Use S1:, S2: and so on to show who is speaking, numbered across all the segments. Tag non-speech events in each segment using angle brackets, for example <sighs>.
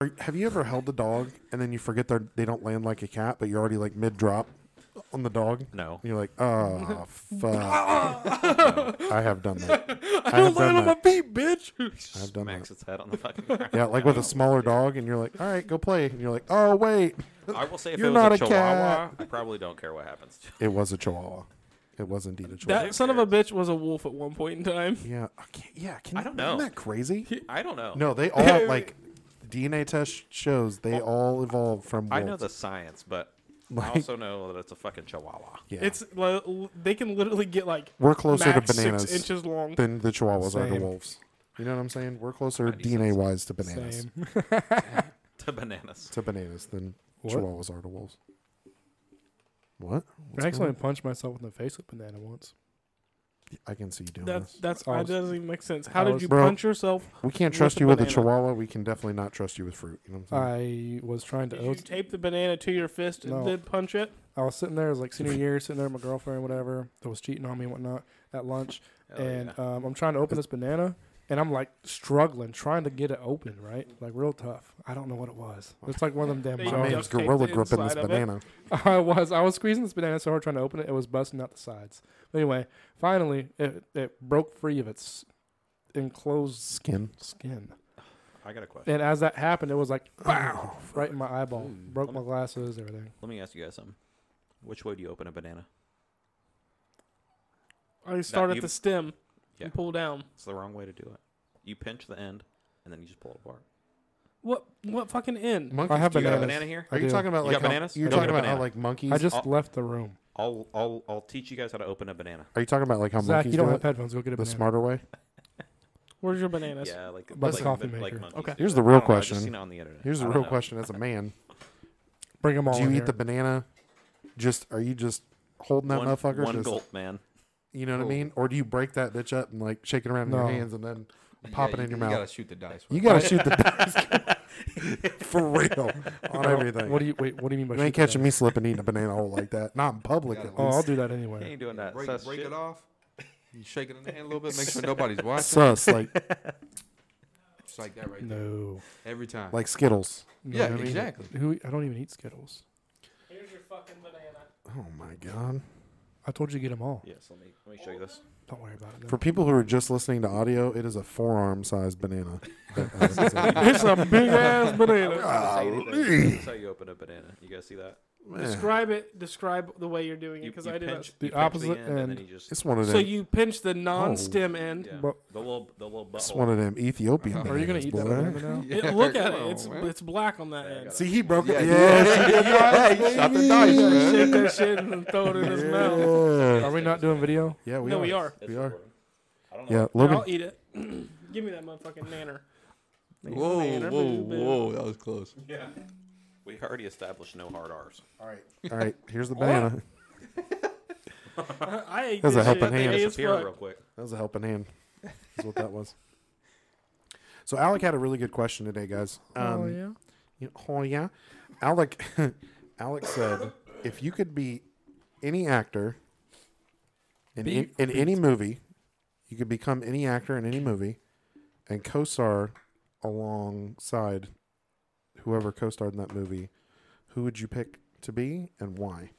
S1: Are, have you ever held a dog and then you forget they they don't land like a cat, but you're already like mid drop on the dog?
S2: No. <laughs>
S1: And you're like, oh fuck, I have done
S3: <laughs>
S1: that. I, have
S3: Don't land
S1: done
S3: on my
S1: that.
S3: feet, bitch.
S1: I've done
S2: Smacks
S1: that.
S2: its head on the fucking ground.
S1: Yeah, like with a smaller dog, and you're like, all right, go play, and you're like, oh wait,
S2: I will say if
S1: You're
S2: it was
S1: not
S2: a,
S1: a
S2: chihuahua, I probably don't care what happens.
S1: it was a chihuahua. It was indeed a chihuahua.
S3: That son of a bitch was a wolf at one point in time.
S1: yeah, I can't, yeah. Can,
S2: I don't
S1: Isn't
S2: know.
S1: that crazy?
S2: I don't know.
S1: No, they
S3: <laughs>
S1: all like DNA test shows they all evolved from.
S2: I know
S1: wolves.
S2: the science, but I
S1: Like-
S2: also know that it's a fucking chihuahua. <laughs>
S1: Yeah.
S3: It's li- l- they can literally get like
S1: We're closer
S3: max
S1: to bananas
S3: six inches long.
S1: than the Chihuahuas are to
S4: Same.
S1: wolves. You know what I'm saying? We're closer
S2: Ninety
S1: DNA
S2: cents.
S1: wise to bananas
S4: Same.
S2: To bananas.
S1: to bananas than
S4: What?
S1: Chihuahuas are to wolves. What? What's
S4: I
S1: going
S4: accidentally punched myself in the face with a banana once.
S1: on? I can see you doing
S3: That's
S1: this.
S3: that's
S4: I
S3: that
S4: was-
S3: doesn't even make sense. How
S4: I
S3: did
S4: was-
S3: you
S1: Bro.
S3: punch yourself?
S1: We can't
S3: with
S1: trust
S3: a
S1: you with a
S3: banana.
S1: Chihuahua. We can definitely not trust you with fruit. You know what I'm saying?
S4: I was trying to.
S3: Did
S4: I
S3: you
S4: was,
S3: tape the banana to your fist and
S4: No.
S3: then punch it?
S4: I was sitting there. It was like senior year, sitting there with my girlfriend, and whatever, that was cheating on me and whatnot at lunch.
S2: Hell
S4: and
S2: yeah.
S4: um, I'm trying to open this banana, and I'm like struggling, trying to get it open, right? Like real tough. I don't know what it was. It's like one of them
S1: <laughs>
S3: They
S4: damn
S1: My
S3: don't
S4: jars.
S1: man's
S3: duct tape
S1: gorilla
S3: the
S1: gripping this
S3: inside of it.
S1: banana.
S4: <laughs> I was. I was squeezing this banana so hard trying to open it. It was busting out the sides. But anyway, finally, it, it broke free of its enclosed
S1: Skin.
S4: skin.
S2: I got a question.
S4: And as that happened, it was like, wow, <clears throat> right in my eyeball.
S2: Ooh.
S1: Hmm.
S4: Broke my glasses, everything.
S2: Let me ask you guys something. Which way do you open a banana?
S3: I start at
S2: you-
S3: the stem
S2: Yeah.
S3: and pull down.
S2: It's the wrong way to do it. You pinch the end, and then you just pull it apart. what
S3: What what fucking end?
S1: Monkeys
S4: I have
S1: do
S2: You got a
S1: that.
S4: Bananas.
S2: banana here?
S1: Are
S4: I
S1: you
S4: do.
S1: talking about
S2: You
S1: like
S2: got
S1: how-
S2: bananas?
S1: You're
S2: Don't
S1: talking
S2: get a
S1: about how
S2: banana.
S1: like monkeys?
S4: I just
S2: I'll-
S4: left the room.
S2: I'll, I'll, I'll teach you guys how to open a banana.
S1: Are you talking about like how
S4: Zach,
S1: monkeys
S4: you don't
S1: do
S4: have
S1: it?
S4: headphones. Go get
S1: The
S4: a banana.
S1: smarter way.
S3: Where's your bananas?
S2: Yeah, like
S4: Bus
S2: like,
S4: coffee
S2: like
S4: maker.
S2: monkeys
S3: Okay.
S2: do
S1: Here's
S2: it.
S1: the
S2: I
S1: real
S2: don't know, I've just
S1: question.
S2: seen it on the internet.
S1: Here's
S2: I
S1: the
S2: don't
S1: real
S2: know.
S1: question. As a man,
S4: Bring them all.
S1: do you
S4: in
S1: eat
S4: here.
S1: the banana? Just are you just holding that
S2: One,
S1: motherfucker?
S2: one
S1: just-
S2: gulp, man.
S1: You know what I mean? Or do you break that bitch up and like shake it around in
S4: No.
S1: your hands and then pop it in your
S5: you You
S1: mouth?
S5: gotta shoot the dice.
S1: you gotta shoot the <laughs> for real on everything.
S4: What do you wait? What do you mean by?
S1: you ain't
S4: shoot the
S1: catching me slipping eating a banana hole like that. Not in public.
S5: You
S1: At
S5: gotta-
S1: least.
S4: Oh, I'll do that anyway.
S2: He ain't doing that.
S5: break,
S2: sus
S5: break
S2: shit.
S5: it off. You shake it in the hand a little bit, make
S2: <laughs>
S5: sure nobody's watching.
S1: Sus like
S5: It's like that right there.
S4: No.
S5: Every time.
S1: <laughs> like Skittles.
S4: No,
S5: yeah,
S4: I mean-
S5: exactly.
S4: Who? I don't even eat Skittles.
S3: Here's your fucking banana.
S1: Oh my god!
S4: I told you to get them all.
S2: Yes, let me let me show you this.
S4: Don't worry about it.
S1: For people who are just listening to audio, it is a forearm sized banana. That Isaac is eating.
S3: it's <laughs> a big ass banana.
S2: I wasn't gonna say anything. That's how you open a banana. You guys see that?
S1: Ah, <laughs> Man,
S3: Describe it. Describe the way you're doing it
S2: You,
S3: because
S2: you
S3: I did
S2: pinch,
S3: that.
S4: The
S2: you pinch
S4: opposite
S2: end, and then
S4: end.
S2: you just
S1: it's one of them.
S3: So you pinch the non-stem end.
S2: yeah,
S4: But-
S2: the little the little butthole.
S1: it's one of them Ethiopian.
S4: Are you gonna
S1: bananas,
S4: eat
S1: boy.
S4: that banana now?
S5: Yeah.
S3: It, look
S5: <laughs>
S3: at it.
S5: Come
S3: It's
S5: on, man.
S3: it's black on that end.
S1: See, he broke
S5: Yeah,
S1: it.
S5: you-
S1: Yeah.
S3: <laughs>
S5: yeah, you shot the dice, man.
S3: Shake that shit and throw it in his mouth.
S1: Yeah.
S4: Are we not doing video?
S1: Yeah, we
S3: no,
S1: are.
S3: we are.
S2: It's
S1: We are.
S2: recording. I don't know.
S1: Yeah,
S3: Here,
S1: Logan.
S3: I'll eat it. <clears throat> Give me that motherfucking
S2: <laughs>
S3: nanner.
S5: Whoa,
S3: Banana,
S5: whoa,
S3: boo, boo.
S5: whoa. That was close.
S2: Yeah. We already established no hard R's.
S1: All right. All right. Here's the banana.
S3: I ate
S1: That's
S3: this
S1: a helping
S3: shit
S1: hand.
S3: gay
S2: Hey,
S3: as
S2: Shapiro,
S3: fuck.
S2: real quick.
S1: That was a helping hand. Is what that
S4: <laughs>
S1: was. So Alec had a really good question today, guys. Um,
S4: oh yeah.
S1: you know- oh yeah. Alec, <laughs> Alec said, if you could be any actor in in, in any movie, you could become any actor in any movie, and co-star alongside whoever co-starred in that movie. Who would you pick to be and why?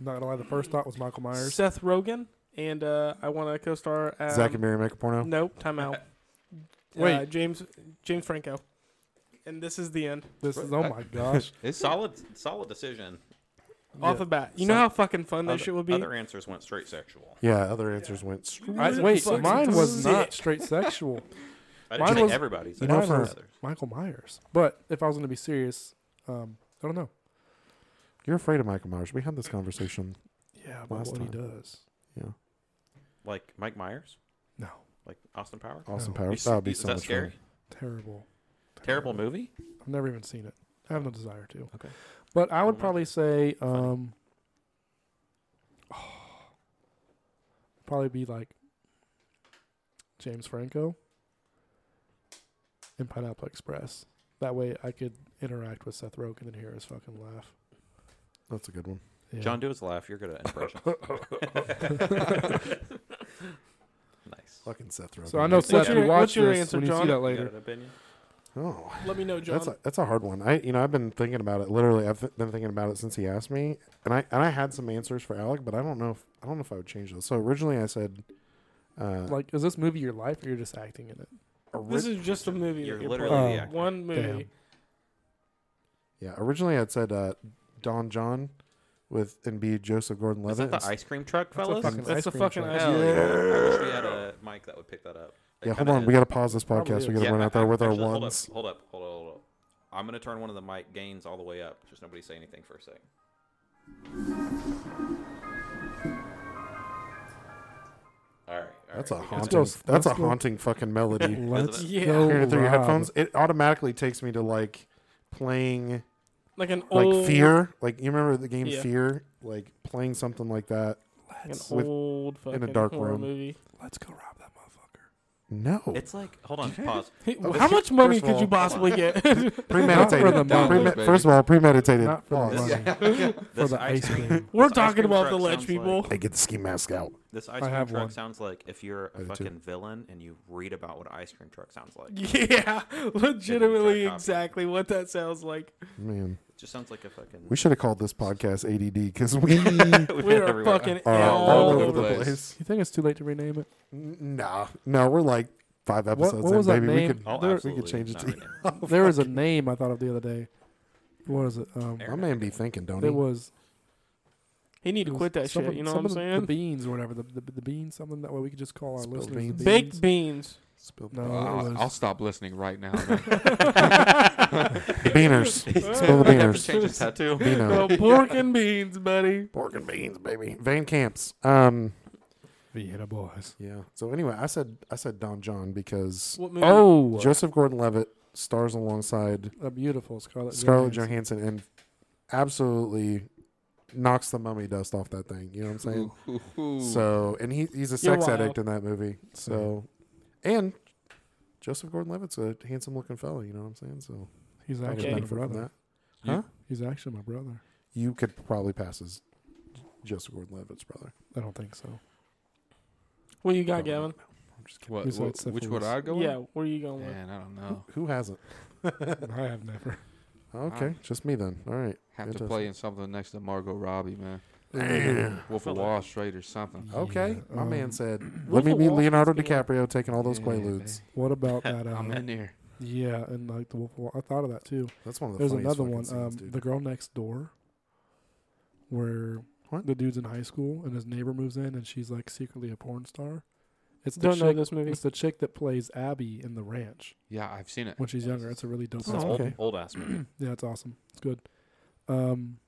S4: Not gonna lie. The first thought was Michael Myers.
S3: Seth Rogen and uh, I want to co-star. Um,
S1: Zach and Mary make a porno.
S3: Nope.
S2: <laughs>
S3: Time out. uh,
S4: Wait.
S3: James James Franco. And this is the end.
S4: This is. Oh my
S1: <laughs>
S4: gosh.
S5: It's
S2: Solid solid decision.
S3: Off the bat, you know how fucking fun that
S2: Other-
S3: shit would be.
S2: Other answers went straight sexual.
S1: Yeah, other answers went. Straight.
S4: I, wait.
S3: Fucking
S4: mine was not
S3: sick.
S4: straight sexual.
S2: I
S4: Mine
S2: didn't think
S4: was-
S2: everybody's.
S1: You know,
S2: answers
S1: for-
S2: was others.
S4: Michael Myers. But if I was gonna be serious, um, I don't know.
S1: You're afraid of Michael Myers. We had this conversation
S4: Yeah, but
S1: Last
S4: what he
S1: time.
S4: does.
S2: like Mike Myers,
S4: No.
S2: like Austin Powers.
S1: Austin
S4: No.
S1: Powers.
S2: You-
S1: That would be
S2: is
S1: so
S2: that
S1: much
S2: scary?
S1: fun.
S4: Terrible.
S2: Terrible movie.
S4: I've never even seen it. I have no desire to.
S2: Okay.
S4: But I would
S2: Mm.
S4: probably say, um, <sighs> probably be like James Franco in Pineapple Express. That way I could interact with Seth Rogen and hear his fucking laugh.
S1: That's a good one.
S4: Yeah.
S2: John, do his laugh. You're good at impressions. <laughs> nice.
S1: Fucking Seth Rogen.
S4: So I know Seth,
S2: your-
S4: you
S3: what's
S4: watch
S3: your
S4: this
S3: answer,
S4: when you
S3: John?
S4: see that
S2: You got
S4: later.
S2: an opinion?
S1: Oh,
S3: Let me know, John.
S1: that's a, that's a hard one. I you know I've been thinking about it. Literally, I've th- been thinking about it since he asked me, and I and I had some answers for Alec, but I don't know if I don't know if I would change those. So originally I said, uh,
S4: Like, is this movie your life or you're just acting in it?
S1: ori-
S3: this is just a movie.
S2: You're
S3: You're
S2: literally
S4: playing
S2: the
S4: Oh.
S2: actor.
S3: One movie.
S1: yeah, originally I'd said uh, Don John with and be Joseph
S2: Is that
S1: Gordon-Levitt.
S2: the ice cream truck,
S4: That's a
S2: fellas?
S4: fucking-
S3: That's
S4: Ice
S3: a
S4: cream
S3: fucking
S4: truck.
S3: ice
S2: Hell
S3: cream.
S2: yeah. I wish we had a mic that would pick that up. It
S1: yeah, hold
S2: kinda
S1: on,
S2: is.
S1: we got to pause this podcast.
S4: Probably
S1: We got to
S4: is.
S1: run out there with our
S2: actually,
S1: ones.
S2: Hold up, hold up, hold up, hold up. I'm gonna turn one of the mic gains all the way up. Just nobody say anything for a second. All right, all
S1: That's a
S2: right, we got it.
S1: haunting.
S4: go-
S1: That's a
S4: let's go-
S1: haunting fucking melody.
S4: <laughs> Let's
S3: Yeah.
S4: go.
S1: Hearing it through your
S4: Rob.
S1: headphones, it automatically takes me to like playing
S3: Like an
S1: like
S3: old
S1: Fear. Like you remember the game
S3: Oh. Yeah.
S1: Fear? Like playing something like that.
S3: like an
S1: with-
S3: old fucking
S1: in a dark
S3: horror
S1: room.
S3: movie.
S4: Let's go rob that motherfucker.
S1: No,
S2: It's like hold on,
S1: <laughs>
S2: pause.
S3: How <laughs> much money
S1: first of
S3: could you
S1: all-
S3: possibly get?
S1: premeditated.
S4: Not for the
S1: Preme-
S5: money, baby.
S1: first of all, premeditated.
S4: Not for the
S1: Pause.
S4: money.
S2: Yeah.
S1: <laughs>
S4: For
S2: This
S4: the
S2: ice
S4: ice
S2: cream.
S4: cream.
S3: We're
S2: this ice
S3: talking
S2: cream
S3: about
S2: truck
S3: the ledge
S2: sounds
S3: people.
S2: Like,
S1: Hey, get the ski mask out.
S2: this
S4: I
S2: ice cream
S4: have
S2: truck
S4: one.
S2: sounds like if you're
S1: I
S2: a
S1: do too.
S2: fucking villain and you read about what an ice cream truck
S1: <laughs>
S2: sounds like.
S3: <laughs> yeah, legitimately
S2: Copy.
S3: exactly what that sounds like.
S1: Man,
S2: It just sounds like a fucking. <laughs>
S1: we should have called this podcast ADD because
S5: <laughs>
S1: we
S2: We've
S3: We
S2: been
S3: are
S2: everywhere.
S3: fucking
S1: are
S3: all,
S1: all
S5: over
S1: over
S5: the
S1: the
S5: place.
S1: place.
S4: You think it's too late to rename it?
S1: N- Nah, no, we're like five episodes
S4: what
S1: in,
S4: was that
S1: baby.
S4: name?
S1: We could
S2: Oh,
S1: there- we
S2: absolutely.
S1: could change it
S2: Not
S1: to.
S2: right now.
S1: Oh,
S4: <laughs> There was a name I thought of the other day. What is it? Um,
S1: My man be thinking, don't he?
S4: it was.
S3: He need to
S4: it was
S3: quit that shit.
S4: something-
S3: You know what I'm
S4: something- The
S3: saying?
S4: beans or whatever. The, the, the beans, something that way we could just call our
S1: Spilled
S4: listeners.
S1: beans.
S4: The
S3: Baked beans.
S1: Spill
S4: No, it was-
S5: I'll, I'll stop listening right now.
S1: <laughs> the beaners. Spill the
S2: I
S3: <laughs>
S2: have to
S1: beaners.
S2: change his tattoo.
S1: Beano.
S3: Oh, pork and beans, buddy.
S1: Pork and beans, baby. Van Camps. Um.
S4: Vienna Boys.
S1: Yeah. So anyway, I said I said Don John because
S3: What movie?
S4: Oh,
S1: Joseph Gordon-Levitt stars alongside
S4: a beautiful Scarlett.
S1: Scarlett
S4: Johansson.
S1: Johansson and absolutely knocks the mummy dust off that thing. You know what I'm saying? So, and he he's a
S3: You're
S1: sex
S3: wild.
S1: addict in that movie. So, and Joseph Gordon-Levitt's a handsome-looking fella. You know what I'm saying? So,
S4: He's
S1: I would
S4: actually
S3: Okay.
S4: my
S1: benefit from
S4: brother.
S1: that.
S5: You-
S1: Huh?
S4: He's actually my brother.
S1: You could probably pass as Joseph Gordon-Levitt's brother.
S4: I don't
S1: <laughs>
S4: think so.
S3: What you got,
S1: Probably.
S3: Gavin?
S1: I'm just kidding.
S5: What,
S4: Who's
S5: what-
S4: that
S5: which
S4: syphilis?
S5: would I go?
S3: Yeah, uh, where are you going
S5: With?
S3: with?
S5: Man, I don't
S3: Oh.
S5: know.
S1: Who hasn't? <laughs>
S4: I have never.
S1: Okay, just me then. All right.
S5: Have to
S1: Fantastic.
S5: play in something next to Margot Robbie, man. Wolf of
S2: Fella.
S5: Wall Street or something.
S1: Okay,
S4: Yeah,
S1: my
S4: um,
S1: man
S4: <clears throat>
S1: said, "Let
S3: Wolf
S1: me
S3: of
S1: be
S3: Wall Street's
S1: Leonardo
S3: good.
S1: DiCaprio taking all those
S5: Yeah,
S1: quaaludes."
S5: baby.
S1: <laughs>
S4: What about that?
S5: I'm in
S4: Um,
S5: there.
S4: yeah, and like the Wolf of Wall. I thought of that too.
S1: That's one of the.
S4: There's
S1: funniest
S4: another
S1: fucking
S4: one.
S1: scenes,
S4: um,
S1: dude.
S4: the girl next door, where
S1: What?
S4: the dude's in high school and his neighbor moves in and she's like secretly a porn star. It's the
S3: Don't know
S4: chick.
S3: this movie.
S4: It's the chick that plays Abby in The Ranch
S5: Yeah, I've seen it.
S4: when she's younger. It's a really dope.
S2: It's an
S1: Oh,
S4: movie.
S2: old,
S1: okay.
S2: old ass movie.
S4: Yeah, it's awesome. It's good. Um,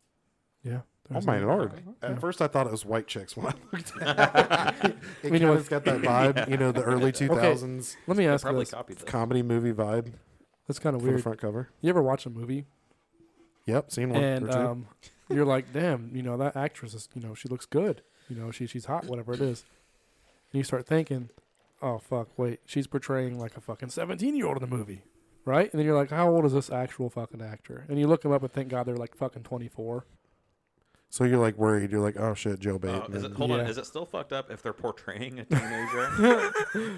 S4: yeah.
S1: Oh
S4: there's
S1: my
S4: that.
S1: lord!
S4: Yeah.
S1: At first, I thought it was white chicks
S2: <laughs>
S1: when I looked at <laughs> it. it
S4: You
S1: kind
S4: know
S1: of got
S4: <laughs>
S1: that vibe, you know, the early two thousands
S4: Let me
S2: They
S4: ask you
S2: probably
S4: this.
S2: copied this.
S1: comedy movie vibe
S4: That's kind of
S1: for the
S4: weird.
S1: front cover.
S4: You ever watch a movie
S1: Yep, seen one or
S4: and
S1: two.
S4: um, you're like, damn, you know that actress is, you know, she looks good. You know, she she's hot, whatever it is. And you start thinking, oh fuck, wait, she's portraying like a fucking 17 year old in the movie, right? And then you're like, how old is this actual fucking actor? And you look them up and thank God they're like fucking 24.
S1: so you're like worried. You're like, oh shit, Joe Bait.
S2: Oh,
S1: and
S2: is it,
S1: then-
S2: hold on,
S4: Yeah.
S2: is it still fucked up if they're portraying a teenager,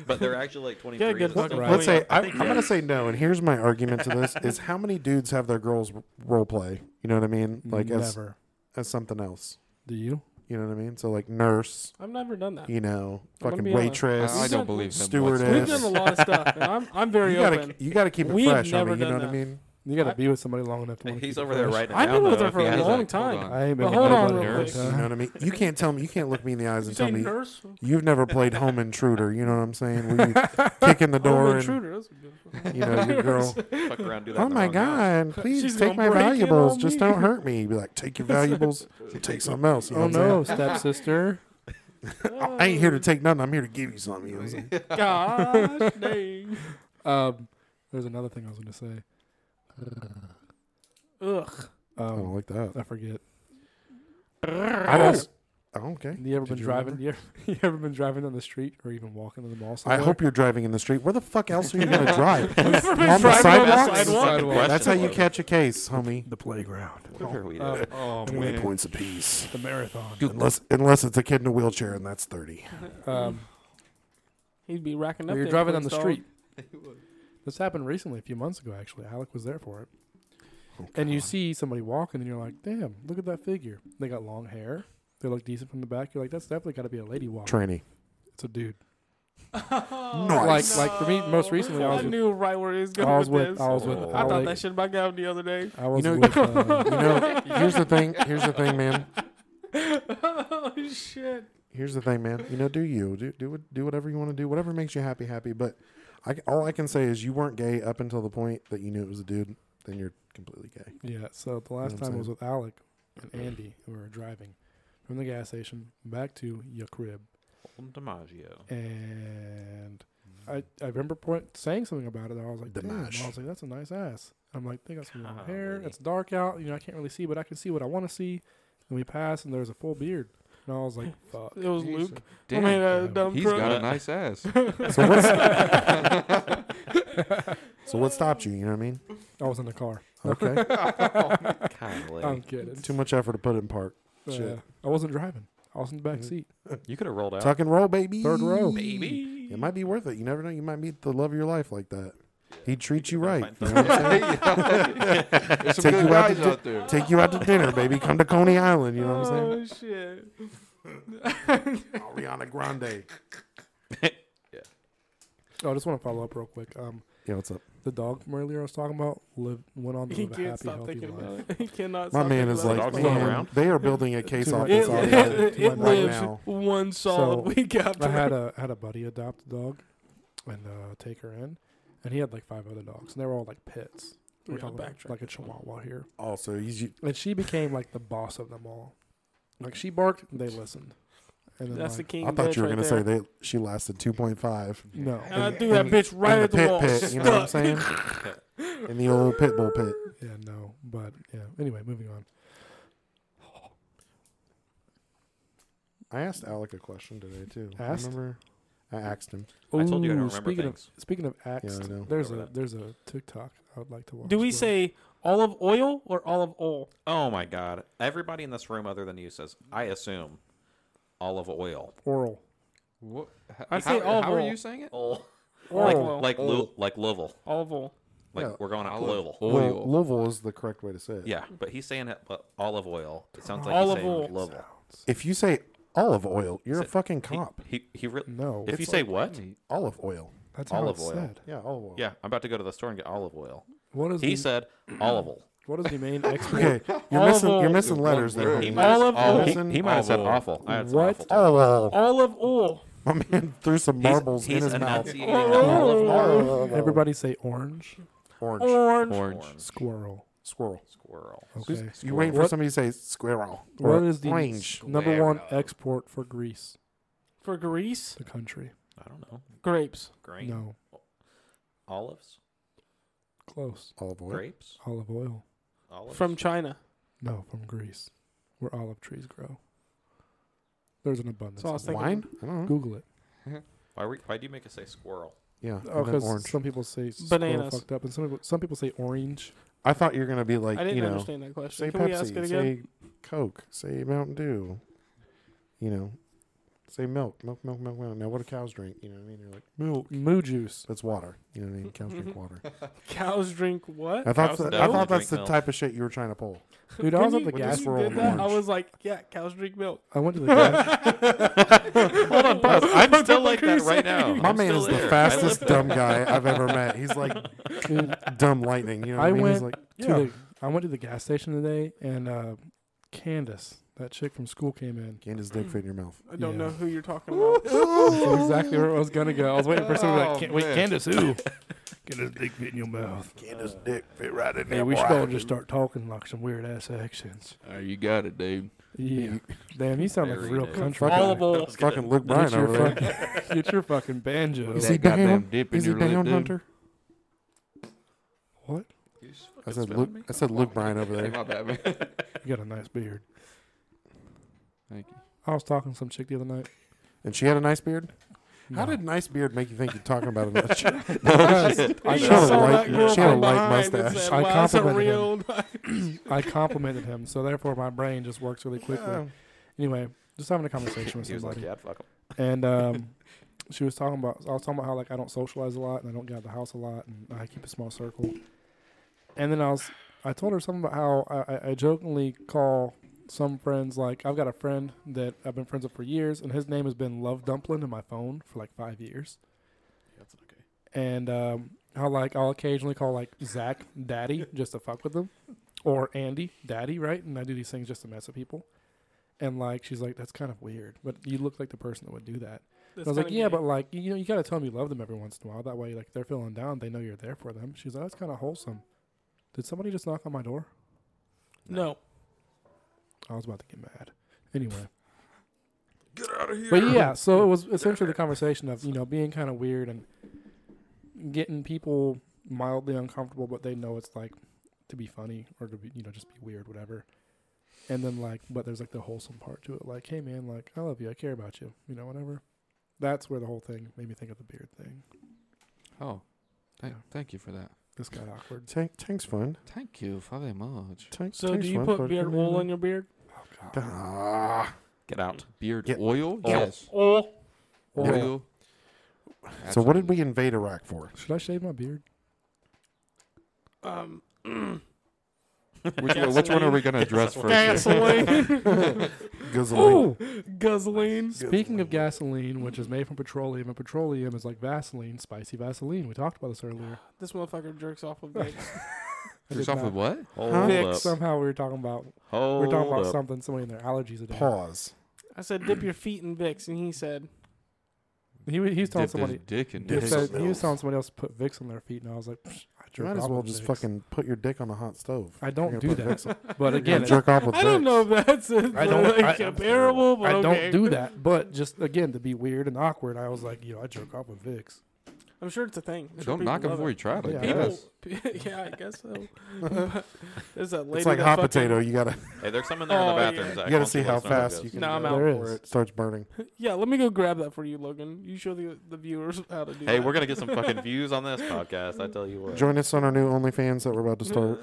S2: but they're actually like 23?
S3: good
S2: Is it still
S3: fucking
S2: fucked
S3: point.
S1: Let's say
S2: up?
S1: I,
S2: think
S1: I'm
S2: yeah.
S1: gonna say no, and here's my argument to this: is how many dudes have their girls r- role play? You know what I mean? Like as
S4: never.
S1: as something else.
S4: Do you?
S1: You know what I mean? So like nurse,
S3: I've never done that.
S1: you know,
S3: I'm gonna
S1: fucking
S3: be honest.
S5: I,
S1: waitress.
S5: I
S3: We've
S5: don't
S3: done-
S5: believe them.
S1: Stewardess.
S5: whatsoever.
S3: We've done a lot of stuff, and I'm I'm very
S1: you
S3: open.
S1: gotta you gotta keep it
S3: We've
S1: fresh. I
S3: never
S1: mean, you know
S3: done
S1: what I
S3: that.
S1: mean?
S4: You got to
S3: I-
S4: be with somebody long enough. to wanna
S2: He's
S4: keep it
S2: over there
S4: fresh.
S2: writing it
S3: I've
S2: down,
S3: been with
S2: though,
S3: her for
S2: if he
S3: a
S5: he's
S2: hasn't.
S3: long
S5: like,
S3: time.
S5: hold on.
S4: I ain't
S3: But
S4: been
S3: hold
S4: with
S3: on
S4: nobody
S3: real
S4: a long
S3: quick.
S1: You
S4: time.
S1: know what I mean? You can't tell me. You can't look me in the eyes
S3: You
S1: and tell
S3: say
S1: me
S3: nurse?
S1: you've never played Home Intruder. You know what I'm saying?
S3: <laughs>
S1: Where you kick in the
S3: Oh,
S1: door and
S3: intruder. That's a good one.
S1: you know your girl.
S2: Fuck around, do that
S1: Oh
S2: in the
S1: my
S2: wrong house.
S1: god! Please
S3: She's
S1: take
S3: gonna
S1: my
S3: break in
S1: valuables.
S3: on
S1: Just
S3: me.
S1: don't hurt me. You'd be like, take your valuables. and take something else. You know
S4: Oh
S1: what I'm saying?
S4: no, stepsister. <laughs>
S1: I ain't here to take nothing. I'm here to give you something. You know what I'm saying?
S4: <laughs>
S3: Gosh <laughs> dang. <laughs>
S4: Um, there's another thing I was going to say.
S3: Ugh.
S1: I
S4: Um,
S1: don't like that.
S4: <laughs> I forget.
S1: I was. Oh, okay.
S4: You ever
S1: Did
S4: been
S1: you
S4: driving? <laughs> You ever, you ever been driving on the street or even walking to the mall?
S1: I
S4: Somewhere? <laughs>
S1: hope you're driving in the street. Where the fuck else are you
S3: <laughs>
S1: gonna drive?
S3: Never been
S1: on the
S3: driving on
S1: sidewalk?
S3: the sidewalk.
S1: That's how you
S2: Question.
S1: catch a case, homie.
S4: the playground,
S2: What are we
S4: Uh,
S2: doing?
S5: Oh,
S1: Twenty points apiece.
S4: the marathon.
S1: Unless unless it's a kid in a wheelchair and that's thirty.
S4: Um,
S3: He'd be racking up.
S4: you're
S3: them
S4: driving on
S3: <laughs>
S4: the
S3: points, dog.
S4: street. This happened recently, a few months ago, actually. Alec was there for it. and you see somebody walking, and you're like, damn, look at that figure. They got long hair. They look decent from the back. You're like, that's definitely got to be a lady walking.
S1: Trainee.
S4: It's a dude.
S1: Nice.
S4: Like, like for me, most recently, I
S3: I
S4: was with,
S3: knew right where he was going
S4: I was
S3: with,
S4: with,
S3: this.
S4: I was with,
S1: Oh.
S3: I thought
S4: Alec.
S3: that shit about Gavin the other day.
S4: I was
S1: You know-
S4: with,
S3: <laughs>
S4: uh,
S1: You know, here's the thing. Here's the thing, man.
S3: oh shit!
S1: Here's the thing, man. You know, do you do do what- do whatever you want to do, whatever makes you happy, happy. But I, all I can say is you weren't gay up until the point that you knew it was a dude. Then you're completely gay.
S4: Yeah, so the last
S1: what I'm
S4: time I was
S1: saying?
S4: with Alec and Andy, who were driving from the gas station back to your crib,
S2: Old
S3: <laughs>
S2: DiMaggio.
S4: and I, I remember point, saying something about it. I was like,
S1: Mm. The
S4: "Damn!" I
S1: mash.
S4: was like, "That's a nice ass." I'm like, "They got some long
S2: Ah,
S4: hair.
S2: lady.
S4: It's dark out. You know, I can't really see, but I can see what I want to see." And we pass, and there's a full beard, and I
S1: <laughs>
S4: was like, "Fuck."
S3: It was
S5: Jesus.
S3: Luke.
S5: Damn,
S3: I mean, uh, dumb
S5: he's
S3: pro-
S5: got a
S1: <laughs>
S5: nice ass.
S1: So
S4: <laughs>
S1: what's so what stopped you? You know what I mean?
S4: I was in the car. <laughs>
S1: Okay,
S2: Golly.
S4: I'm kidding.
S1: too much effort to put in park.
S4: Uh,
S1: shit.
S4: I wasn't driving. I was in the back
S1: Mhm.
S4: seat.
S2: you could have rolled
S1: <laughs>
S2: out.
S1: Tuck and roll, baby.
S4: Third row.
S2: Baby.
S1: It might be worth it. You never know. You might meet the love of your life like that. He'd treat you
S2: Gotta
S1: right.
S2: find
S1: you know
S2: something.
S1: what I'm saying?
S5: There's some
S1: Take
S5: good
S1: you out to
S5: guys
S1: di-
S5: out there.
S1: Take you out to dinner, baby. Come to Coney Island. You know what I'm saying?
S3: Oh shit!
S1: <laughs>
S3: <laughs>
S1: Ariana Grande.
S4: Oh, I just want to follow up real quick. Um,
S1: Yeah, what's up?
S4: the dog from earlier I was talking about lived
S3: <laughs>
S4: went on to
S3: He
S4: live a
S3: can't
S4: happy,
S3: stop
S4: healthy
S3: thinking
S4: life.
S3: about it. He cannot.
S1: My
S3: stop
S1: man
S3: thinking
S1: is
S3: about
S1: like,
S3: it.
S2: Dog's
S1: man,
S2: still around?
S1: they are building a case
S4: To my-
S1: off this
S4: It's
S3: It,
S4: all
S1: audio
S4: good.
S3: it,
S4: To my
S3: it
S4: mind
S3: lives
S1: now.
S3: one solid
S4: So,
S3: week <laughs> after.
S4: I had a I had a buddy adopt a dog, and uh, take her in, and he had like five other dogs, and they were all like pets. We're
S3: Yeah,
S4: talking about
S3: backtrack.
S4: like a Chihuahua here,
S1: Oh, so he's
S4: and she became like the boss of them all. Like she barked, they listened, and then
S3: That's the
S4: like,
S3: king.
S1: I thought you were
S3: going
S1: gonna
S3: to
S1: say they she lasted 2.5
S4: no,
S3: And I
S4: and-
S3: threw that
S1: in-
S3: bitch
S1: in
S3: right
S1: the
S3: at the,
S1: pit
S3: wall.
S1: pit. You know what I'm saying? in the old pit bull pit.
S4: yeah, no, but yeah. Anyway, moving on.
S1: I asked Alec a question today too. I
S4: Asked?
S1: Remember? I asked him.
S2: I told you I don't
S4: Ooh,
S2: remember
S4: speaking
S2: things.
S4: Of, speaking of axed,
S1: know.
S4: there's a
S2: Remember that.
S4: there's a TikTok I would like to watch.
S3: Do we
S4: where-
S3: say olive oil or olive oil?
S2: Oh my God! Everybody in this room, other than you, says I assume olive oil.
S4: oral?
S5: What? H-
S3: I
S5: how,
S3: say
S5: how are
S3: oval.
S5: you saying it?
S2: Oh, like
S3: Oil.
S2: like Lou- like Louisville.
S3: olive oil.
S2: Like
S1: Yeah.
S2: we're going out to
S5: Olive
S2: Louisville.
S5: oil.
S1: Well, Louisville is the correct way to say it.
S2: Yeah, but he's saying it, but olive oil. It sounds like
S3: Olive
S2: he's saying
S3: oil.
S2: Louisville.
S1: If you say olive oil, you're a
S2: Said-
S1: fucking cop.
S2: He he. re-
S4: No,
S2: if you say what?
S1: olive oil.
S4: that's how
S2: olive
S4: it's
S2: oil.
S4: said.
S1: Yeah, olive oil.
S2: Yeah, I'm about to go to the store and get olive oil.
S4: What is
S2: He
S4: the,
S2: said olive oil.
S4: what is the
S2: <laughs>
S4: main export? <laughs>
S1: Okay, you're
S3: Olive
S1: missing you're
S3: oil.
S1: missing letters there.
S5: He
S1: homie.
S5: might-
S3: Olive
S2: Oh,
S3: oil.
S2: he,
S1: Listen.
S2: he might have said
S5: Olive oil.
S2: awful. I had some
S4: What?
S2: awful too.
S1: Olive oil.
S4: <laughs>
S3: Olive oil.
S1: My man threw some
S2: He's-
S1: marbles
S2: he's
S1: in his mouth.
S2: enunciating
S3: Olive oil.
S4: Everybody say orange
S1: Orange.
S3: Orange.
S5: Orange.
S4: squirrel.
S1: Squirrel.
S2: Squirrel.
S4: Okay.
S1: You waiting for
S4: What-
S1: somebody to say squirrel?
S4: What
S1: or
S4: is the
S1: orange?
S4: number one export for Greece?
S3: For Greece,
S4: The country.
S2: I don't know.
S3: grapes.
S2: Grain.
S4: No,
S2: Olives.
S4: close.
S1: Olive oil.
S2: Grapes.
S4: Olive oil.
S2: Olives.
S3: From China.
S4: No, from Greece, where olive trees grow. There's an abundance.
S3: So I
S4: of
S3: was
S4: it.
S3: thinking.
S1: Wine? I don't know.
S4: Google it.
S2: why, were, why do you make it say squirrel?
S1: Yeah. and
S4: Oh,
S1: then
S4: because
S1: orange.
S4: some people say squirrel
S3: Bananas.
S4: fucked up, and some people some people say orange.
S1: I thought you were gonna be like,
S3: I didn't
S1: you know,
S3: understand that question.
S1: say
S3: Can we ask it
S1: Pepsi,
S3: again?
S1: say Coke, say Mountain Dew. You know, say milk, milk, milk, milk, milk. Now, what do cows drink? You know what I mean? You're like milk.
S3: <laughs>
S4: Moo juice.
S1: That's water. You know what I mean? Cows
S2: <laughs>
S1: drink water.
S3: Cows drink what?
S1: I thought
S2: Cows
S1: that, I
S2: definitely
S1: thought that's
S2: drink
S1: the
S2: milk.
S1: type of shit you were trying to
S2: <laughs>
S1: pull.
S4: Dude, I
S3: When
S4: was at
S3: you-
S4: the
S3: when
S4: gas.
S3: you
S1: world
S3: did that, I
S1: orange.
S3: was like, yeah, cows drink milk.
S4: I went to the gas.
S2: Hold on, pause. I'm still like that right now.
S1: My
S2: I'm
S1: man
S2: still
S1: is the
S2: there. I
S1: fastest
S2: live-
S1: dumb guy I've ever met. He's like
S4: <laughs>
S3: <laughs>
S4: Dude,
S1: dumb lightning. You know what I,
S4: I
S1: mean? He's
S4: went
S1: like,
S4: to
S1: yeah.
S4: the, I went to the gas station today, and uh, Candace, that chick from school, came in.
S1: Can't his dick fit in your mouth.
S3: I don't
S4: Yeah.
S3: know who you're talking about.
S4: That's exactly where I was gonna go. I was waiting for somebody
S5: Oh,
S4: like, Can- wait,
S5: man.
S4: Candace, <laughs> who? Candace, big fit in your mouth.
S1: Can't his dick fit right in
S4: Yeah, we should all just start talking like some weird ass accents.
S5: Oh, you got it, dude.
S4: Yeah, <laughs> damn, you sound like a
S2: Very
S4: real
S2: nice.
S4: country.
S1: Fucking-
S4: guy.
S3: Olive oil.
S1: Fucking Luke Bryan
S4: Get your,
S1: over there.
S4: <laughs> fucking, get your fucking banjo.
S1: Is
S5: That
S1: he
S5: goddamn
S1: down?
S5: dip in
S1: Is he
S5: your lip,
S1: down,
S5: dude.
S1: Hunter?
S4: What?
S2: You just fucking
S1: I said
S2: spit
S1: Luke.
S2: on me?
S1: I said Luke Bryan over
S5: Hey,
S1: there.
S5: my bad, man.
S4: You got a nice beard.
S5: Thank you.
S4: I was talking to some chick the other night.
S1: And she had a nice beard. How
S4: No.
S1: did nice beard make you think you're talking <laughs>
S2: <laughs>
S1: about another chick?
S4: <laughs> I
S3: You
S1: She had a
S4: complimented-
S3: saw
S1: light-
S3: that girl
S1: she had a
S3: from
S1: light
S3: behind and
S1: mustache.
S3: said,
S4: I
S3: "Wow, it's a
S4: complimented
S3: real <laughs> nice-"
S4: I complimented him, so therefore my brain just works really quickly.
S1: Yeah.
S4: Anyway, just having a conversation
S2: <laughs>
S4: with
S2: He was like,
S4: somebody,
S6: <laughs>
S2: yeah, I'd fuck him.
S4: and um, she was talking about I was talking about how like I don't socialize a lot and I don't get out of the house a lot and I keep a small circle. And then I was I told her something about how I, I- I jokingly call some friends like I've got a friend that I've been friends with for years and his name has been Love Dumpling in my phone for like five years.
S6: that's okay.
S4: And um, how like I'll occasionally call like Zach Daddy just to fuck with them. Or Andy Daddy, right? And I do these things just to mess with people. And like she's like, That's kind of weird. But you look like the person that would do that.
S3: That's
S4: I was like,
S3: kinda
S4: yeah,
S3: gay.
S4: but like, you know, you gotta tell them you love them every once in a while. That way, like, if they're feeling down, they know you're there for them. She's like, that's kind of wholesome. Did somebody just knock on my door?
S3: no.
S4: I was about to get mad. Anyway,
S5: <laughs> Get out of here.
S4: but yeah, so it
S5: <laughs>
S4: was essentially the conversation of you know being kind of weird and getting people mildly uncomfortable, but they know it's like to be funny or to be you know just be weird, whatever. And then like, but there's like the wholesome part to it, like, hey man, like I love you, I care about you, you know, whatever. That's where the whole thing made me think of the beard thing.
S5: <laughs> Oh, thank,
S4: Yeah.
S5: thank you for that.
S4: This got awkward.
S1: Tank, tank's fun.
S5: Thank you very much.
S1: Tank,
S3: So
S1: tank's
S3: do you
S1: fun,
S3: put
S1: but-
S3: beard oil on your beard?
S4: Oh god.
S1: Ah,
S2: Get out.
S5: Beard
S1: Yeah.
S5: oil?
S2: Yeah.
S5: Yes.
S3: Oh,
S4: Oil.
S5: Oil.
S1: so what did we invade Iraq for?
S4: Should I shave my beard?
S3: um, <clears throat>
S5: Which, one- which one are <laughs> we going to address first? here?
S3: gasoline,
S1: Gasoline.
S3: gasoline.
S4: Speaking of gasoline, which is made from petroleum, and petroleum is like Vaseline, spicy Vaseline. We talked about this earlier.
S3: This motherfucker jerks off of me.
S2: <laughs>
S4: I
S5: First
S4: did
S5: off
S4: not-
S5: with what?
S2: Hold
S1: Huh?
S4: Vic,
S2: up.
S4: somehow we were talking about we
S2: Hold
S4: were talking about
S2: up.
S4: something, somebody and their allergies today.
S1: Pause.
S3: I said, dip your feet in Vicks, and he said,
S4: He, wa- he was telling
S5: Dipped his
S4: somebody
S5: dick in
S4: he
S1: Dipped
S5: dick.
S1: his
S4: said, he was
S1: Mills.
S4: telling somebody else to put Vicks on their feet, and I was like, Psh, I
S1: You
S4: jerk
S1: might as
S4: off
S1: well
S4: with
S1: just
S4: Vicks.
S1: fucking put your dick on the hot stove.
S4: I don't
S1: You're
S4: do
S1: gonna put
S4: that. <laughs> But <laughs> again,
S1: Again, <laughs> jerk off with
S3: "I don't
S1: Vicks.
S3: know if that's a,
S4: I don't-
S3: like,
S4: I-
S3: comparable, but
S4: I
S3: okay.
S4: don't do that. But just again to be weird and awkward, I was like, you know, I jerk off with Vicks.
S3: I'm sure it's a thing. I'm sure
S5: Don't knock it
S3: people love
S5: before you try it. I
S4: Yeah.
S3: People, <laughs>
S5: guess.
S3: yeah, I guess so. But There's that lady.
S1: It's like
S3: that
S1: hot
S3: fucking-
S1: potato. You gotta
S2: Hey, there's some in there in
S3: Oh,
S2: the bathroom,
S3: yeah.
S1: you
S2: Zach.
S1: gotta
S2: Why don't
S1: see
S2: let
S1: how
S2: us know how it
S1: fast
S2: goes?
S1: you can.
S3: No, I'm
S1: do
S3: out
S1: it.
S4: There
S3: for
S4: is.
S3: it.
S1: It starts burning.
S3: Yeah, let me go grab that for you, Logan. You show the the viewers how to do.
S2: Hey,
S3: that.
S2: we're gonna get some
S3: <laughs>
S2: fucking <laughs> views on this podcast. I tell you what.
S1: Join us on our new OnlyFans that we're about to
S3: <laughs>
S1: start.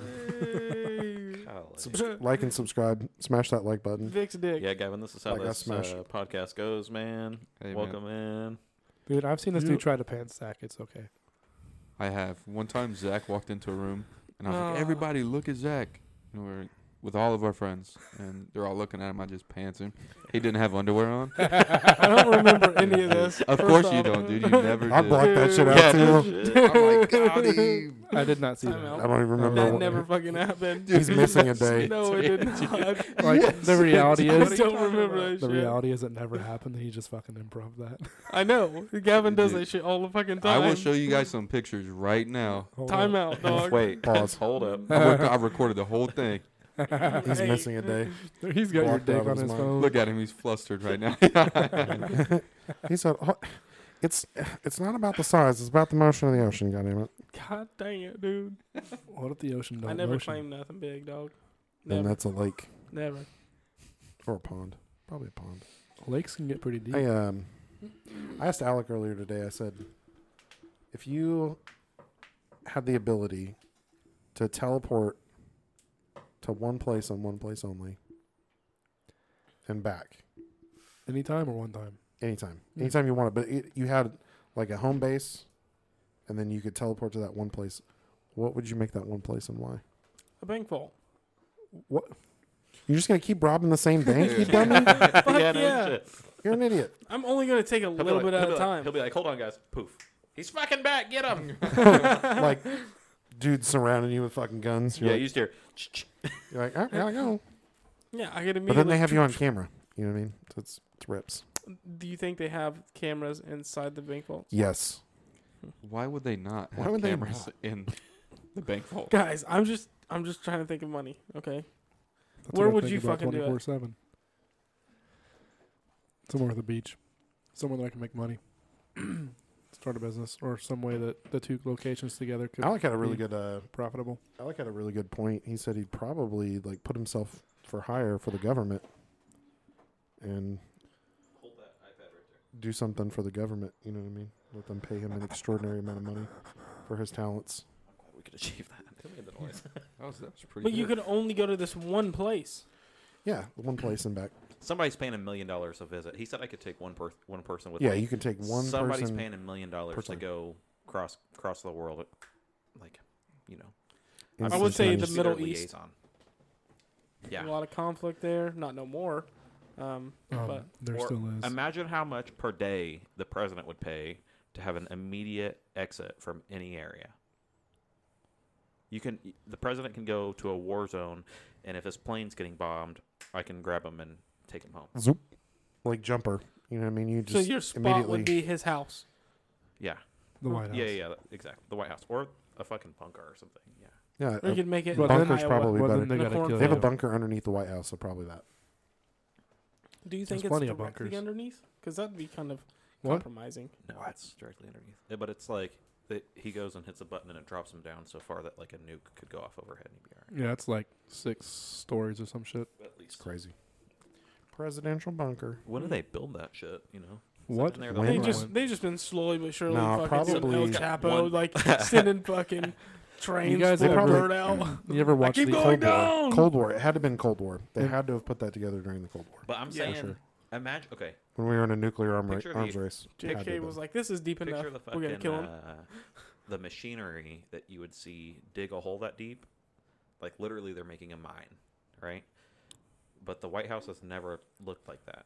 S2: Golly.
S1: Subs- like and subscribe. Smash that like button.
S3: Vic's dick.
S2: Yeah, Gavin, this is how
S1: Like I
S2: this
S1: smash.
S2: uh, podcast goes, man.
S5: Hey, man.
S2: Welcome in.
S4: Dude, I've seen this
S3: You-
S4: dude try to pants sack. It's okay.
S5: I have. One time, Zach walked into a room, and I was like,
S3: Ah.
S5: "Everybody, look at Zach." And we we're with all of our friends, and they're all looking at him. I just pants him. He didn't have underwear on.
S3: <laughs> I don't remember
S2: <laughs>
S3: any of this.
S5: Of
S3: First
S5: course you
S3: off-
S5: don't, dude. You never
S1: I
S5: did.
S1: blocked that shit out Oh too.
S2: Yeah,
S1: <laughs>
S3: <laughs>
S5: I'm like, God, he-
S4: I did not see
S3: Time
S4: that.
S1: I
S3: out.
S1: don't even remember.
S3: That
S1: what-
S3: never fucking happened. <laughs>
S1: He's missing a day.
S3: No, it did not. <laughs>
S4: Like the reality
S3: I
S4: is,
S3: don't remember that
S4: The
S3: shit.
S4: reality is it never happened. and He just fucking improv that.
S3: I know. Gavin does
S5: Dude.
S3: that shit all the fucking
S5: I
S3: time.
S5: will show you guys some pictures right now.
S4: <laughs> Hold
S3: Time
S4: up.
S3: out, dog.
S2: Wait,
S1: Pause.
S2: <laughs> hold
S1: <laughs>
S2: up.
S5: I, worked, I recorded the whole thing.
S1: <laughs>
S4: <laughs>
S1: He's
S3: Hey. <laughs>
S1: missing a day.
S4: He's got your
S1: Blocked out
S4: dick
S1: of
S4: on
S1: his
S4: his
S1: mind.
S4: phone.
S5: Look at him. He's flustered right now.
S1: <laughs> He said, oh, "It's it's not about the size. It's about the motion of the ocean. Goddamn it!
S3: God dang it, dude.
S4: What if the ocean don't
S3: I never
S4: motion?
S3: claimed nothing big, dog.
S1: And
S3: Never.
S1: that's a lake
S3: Never.
S1: or a pond, probably a pond.
S4: Lakes can get pretty deep.
S1: I um, I asked Alec earlier today. I said, if you had the ability to teleport to one place and one place only, and back
S4: Anytime or one time.
S1: anytime,
S4: Mm.
S1: anytime you wanted, but it, you had like a home base, and then you could teleport to that one place. What would you make that one place and why?
S3: A bank vault.
S4: What?
S1: You're just gonna keep robbing the same bank, you dummy?
S2: yeah, no
S3: yeah.
S2: shit.
S1: You're an idiot.
S3: I'm only gonna take a
S2: He'll be
S3: little
S2: like-
S3: bit
S2: he'll
S3: at
S2: be
S3: a
S2: like-
S3: time.
S2: He'll be like, hold on, guys. Poof. He's fucking back. Get him.
S1: <laughs>
S3: <laughs>
S1: Like dudes surrounding you with fucking guns. You're
S2: yeah,
S1: like,
S2: you steer.
S1: you're like, "Ah, all right, gotta go.
S3: yeah, I could immediately.
S1: But then they have you on camera. You know what I mean? So it's it's rips.
S3: Do you think they have cameras inside the bank vault?
S1: Yes.
S5: Why would they not
S1: Why
S5: have
S1: would they
S5: cameras in the bank vault?
S3: Guys, I'm just I'm just trying to think of money. Okay.
S4: That's
S3: Where
S4: what I
S3: would
S4: think
S3: you
S4: about
S3: fucking do it?
S4: 24/7. Somewhere at the beach. Somewhere that I can make money. <clears throat> Start a business or some way that the two locations together could
S1: Alec had a really
S4: be
S1: good uh
S4: profitable.
S1: Alec had a really good point. He said he'd probably like put himself for hire for the government and do something for the government, you know what I mean? Let them pay him an extraordinary amount of money for his talents.
S2: We could achieve that. Tell me the noise.
S5: That was, that was pretty
S3: But you
S5: good.
S3: could only go to this one place.
S1: Yeah, one place and back.
S2: Somebody's paying a million dollars a visit. He said I could take one per one person with
S1: Yeah,
S2: me.
S1: you can take one
S2: Somebody's
S1: person.
S2: paying a million
S1: per
S2: dollars to
S1: time.
S2: go cross cross the world, like you know.
S1: in
S2: I'm
S3: I would
S2: essentially
S3: say
S1: sometimes.
S3: the
S2: just their
S3: Middle East.
S2: liaison. Yeah.
S3: A lot of conflict there. Not no more. Um,
S4: Um,
S3: but
S4: there
S2: Or
S4: still is.
S2: Imagine how much per day the president would pay to have an immediate exit from any area. You can the president can go to a war zone, and if his plane's getting bombed, I can grab him and take him home.
S1: Zoop. Like jumper. You know what I mean? You
S3: so
S1: just
S3: your spot
S1: immediately.
S3: would be his house.
S2: Yeah,
S4: the White House.
S2: yeah, yeah, exactly. The White House or a fucking bunker or something. Yeah,
S1: yeah,
S3: Or you
S1: uh,
S3: could make it.
S4: Well,
S3: in
S4: bunker's
S3: Iowa.
S1: probably-
S4: Well,
S1: better.
S4: then they
S3: The
S4: gotta
S3: corn-
S4: kill
S1: they have a
S4: you.
S1: bunker underneath the White House, so probably that.
S3: Do you think
S4: There's
S3: it's
S4: plenty of
S3: directly
S4: bunkers.
S3: underneath? Because that'd be kind of
S4: What?
S3: compromising.
S2: no, it's directly underneath. Yeah, but it's like it, he goes and hits a button and it drops him down so far that like a nuke could go off overhead and he'd be all
S4: Yeah, it's like six stories or some shit.
S2: right. At least.
S1: Crazy. Presidential bunker.
S2: When do they build that shit? You know.
S4: What?
S2: in there
S1: When?
S3: They
S1: Right.
S3: just they just been slowly but surely
S1: Nah,
S3: fucking some
S1: probably-
S3: El Chapo
S2: One-
S3: like
S2: <laughs>
S3: sending fucking trains
S4: You guys
S3: full of
S1: ever- <clears throat>
S3: bird out.
S4: You ever watch
S3: keep
S4: the
S3: going
S4: Cold
S3: down.
S4: War?
S1: War.
S3: down!
S1: Cold War. It had to have been Cold War. They
S4: Yeah.
S1: had to have put that together during the Cold War
S2: But I'm
S3: Yeah,
S2: saying,
S1: sure.
S2: imagine. Okay,
S1: when we were in a nuclear arm
S2: Picture the-
S1: arms race. Had to have
S3: JFK
S1: been.
S3: was like, "This is deep enough.
S2: picture the
S3: We're gonna
S2: fucking
S3: kill him."
S2: uh, the machinery that you would see dig a hole that deep. Like literally, they're making a mine, right? But the White House has never looked like that.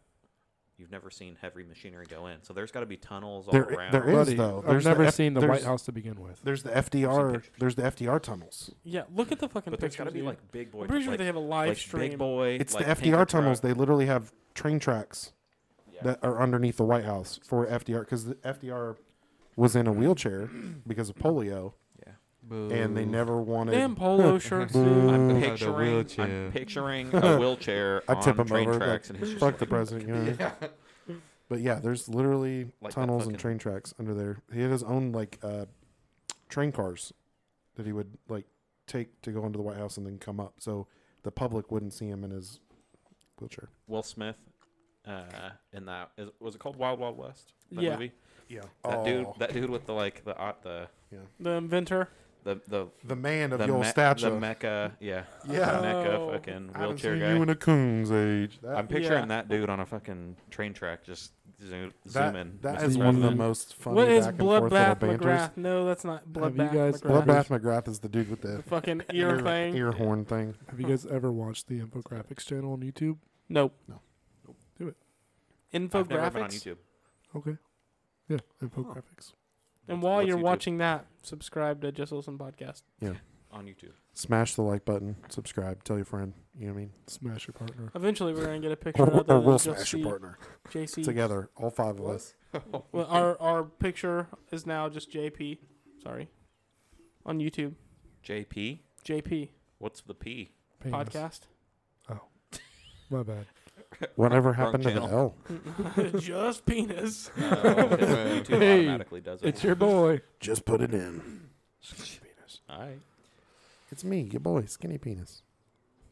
S2: You've never seen heavy machinery go in, so there's got to be tunnels all
S1: There-
S2: around.
S1: there is-
S4: Buddy,
S1: though.
S4: I've
S1: There's the
S4: never
S1: F-
S4: seen the White
S1: there's-
S4: House to begin with.
S1: There's the FDR.
S2: pictures.
S1: There's the FDR tunnels.
S3: yeah, look at the fucking
S2: but there's
S3: pictures.
S2: got to be
S3: dude.
S2: like big boy.
S3: I'm pretty sure
S2: like,
S3: they have a live
S2: like
S3: stream.
S2: big boy.
S1: It's
S2: like,
S1: the
S2: tanker
S1: FDR tunnels.
S2: truck.
S1: They literally have train tracks
S2: Yeah.
S1: that are underneath the White House for FDR because the FDR was in a wheelchair because of polio,
S2: Yeah.
S1: and they never wanted. <laughs>
S3: Damn polo shirts, dude.
S1: Boo.
S2: I'm
S5: Had a
S2: picturing,
S5: wheelchair.
S2: I'm
S1: <laughs>
S2: picturing a wheelchair
S1: I'd tip
S2: on
S1: him
S2: train
S1: over, like,
S2: tracks, and he's just
S1: Fuck
S2: like,
S1: the president, you know. what I mean? But yeah, there's literally
S2: Like that
S1: tunnels and
S2: fucking-
S1: train tracks under there. He had his own like uh, train cars that he would like take to go into the White House and then come up, so the public wouldn't see him in his wheelchair.
S2: Will Smith uh, in that is, was it called Wild Wild West? That
S3: Yeah.
S2: movie.
S1: Yeah,
S2: That dude.
S1: Oh.
S2: That dude with the like the uh, the
S3: The inventor.
S2: the the
S1: the man of
S2: the,
S1: your
S2: me-
S1: stature.
S2: the mecca. Yeah.
S1: Yeah.
S2: The mecca
S3: Oh.
S2: fucking
S1: I haven't
S2: wheelchair
S1: seen
S2: guy.
S1: you in a coon's age. That,
S2: I'm picturing
S3: Yeah.
S2: that dude on a fucking train track, just zoom,
S1: that,
S2: zoom in.
S1: that
S2: Mr.
S1: is one of the
S2: President.
S1: most funny
S3: what is
S1: back and forth little
S3: bloodbath
S1: banters.
S3: McGrath? No, that's not
S4: Have you
S3: bloodbath.
S4: guys-
S3: McGrath.
S1: Bloodbath McGrath is the dude with the <laughs>
S3: The <laughs> fucking ear thing.
S1: ear horn thing.
S4: Have you guys ever watched the infographics channel on YouTube?
S3: Nope.
S1: No.
S4: Do it.
S2: I've never been on
S3: Infographics.
S2: YouTube.
S4: Okay. Yeah, infographics.
S3: And while
S2: What's
S3: you're
S2: YouTube?
S3: watching that, subscribe to Just Listen Podcast.
S2: On YouTube.
S1: Smash the like button, subscribe, tell your friend. You know what I mean?
S4: Smash your partner.
S3: Eventually, we're gonna get a picture
S1: Or, <laughs>
S3: of
S1: or
S3: the
S1: we'll
S3: just
S1: smash your
S3: see
S1: partner
S3: JC.
S1: together, all five of us.
S3: Well, our our picture is now just JP. Sorry, on YouTube,
S2: JP.
S3: JP
S2: What's the P?
S4: Penis.
S3: podcast.
S4: <laughs>
S3: <laughs>
S4: My bad.
S1: Whatever
S2: <laughs> Wrong
S1: happened to the
S2: channel.
S1: L?
S3: just penis.
S2: Oh,
S1: <laughs>
S2: YouTube
S4: Hey,
S2: automatically does it.
S4: It's your boy.
S1: Just put it in.
S2: All right.
S1: It's me, your boy, Skinny Penis.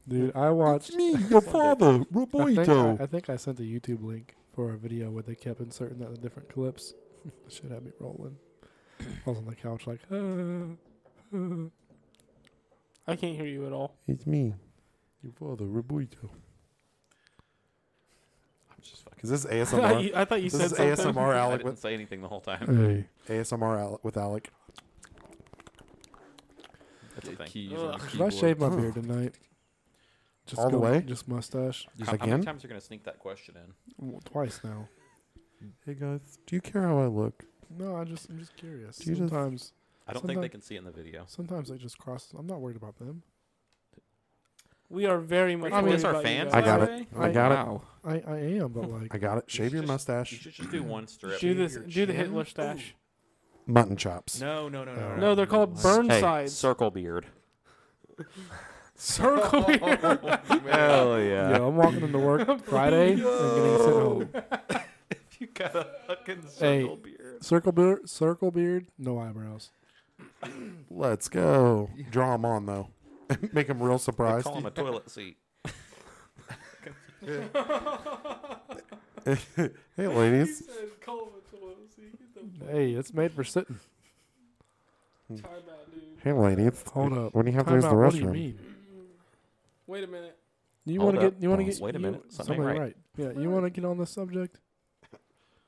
S4: Dude, I watched.
S1: <laughs> me, your father,
S4: I think
S1: Roboito.
S4: I, I think I sent a YouTube link for a video where they kept inserting that in different clips. <laughs> that shit had me rolling. I was on the couch like, ah, ah.
S3: I can't hear you at all. <laughs>
S1: It's me, your father, Roboito.
S2: I'm just
S1: <laughs>
S2: fucking.
S1: Is this
S3: I thought
S1: ASMR?
S3: you, I thought you
S1: this
S3: said
S1: is
S3: something.
S1: ASMR
S2: <laughs> I
S1: Alec
S2: didn't
S1: with
S2: say anything the
S1: <laughs>
S2: whole time.
S4: hey.
S1: ASMR Alec, with Alec.
S2: That's a thing.
S5: Keys on the
S3: Ugh.
S4: Should I
S5: keyboard.
S4: shave my beard tonight? Just
S1: All the
S4: go-
S1: way?
S4: Just mustache.
S1: Just
S2: How, how many
S1: again.
S2: times are you gonna sneak that question in?
S4: W- Twice now.
S1: Hey guys, do you care how I look?
S4: No, I just I'm just curious.
S1: Do you just-
S4: sometimes
S2: I don't think they
S4: Sometimes-
S2: can see it in the video.
S4: sometimes they just cross. I'm not worried about them.
S3: We are very much.
S4: I mean,
S3: worried
S4: it's
S2: our
S3: about you
S2: fans,
S1: I
S3: guys.
S1: got
S2: By the
S1: it. I
S4: way,
S1: got it.
S4: <laughs>
S5: Wow.
S4: I I am,
S3: <laughs>
S4: but like
S1: I got it. Shave
S2: should
S1: your
S2: just- You
S1: mustache.
S2: should just do one strip.
S3: Do
S1: Shave
S3: this.
S1: your
S3: Do the
S1: chin?
S3: Hitler stash.
S1: Mutton chops.
S2: No, no, no, no.
S4: Uh,
S3: No, they're called Burnsides.
S2: circle beard.
S3: Circle.
S1: <laughs>
S2: <laughs>
S3: <laughs>
S2: Hell yeah.
S4: yo, I'm walking into work Friday and getting sent home.
S2: You got a fucking
S4: Hey.
S2: circle beard.
S4: Circle beard, circle beard, no eyebrows.
S1: Let's go. Draw them on though. <laughs> Make them real
S2: They
S1: surprised.
S2: call him a toilet seat.
S1: Hey
S2: <laughs>
S1: ladies.
S4: Hey, it's made for sitting.
S1: Hey ladies.
S4: Hold up.
S1: When you have to
S4: Time
S1: use the
S4: out, What do you
S1: restroom.
S4: mean?
S3: Wait a minute.
S4: You
S2: Hold
S4: want to
S2: up.
S4: get? You want to
S1: Pause.
S4: get?
S2: Wait a
S4: you-
S2: minute. Something ain't right.
S4: Yeah, you want to get on this subject?
S1: <clears throat>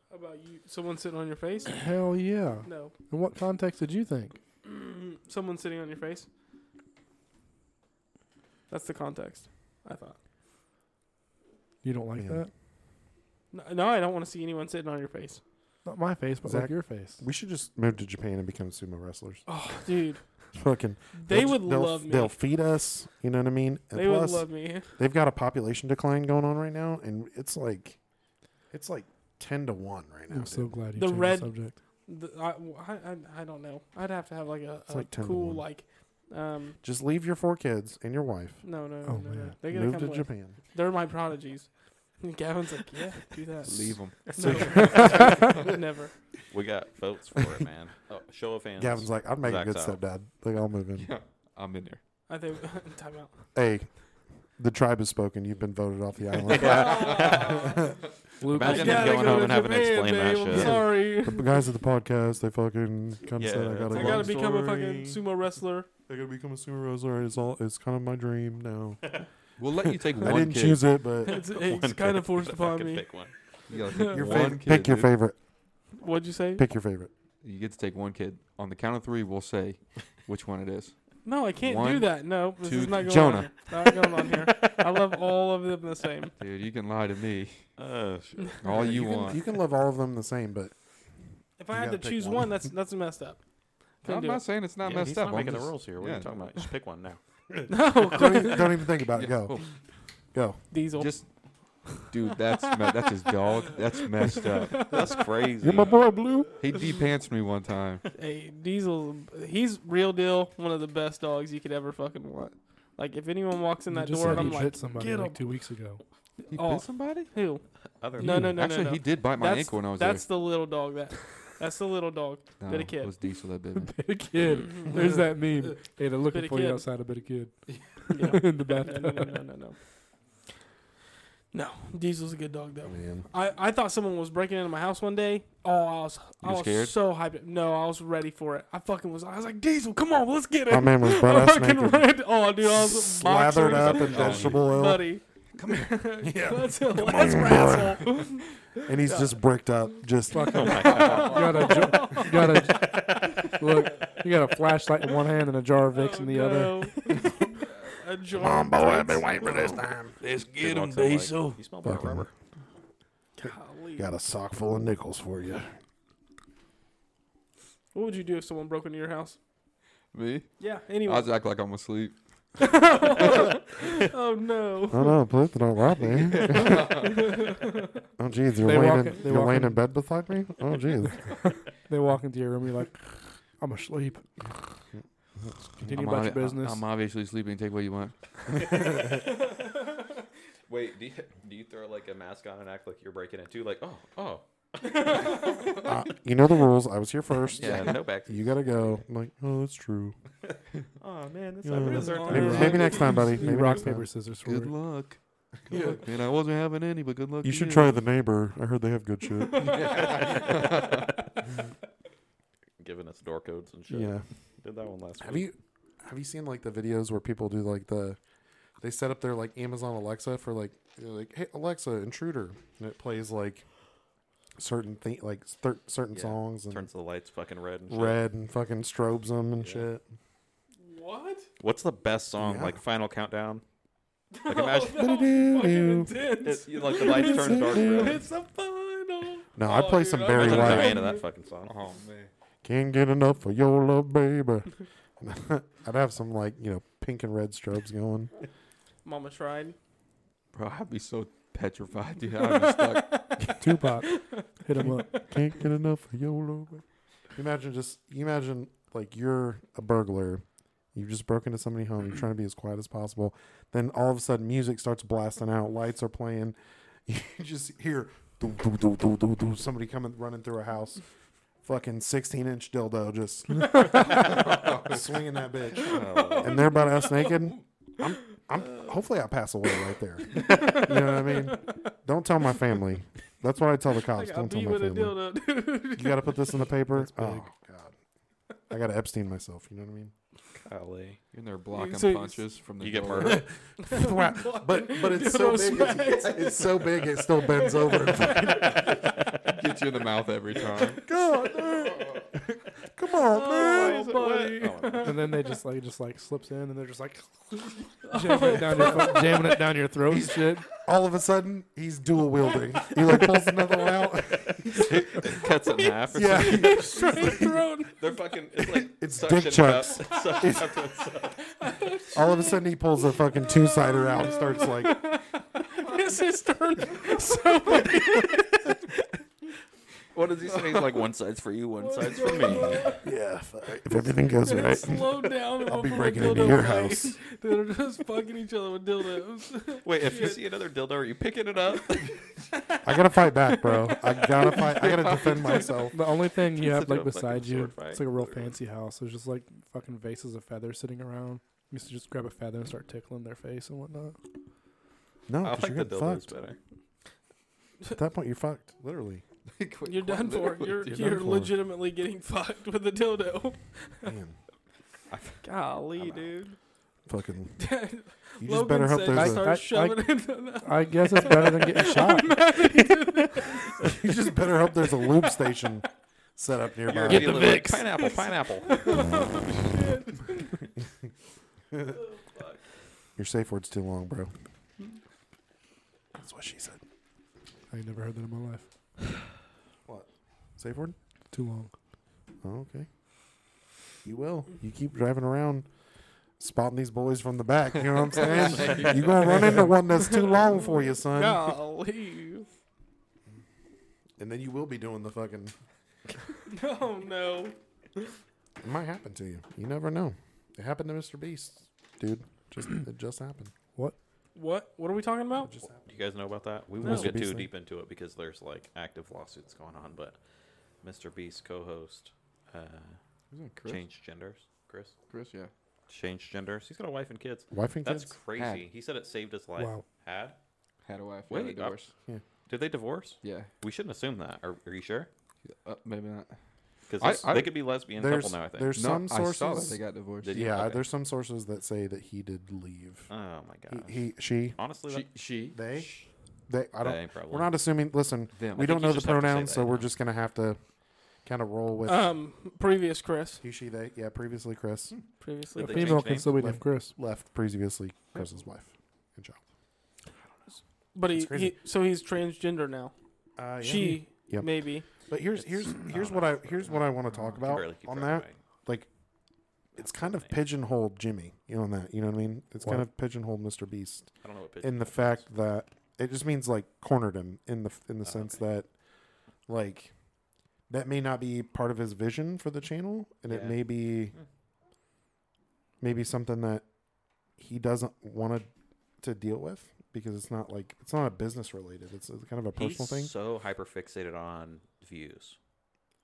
S3: How about you? Someone sitting on
S1: <coughs>
S3: your face?
S4: Hell yeah.
S3: No. <clears throat>
S4: In what context did you think?
S3: Someone sitting on your face. That's the context. I thought.
S4: You don't like
S1: Yeah.
S4: that?
S3: No, no I don't want to see anyone sitting on your face.
S4: Not my face, but like
S1: Zach-
S4: your face.
S1: We should just move to Japan and become sumo wrestlers.
S3: Oh, dude,
S1: <laughs> Fucking,
S3: they
S1: they'll-
S3: would
S1: they'll-
S3: love me.
S1: They'll feed us. You know what I mean? And
S3: They would
S1: plus,
S3: love me. <laughs>
S1: they've got a population decline going on right now, and it's like, it's like ten to one right now.
S4: I'm so
S1: dude.
S4: glad you
S3: The
S4: changed
S3: red-
S4: the subject.
S3: The- I, I- I- I don't know. I'd have to have like a,
S1: It's
S3: a
S1: like 10 to
S3: cool
S1: 1.
S3: like, um,
S1: Just leave your four kids and your wife.
S3: no, no, no,
S4: Oh,
S3: no, no.
S4: man.
S3: They gotta
S1: Move
S3: come
S1: to
S3: with.
S1: Japan.
S3: They're my prodigies. <laughs> And Gavin's like, yeah, do that. <laughs>
S5: Leave them.
S3: No. <laughs> never.
S2: We got votes for it,
S1: <laughs>
S2: man. Oh, show of hands.
S1: Gavin's like, I'd make a
S2: Zach's
S1: good
S2: out.
S1: stepdad. Like, I'll move <laughs> in.
S5: I'm in there.
S3: I think <laughs> time out.
S1: Hey, the tribe has spoken. You've been voted off the <laughs>
S2: <laughs>
S1: island.
S3: <laughs>
S1: <laughs>
S3: Oh,
S4: Luke,
S2: Imagine
S3: I
S2: him
S3: gotta
S2: going
S3: go
S2: home
S3: to
S2: and having to
S3: Japan,
S2: explain that
S3: babe. I'm
S2: shit.
S3: <laughs> Sorry.
S1: the guys at the podcast, they fucking kind of said I
S2: Yeah,
S1: gotta,
S2: it's
S3: I
S2: Long
S3: gotta become a fucking
S1: story.
S3: sumo
S2: <laughs>
S3: wrestler.
S1: I gotta become a sumo wrestler. It's all. It's kind of my dream
S5: <laughs>
S1: now.
S5: We'll let you
S1: <laughs>
S5: take
S1: I
S5: one
S1: didn't
S5: kid.
S1: choose it, <laughs> but
S3: It's, it's kind
S2: <laughs>
S3: of forced upon me.
S2: Pick one.
S5: You
S3: <laughs>
S5: gotta pick
S1: your
S5: one
S1: favorite.
S5: kid,
S1: Pick your
S5: dude.
S1: favorite.
S3: What'd you say?
S1: Pick your favorite.
S5: You get to take one kid. On the count of three, we'll say which one it is.
S3: No, I can't do
S5: One,
S3: that. No, this
S5: two,
S3: is not going on
S5: Jonah.
S3: here. Not going on here. I love all of them the same.
S5: Dude, you can lie to me
S2: Oh, shit.
S5: all you,
S1: can,
S5: want.
S1: You can love all of them the same, but
S3: If I
S1: You
S3: had
S1: gotta
S3: to
S1: pick
S3: choose one,
S1: one.
S3: that's that's messed up. Couldn't
S5: I'm
S3: do
S5: not saying it's not
S2: Yeah,
S5: messed
S2: he's
S5: up.
S2: Not
S5: I'm
S2: making the
S5: just-
S2: rules here. What are
S5: yeah.
S2: you talking about? Just pick one now.
S3: it. <laughs>
S1: <laughs>
S3: No,
S1: <laughs> don't even, don't even think
S5: <laughs>
S1: about it.
S5: Yeah,
S1: Go,
S5: cool.
S1: go.
S3: Diesel.
S5: Just, dude, that's me- that's his dog. That's messed up.
S2: That's crazy.
S1: You're my boy, Blue.
S5: He de-pants me one time.
S3: Hey, Diesel. He's real deal. One of the best dogs you could ever fucking want. Like if anyone walks in
S4: you
S3: that
S4: just
S3: door
S4: said
S3: and I'm
S4: you
S3: like,
S4: bit somebody
S3: "Get
S4: like
S3: him."
S4: two weeks ago.
S5: He
S3: Oh.
S5: bit somebody?
S3: who?
S2: Other
S3: No,
S2: than-
S3: no, no,
S5: Actually,
S3: no.
S5: he did bite my
S3: That's-
S5: ankle when I was
S3: That's the little dog. That. That's the little dog.
S5: there.
S3: bit a
S5: No,
S3: kid.
S5: It was Diesel that bit me.
S4: Bit a kid. There's that meme. Hey, they're looking
S3: Bit a
S4: for you
S3: kid.
S4: outside a Mm-hmm. bit of
S3: Yeah.
S4: <laughs> kid. In
S3: no, no, no,
S4: the bathtub.
S3: no, no, no. No, Diesel's a good dog though.
S1: Man,
S3: I, I thought someone was breaking into my house one day. Oh, I was
S5: You
S3: I
S5: were
S3: was
S5: scared?
S3: so hyped. No, I was ready for it. I fucking was. I was like, Diesel, come on, let's get it.
S1: my man
S3: <laughs>
S1: was butt
S3: I
S1: ass
S3: fucking
S1: naked,
S3: ran- Oh, dude, I was
S1: slathered
S3: boxers,
S1: up in
S5: yeah.
S1: vegetable oil,
S3: buddy. Come <laughs> here.
S1: Yeah.
S3: let's let's <laughs> wrestle.
S1: and he's just bricked up. Just <laughs>
S4: Fuck.
S5: Oh
S4: you got a, jar- you got a look. You got a flashlight in one hand and a jar of Vicks in the other.
S1: <laughs>
S3: other. A jar
S1: Come on,
S3: of
S1: boy, I've
S3: Vicks.
S1: been waiting for this time.
S5: Let's
S2: Kid walks in like, You smell burnt
S1: Fucking-
S2: rubber.
S3: Golly.
S1: Got a sock full of nickels for you.
S3: What would you do if someone broke into your house?
S5: Me?
S3: Yeah.
S5: I
S3: <laughs> Anyway.
S5: was act like I'm asleep.
S3: <laughs> oh no.
S1: Oh no, please don't rob <laughs> me. oh jeez, you're
S4: They walk
S1: laying
S4: in-
S1: in,
S4: they
S1: you're
S4: walk
S1: laying
S4: in-
S1: in bed beside me. Oh jeez.
S4: They walk into your room. You're like, I'm asleep. Continue
S5: I'm,
S4: about your
S5: obvi- I-
S4: business.
S5: I'm obviously sleeping. Take what you want.
S2: <laughs> Wait, do you, do you throw like a mask on and act like you're breaking it too? Like, oh, oh,
S1: Uh, you know the rules. I was here first.
S2: yeah, no back.
S1: You gotta go. I'm like, oh, that's true.
S2: Oh man, this
S1: Yeah.
S2: happened the third
S3: Maybe-
S1: Maybe,
S2: time.
S1: maybe next time, buddy.
S4: You
S1: Maybe
S4: rock
S1: next time.
S4: paper scissors for
S5: Good
S4: it.
S5: luck. Good luck, man. I wasn't having any, but good luck.
S1: You
S5: to
S1: should try the neighbor. I heard they have good <laughs> shit.
S2: <laughs> Giving us door codes and shit.
S1: yeah.
S2: Did that one last
S1: Have
S2: week.
S1: you have you seen like the videos where people do like the they set up their like Amazon Alexa for like they're like hey Alexa intruder and it plays like certain thing like cer- certain
S2: Yeah.
S1: songs and
S2: Turns the lights fucking red and shit.
S1: red and fucking strobes them and
S2: Yeah.
S1: shit.
S3: What?
S2: What's the best song?
S1: Yeah.
S2: Like Final Countdown? Like imagine
S3: <laughs> Oh, no, fucking intense.
S2: it's, you- like the lights turn dark red.
S3: It's the final.
S1: No, I'd
S3: Oh,
S1: play
S3: dude,
S1: some
S3: I'm
S1: Barry
S2: Imagine
S3: gonna
S1: White.
S3: die.
S2: dying to that fucking song.
S5: Oh man.
S1: Can't get enough of your love, baby. <laughs> I'd have some like you know pink and red strobes going.
S3: Mama tried.
S5: Bro, I'd be so petrified, dude. I'd
S4: <laughs>
S5: be stuck.
S4: Tupac, hit him <laughs> up.
S1: Can't get enough of your love. baby. You imagine just you imagine like you're a burglar. You just broke into somebody's home. You're trying to be as quiet as possible. Then all of a sudden, music starts blasting out. Lights are playing. <laughs> You just hear doo, doo, doo, doo, doo, doo, somebody coming running through a house. Fucking 16 inch dildo just <laughs> swinging that bitch. and they're about ass naked. I'm, I'm, hopefully, I pass away right there. You know what I mean? Don't tell my family. That's what I tell the
S3: I
S1: cops.
S3: got
S1: Don't tell
S3: beat
S1: my
S3: with a
S1: family.
S3: dildo, <laughs> dude.
S1: You got to put this in the paper.
S4: That's
S1: Oh
S4: big.
S1: <laughs> God, I got to Epstein myself. You know what I mean?
S2: Golly.
S5: And they're blocking
S4: so-
S5: punches from the
S2: You get
S5: goal.
S2: <laughs> murdered.
S1: wow. But <laughs> but it's so big. It's, it's so big. It still bends over.
S5: Gets you in the
S4: <laughs>
S5: mouth every time.
S1: <laughs> God, dude. come on, man.
S3: Oh, buddy. <laughs>
S4: and then they just like just like slips in, and they're just <laughs> like jamming it down your, fu- jamming it down your throat and shit.
S1: All of a sudden, he's dual <laughs> wielding. He like pulls another one out.
S2: Cuts it in half. Or
S1: Yeah,
S2: something.
S3: Straight throat.
S2: <laughs> They're fucking. It's like
S1: <laughs> It's
S2: suction
S1: dick
S2: it up.
S1: chunks.
S2: <laughs> It's suction up to itself.
S1: all of a sudden he pulls a fucking two sider out and starts like,
S3: <laughs> It's his turn. So much.
S2: What does he say? He's like, one side's for you, one side's for me.
S1: yeah, fuck. if everything goes
S3: Slow
S1: right,
S3: slowed down.
S1: <laughs> I'll be
S3: over
S1: breaking
S3: a
S1: into
S3: dildo
S1: your
S3: fight.
S1: house.
S3: <laughs> They're just fucking each other with
S2: <laughs>
S3: dildos.
S2: Wait, if you see another dildo, are you picking it up?
S1: Oh, I gotta fight back, <laughs> bro. I gotta fight. I gotta defend myself.
S4: The only thing you
S2: Turns
S4: have
S2: into
S4: like
S2: a fucking
S4: beside you,
S2: sword fight,
S4: it's like a real
S2: literally.
S4: fancy house. There's just like fucking vases of feathers sitting around. You used to just grab a feather and start tickling their face and whatnot.
S1: No,
S2: I
S1: 'cause
S2: like
S1: you're
S2: the
S1: getting
S2: dildos
S1: fucked.
S2: better.
S1: At that point, you're fucked. Literally.
S3: You're done for. You're
S1: dude.
S3: you're
S1: Done for.
S3: legitimately getting fucked with a dildo.
S1: Man,
S3: Golly, <laughs> dude.
S1: fucking.
S3: Logan
S1: You just better hope
S3: said he
S1: there's a.
S4: I- I-
S3: starts shoving it in the-
S4: I guess it's better
S2: <laughs>
S4: than getting shot.
S1: <laughs> You just better hope there's a loop station set up nearby.
S2: You're immediately like,
S1: <laughs>
S2: Pineapple, pineapple.
S1: Your safe word's too long, bro. That's what she said.
S4: I ain't never heard that in my life.
S1: Safe word?
S4: Too long.
S1: Oh, okay. You will. You keep driving around, spotting these boys from the back. You know what I'm
S3: <laughs>
S1: saying? You're gonna run into one that's too long for you, son.
S3: Golly. <laughs>
S1: And then you will be doing the fucking.
S3: Oh no.
S1: It might happen to you. You never know. It happened to Mr. Beast, dude. Just it just happened.
S3: What? What are we talking about?
S1: Just happened.
S2: Do you guys know about that? We
S3: No.
S2: won't
S1: Mr.
S2: get
S1: Beast
S2: too
S1: thing.
S2: deep into it because there's like active lawsuits going on. But Mr. Beast co-host uh,
S5: Chris?
S2: changed genders. Chris
S5: Chris, yeah.
S2: changed genders. He's got a wife and kids.
S1: Wife and
S2: That's
S1: kids.
S2: crazy.
S5: Had.
S2: He said it saved his life.
S4: Wow.
S2: Had
S5: Had a wife.
S2: Wait,
S5: Wait,
S2: I-
S5: divorce.
S2: did they divorce?
S5: Yeah.
S2: We shouldn't assume that. Are, are you sure?
S5: Uh, maybe not. I-
S2: Because
S5: I-
S2: they could be lesbian
S1: There's
S2: couple now. I think.
S1: there's some
S5: no, I saw that
S1: sources.
S5: they got divorced.
S2: Did you?
S1: yeah,
S2: Okay.
S1: there's some sources that say that he did leave.
S2: Oh my god.
S1: He, he, she,
S2: Honestly,
S5: She,
S2: that-
S5: she,
S1: they, they. I don't.
S2: they probably.
S1: We're not assuming. Listen,
S5: them.
S1: we
S2: think
S1: don't
S2: you
S1: know the
S2: just have to say
S1: pronouns,
S2: they
S1: so we're
S2: now.
S1: just gonna have to kind of roll with
S3: Um, previous Chris.
S1: he, she, they. Yeah, previously Chris
S3: Previously,
S4: A
S2: Did they
S4: female
S2: change
S4: can
S2: names?
S4: still be
S1: Like-
S4: named Chris.
S1: left previously Chris's wife and child.
S3: but he,
S1: That's crazy.
S3: he so he's transgender now.
S1: Uh,
S3: She
S1: Yep.
S3: maybe.
S1: But here's here's here's what I here's what I want to talk
S2: I can
S1: about
S2: barely keep
S1: on
S2: track
S1: that.
S2: of my-
S1: Like, it's kind of
S2: Name.
S1: pigeonholed Jimmy. You know that. You know what I mean? It's kind
S4: What?
S1: of pigeonholed Mr. Beast.
S2: I don't know what
S1: in the
S2: pigeonhole is.
S1: fact that it just means like cornered him in the in the
S2: Oh,
S1: sense
S2: okay.
S1: that like that may not be part of his vision for the channel and it
S2: Yeah.
S1: may be
S2: Hmm.
S1: maybe something that he doesn't want to deal with because it's not like it's not a business related it's a, kind of a personal
S2: He's
S1: thing
S2: so hyper fixated on views.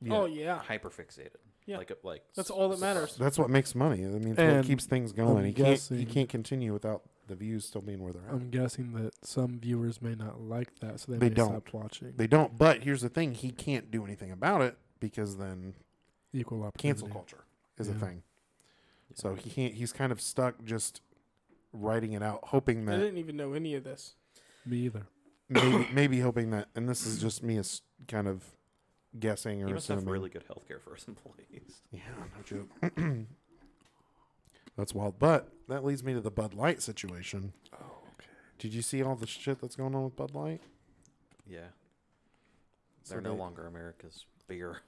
S1: yeah
S3: Oh yeah.
S2: Hyper fixated.
S3: Yeah.
S2: Like like
S3: That's all that matters.
S1: that's what makes money i mean it's what
S4: And
S1: keeps things going he can't he
S4: guessing-
S1: can't continue without the views still being where they're at
S4: I'm guessing that some viewers may not like that, so they,
S1: They
S4: may
S1: don't.
S4: stop watching.
S1: they don't but here's the thing he can't do anything about it because then
S4: Equal opportunity.
S1: cancel culture is a
S4: Yeah.
S1: thing. So he can't, he's kind of stuck just writing it out, hoping
S3: I
S1: that
S3: didn't even know any of this.
S4: Me either.
S1: <coughs> maybe, maybe hoping that, and this is just me as kind of guessing or
S2: He must have
S1: assuming.
S2: really good healthcare for
S1: <laughs>
S2: his <laughs> employees.
S1: yeah, no joke. that's wild. But that leads me to the Bud Light situation.
S4: Oh, okay.
S1: Did you see all the shit that's going on with Bud Light?
S2: Yeah.
S1: So
S2: They're no
S1: they-
S2: longer America's
S1: <laughs>
S2: beer.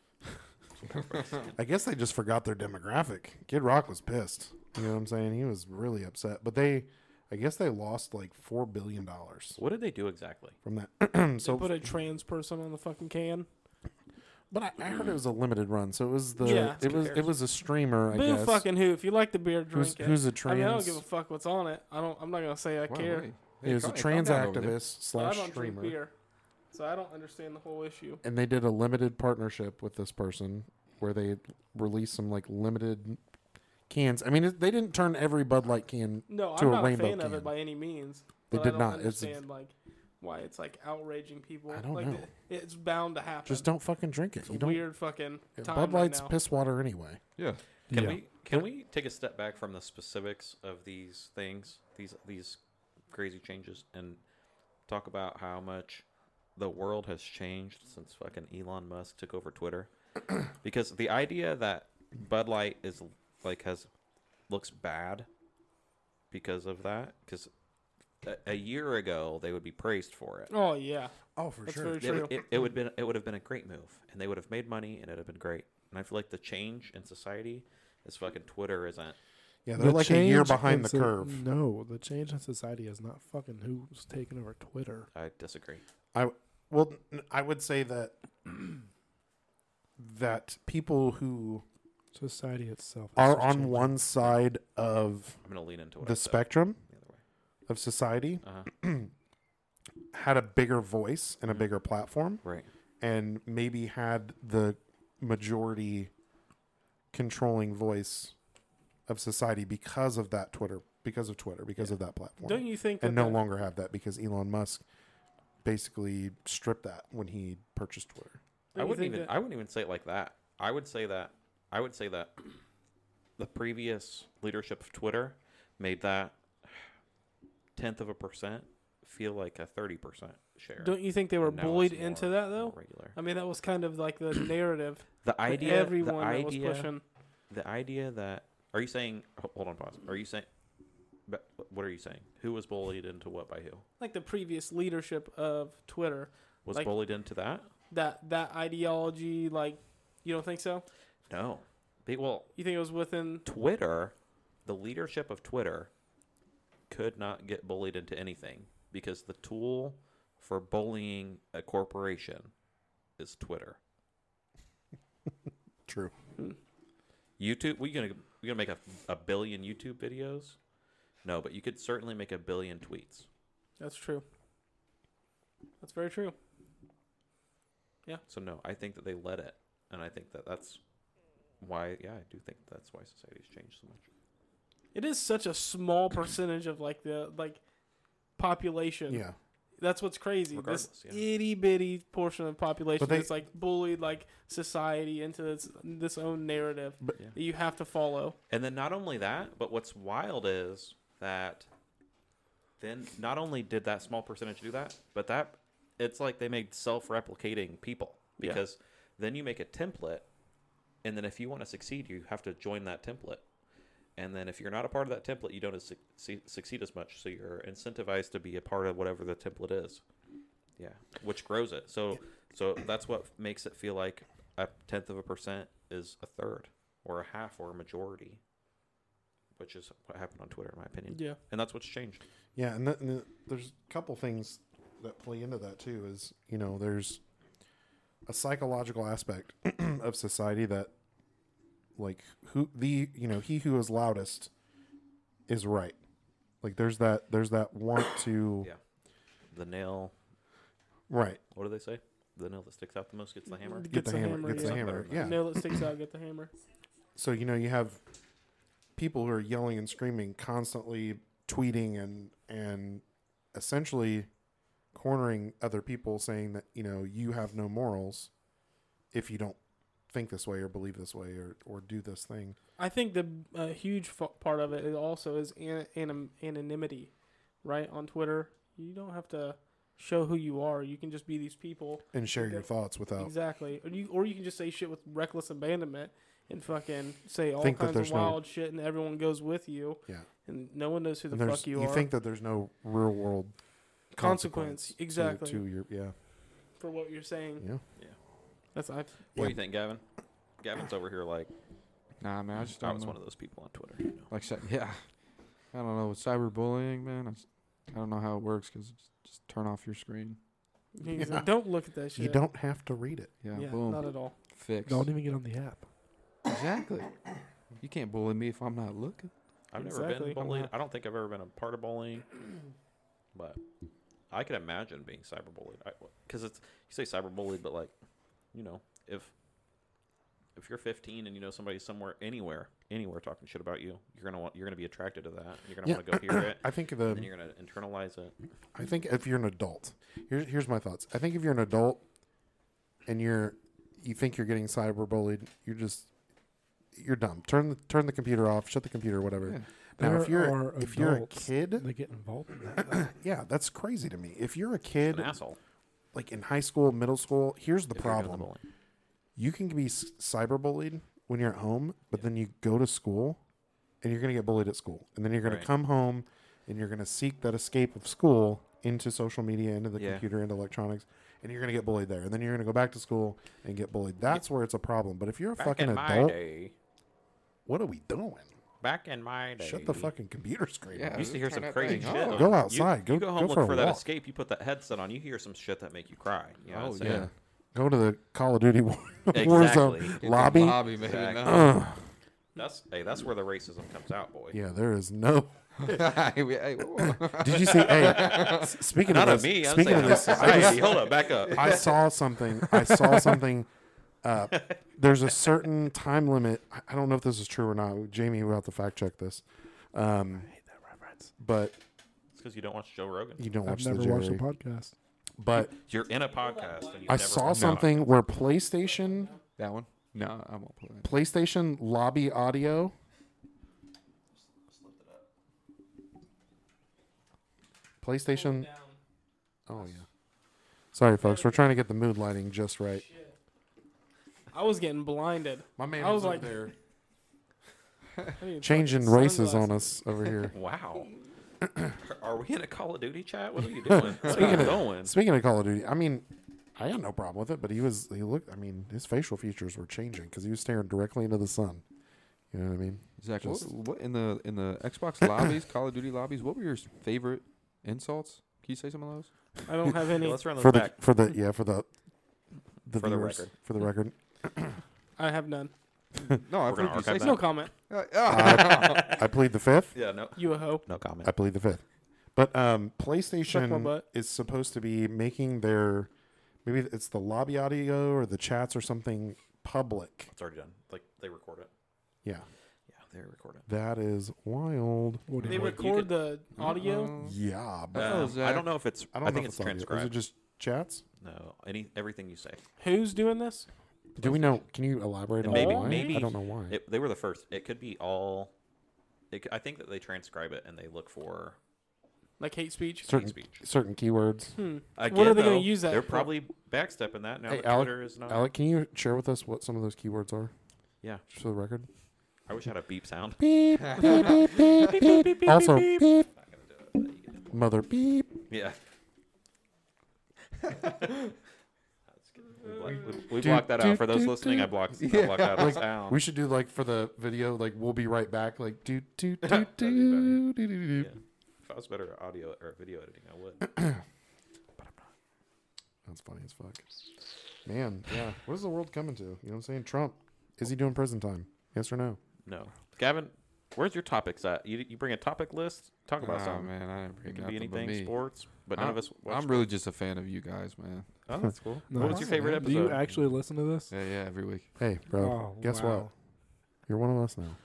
S1: I guess they just forgot their demographic. Kid Rock was pissed. You know what I'm saying? He was really upset. But they, I guess they lost like four billion dollars
S2: What did they do exactly?
S1: from
S3: <clears throat>
S1: that.
S3: So
S1: so
S3: put a trans person on the fucking can.
S1: But I, I heard it was a limited run, so it was the
S3: Yeah.
S1: it was it
S2: Comparison.
S1: was a streamer, I
S3: Boo
S1: guess.
S3: fucking who? If you like the beer,
S1: who's,
S3: drink it.
S1: who's a
S3: I
S1: trans?
S3: mean, I don't give a fuck what's on it. I don't. I'm not gonna say I
S5: Wow,
S3: care.
S5: wait. Hey,
S1: it was a
S5: calm- calm
S1: trans
S5: down over
S1: activist
S5: there.
S3: But I
S1: slash
S3: don't drink
S1: streamer,
S3: beer, so I don't understand the whole issue.
S1: and they did a limited partnership with this person where they released some like limited cans. I mean, it, they didn't turn every Bud Light can.
S3: No,
S1: To
S3: I'm
S1: a
S3: not a
S1: rainbow
S3: fan of
S1: can.
S3: it by any means.
S1: They
S3: but
S1: did
S3: I don't
S1: not. It's-
S3: understand like why it's like outraging people.
S1: I don't
S3: like,
S1: know.
S3: th- It's bound to happen.
S1: Just don't fucking drink it.
S3: It's a
S1: you don't.
S3: weird fucking time
S1: Bud
S3: right
S1: Light's
S3: now.
S1: piss water anyway.
S5: Yeah.
S2: Can
S4: Yeah.
S2: we can we take a step back from the specifics of these things, these these crazy changes, and talk about how much the world has changed since fucking Elon Musk took over Twitter? because the idea that Bud Light is like has looks bad because of that, because a, a year ago they would be praised for it.
S3: Oh yeah,
S1: Oh, for
S3: that's
S1: sure.
S3: very
S2: They
S3: true.
S2: would- it, it would been it would have been a great move, and they would have made money, and it'd have been great. And I feel like the change in society is fucking Twitter isn't.
S1: Yeah, they're
S4: The
S1: like a year
S4: change
S1: behind
S4: in
S1: the
S4: so-
S1: curve.
S4: No, the change in society is not fucking who's taking over Twitter.
S2: I disagree.
S1: I well, n- I would say that <clears throat> that people who
S4: Society itself. is
S1: are
S4: just
S1: on
S4: changing.
S1: one side of
S2: I'm gonna lean into what I
S1: the
S2: said
S1: spectrum
S2: the other way.
S1: of society
S2: Uh-huh.
S1: <clears throat> had a bigger voice and a
S3: Mm-hmm.
S2: Mhm.
S1: bigger platform,
S2: Right.
S1: and maybe had the majority controlling voice of society because of that Twitter, because of Twitter, because of that platform.
S3: Don't you think?
S1: and
S3: that
S1: no
S3: that-
S1: longer have that because Elon Musk basically stripped that when he purchased Twitter.
S3: don't
S2: I
S3: you
S2: wouldn't
S3: think
S2: even.
S3: that-
S2: I wouldn't even say it like that. I would say that. I would say that <clears throat> the previous leadership of Twitter made that tenth of a percent feel like a thirty percent share.
S3: Don't you think they were
S2: And now it's
S3: bullied
S2: more-
S3: into that
S2: more
S3: though?
S2: Regular.
S3: I mean, that was kind of like
S2: <coughs>
S3: the narrative.
S2: The
S3: that
S2: idea.
S3: everyone
S2: the
S3: that
S2: idea
S3: was pushing.
S2: the idea that are you saying ho- hold on pause are you saying but what are you saying who was bullied into what by who
S3: like the previous leadership of Twitter,
S2: was
S3: Like-
S2: bullied into that
S3: that that ideology, like you don't think so?
S2: no They- well
S3: You think it was within?
S2: twitter the leadership of twitter could not get bullied into anything because the tool for bullying a corporation is twitter
S1: True.
S2: youtube we gonna we gonna make a, a billion youtube videos no but you could certainly make a billion tweets
S3: That's true. That's very true.
S2: So no, I think that they let it, and I think that that's why. Yeah, I do think that's why society's changed so much.
S3: It is such a small percentage of like the like population.
S1: Yeah.
S3: That's what's crazy.
S2: Regardless,
S3: this
S2: yeah.
S3: itty bitty portion of the population
S1: they-
S3: that's like bullied like society into this this own narrative
S1: But-
S2: Yeah.
S3: that you have to follow.
S2: And then not only that, but what's wild is that then not only did that small percentage do that, but that it's like they made self-replicating people
S3: Yeah.
S2: because then you make a template, and then if you want to succeed, you have to join that template. And then if you're not a part of that template, you don't suc- succeed as much. So you're incentivized to be a part of whatever the template is. Yeah, which grows it. So so that's what makes it feel like a tenth of a percent is a third or a half or a majority, which is what happened on Twitter, in my opinion.
S3: Yeah.
S2: And that's what's changed.
S1: Yeah, and, th- and th- there's a couple things that play into that too. Is you know there's a psychological aspect <clears throat> of society that like who the you know he who is loudest is right. Like there's that there's that want to
S2: Yeah. The nail,
S1: right
S2: what do they say? The nail that sticks out the most gets the hammer.
S1: get
S3: Gets
S1: the
S3: a
S1: hammer,
S3: hammer,
S1: gets
S2: yeah.
S1: the hammer
S2: Better
S1: yeah.
S3: Nail that sticks out, get the hammer.
S1: So you know you have people who are yelling and screaming constantly, tweeting and and essentially cornering other people saying that you know you have no morals if you don't think this way or believe this way or or do this thing.
S3: I think the uh, huge f- part of it is also is an- anim- anonymity, right? On Twitter, you don't have to show who you are. You can just be these people.
S1: and share your
S3: Okay.
S1: thoughts without
S3: Exactly. Or you, or you can just say shit with reckless abandonment and fucking say all
S1: Think that
S3: kinds of
S1: there's no-
S3: wild shit and everyone goes with you.
S1: Yeah.
S3: And no one knows who the
S1: and there's-
S3: fuck you, are.
S1: think that there's no real world
S3: Consequence,
S1: to-
S3: exactly.
S1: to, your yeah
S3: for what you're saying.
S1: yeah
S3: That's I
S2: What
S1: Yeah.
S2: do you think, Gavin? Gavin's over here like
S5: Nah, man, I just
S2: I
S5: don't
S2: was
S5: know.
S2: one of those people on Twitter. You know?
S5: like cy- yeah, I don't know. With cyberbullying, man, I, just, I don't know how it works because just turn off your screen.
S1: <laughs>
S3: he's
S1: Yeah.
S3: like, don't look at that shit.
S1: you don't have to read it
S5: Yeah,
S3: Yeah,
S5: boom,
S3: not at all.
S5: fixed.
S4: Don't even get on the app.
S5: Exactly. You can't bully me if I'm not looking.
S2: I've never
S3: Exactly.
S2: been bullied.
S5: not-
S2: I don't think I've ever been a part of bullying, but I can imagine being cyberbullied. Because it's you say cyberbullied, but like, you know, if if you're 15 and you know somebody somewhere anywhere anywhere talking shit about you, you're gonna want you're gonna be attracted to that. You're gonna
S1: Yeah.
S2: want to go hear
S1: <clears throat>
S2: it,
S1: I think
S2: and
S1: the
S2: then you're gonna internalize it.
S1: I think if you're an adult, here's here's my thoughts. I think if you're an adult and you're you think you're getting cyberbullied, you're just you're dumb. Turn the turn the computer off. Shut the computer. Whatever.
S5: Yeah.
S1: Now,
S4: There
S1: if you're
S4: are
S1: if you're a
S4: adults
S1: kid,
S4: They get involved in that. though.
S1: yeah, that's crazy to me. If you're a
S2: It's
S1: kid,
S2: an asshole.
S1: like in high school, middle school, here's the
S2: if you're doing
S1: problem:
S2: bullying.
S1: you can be s- cyberbullied when you're at home, but then you go to school, and you're gonna get bullied at school, and then you're gonna
S2: Right.
S1: come home, and you're gonna seek that escape of school into social media, into the
S2: Yeah.
S1: computer, into electronics, and you're gonna get bullied there, and then you're gonna go back to school and get bullied. That's where it's a problem. But if you're a
S2: Back
S1: fucking
S2: in my
S1: adult,
S2: day.
S1: what are we doing?
S2: Back in my day.
S1: Shut the fucking computer screen.
S5: Yeah.
S1: off.
S2: You used to hear
S5: Turn
S2: some
S5: that
S2: crazy
S5: thing Oh.
S2: shit.
S5: off.
S2: on.
S1: Go
S2: You-
S1: outside. Go-
S2: you go home
S1: go
S2: look
S1: for a
S2: that
S1: walk.
S2: escape. You put that headset on. You hear some shit that make you cry. You know
S5: Oh,
S2: what I'm
S5: yeah.
S2: saying?
S1: Go to the Call of Duty <laughs> war,
S2: Exactly.
S1: Warzone
S5: Get the
S1: lobby.
S5: lobby, man.
S2: Exactly.
S5: No.
S2: That's hey, that's where the racism comes out, boy.
S1: Yeah, there is no.
S5: <laughs> Hey, we- hey, whoa.
S1: Did you see? Hey, s- speaking
S2: Not
S1: of
S2: of
S1: this,
S2: me. I'm
S1: speaking
S2: saying
S1: of this, I,
S2: society.
S1: just,
S2: <laughs> Hold up, back up.
S1: <laughs> I saw something. I
S4: <laughs>
S1: saw something. Uh, there's a certain time limit. I- I don't know if this is true or not. Jamie will have to fact check this. Um,
S4: I hate that reference.
S1: but
S2: It's because you don't watch Joe Rogan.
S1: you don't watch
S4: I've
S1: the
S4: never
S1: Jerry.
S4: watched a podcast.
S1: but
S2: You're in a podcast. And you
S1: I
S2: never
S1: saw
S2: watch it.
S1: something where PlayStation
S5: that one? No, I won't play it.
S1: PlayStation lobby audio. PlayStation. Oh yeah. Sorry, folks. We're trying to get the mood lighting just right.
S3: I was getting blinded.
S1: My man
S3: I
S1: was
S3: was
S1: over
S3: like-
S1: there
S3: I needed
S1: changing
S3: fucking
S1: races on
S3: sunglasses.
S1: us over
S4: <laughs>
S1: here. <clears throat>
S2: Wow. Are we in a Call of Duty chat? What are you doing? What are you doing?
S1: Speaking of Call of Duty, I mean, I had no problem with it, but he was he looked. I mean, his facial features were changing because he was staring directly into the sun. You know what I mean?
S5: Zach, what,
S1: Just-
S5: what in the in the <coughs> Xbox lobbies, Call of Duty lobbies? What were your favorite insults? Can you say some of those? <laughs>
S3: I don't have
S2: Yeah,
S3: any.
S2: let's run this
S1: For the
S2: back.
S1: for the yeah for the the
S2: For the
S1: viewers
S2: record.
S1: for the
S2: <laughs>
S1: record.
S3: I have none.
S5: No, I've
S2: We're gonna
S5: heard you say
S2: archive
S3: There's
S2: that.
S5: some.
S3: no comment.
S5: Uh,
S1: I, I plead the fifth.
S2: Yeah, no,
S3: You a hoe?
S2: no comment.
S1: I plead the fifth. But um,
S3: Suck my
S1: PlayStation
S3: butt.
S1: is supposed to be making their maybe it's the lobby audio or the chats or something public.
S2: It's already done. Like they record it.
S1: Yeah,
S2: Yeah, they record it.
S1: that is wild.
S4: What do
S3: They
S4: you
S2: were-
S4: want?
S2: you
S3: record
S2: could-
S3: the audio.
S5: Uh-uh.
S1: Yeah, but
S5: Oh,
S2: Um, I
S5: Zach.
S2: don't know if it's.
S1: I
S2: Mm.
S1: don't
S2: I,
S1: know
S2: think
S1: if
S2: it's
S1: it's audio. Is it
S2: transcribed.
S1: just chats?
S2: No, any everything you say.
S3: Who's doing this?
S1: Do we know? Can you elaborate on
S2: Maybe-
S1: why?
S2: maybe
S1: I don't know why.
S2: It, they were the first. It could be all. It, c- I think that they transcribe it and they look for
S3: Like hate speech?
S1: Certain-
S2: hate speech.
S1: Certain keywords.
S3: Hmm.
S2: Again,
S3: what are they
S2: though,
S3: going to use that?
S2: They're
S3: for?
S2: probably backstepping that now.
S1: Hey,
S2: that
S1: Alec-
S2: Twitter is not.
S1: Alec, can you share with us what some of those keywords are?
S2: Yeah.
S1: just for the
S2: <laughs>
S1: record.
S2: I wish I had a beep sound. <laughs>
S1: Beep beep beep beep beep. beep, beep also beep.
S2: Not gonna do it, but you can-
S1: Mother beep.
S2: Yeah. That's good. We block- we- We
S1: Do,
S2: blocked that
S1: do,
S2: out for those
S1: do,
S2: listening. I
S1: do.
S2: blocked. I blocked out the
S1: Like,
S2: sound.
S1: We should do like for the video, like we'll be right back. Like do
S2: <laughs>
S1: do do do
S2: That'd be
S1: do do do.
S2: Yeah. If I was better at audio or video editing, I would.
S1: That's funny as fuck. Man, yeah. What is the world coming to? You know what I'm saying? Trump, is he doing prison time? Yes or no?
S2: No, Gavin, where's your topics at? You, you bring a topic list. Talk about
S5: Nah,
S2: something.
S5: man, I didn't bring
S2: It could
S5: nothing
S2: be
S5: but
S2: anything,
S5: me.
S2: sports, but none of us. watch-
S5: I'm really just a fan of you guys, man.
S2: Oh, that's cool.
S4: No.
S2: What was your favorite
S4: Do you
S2: episode?
S4: actually listen to this?
S5: Yeah, yeah, every week.
S1: Hey, bro.
S4: Oh,
S1: guess
S4: wow.
S1: what? You're one of us now.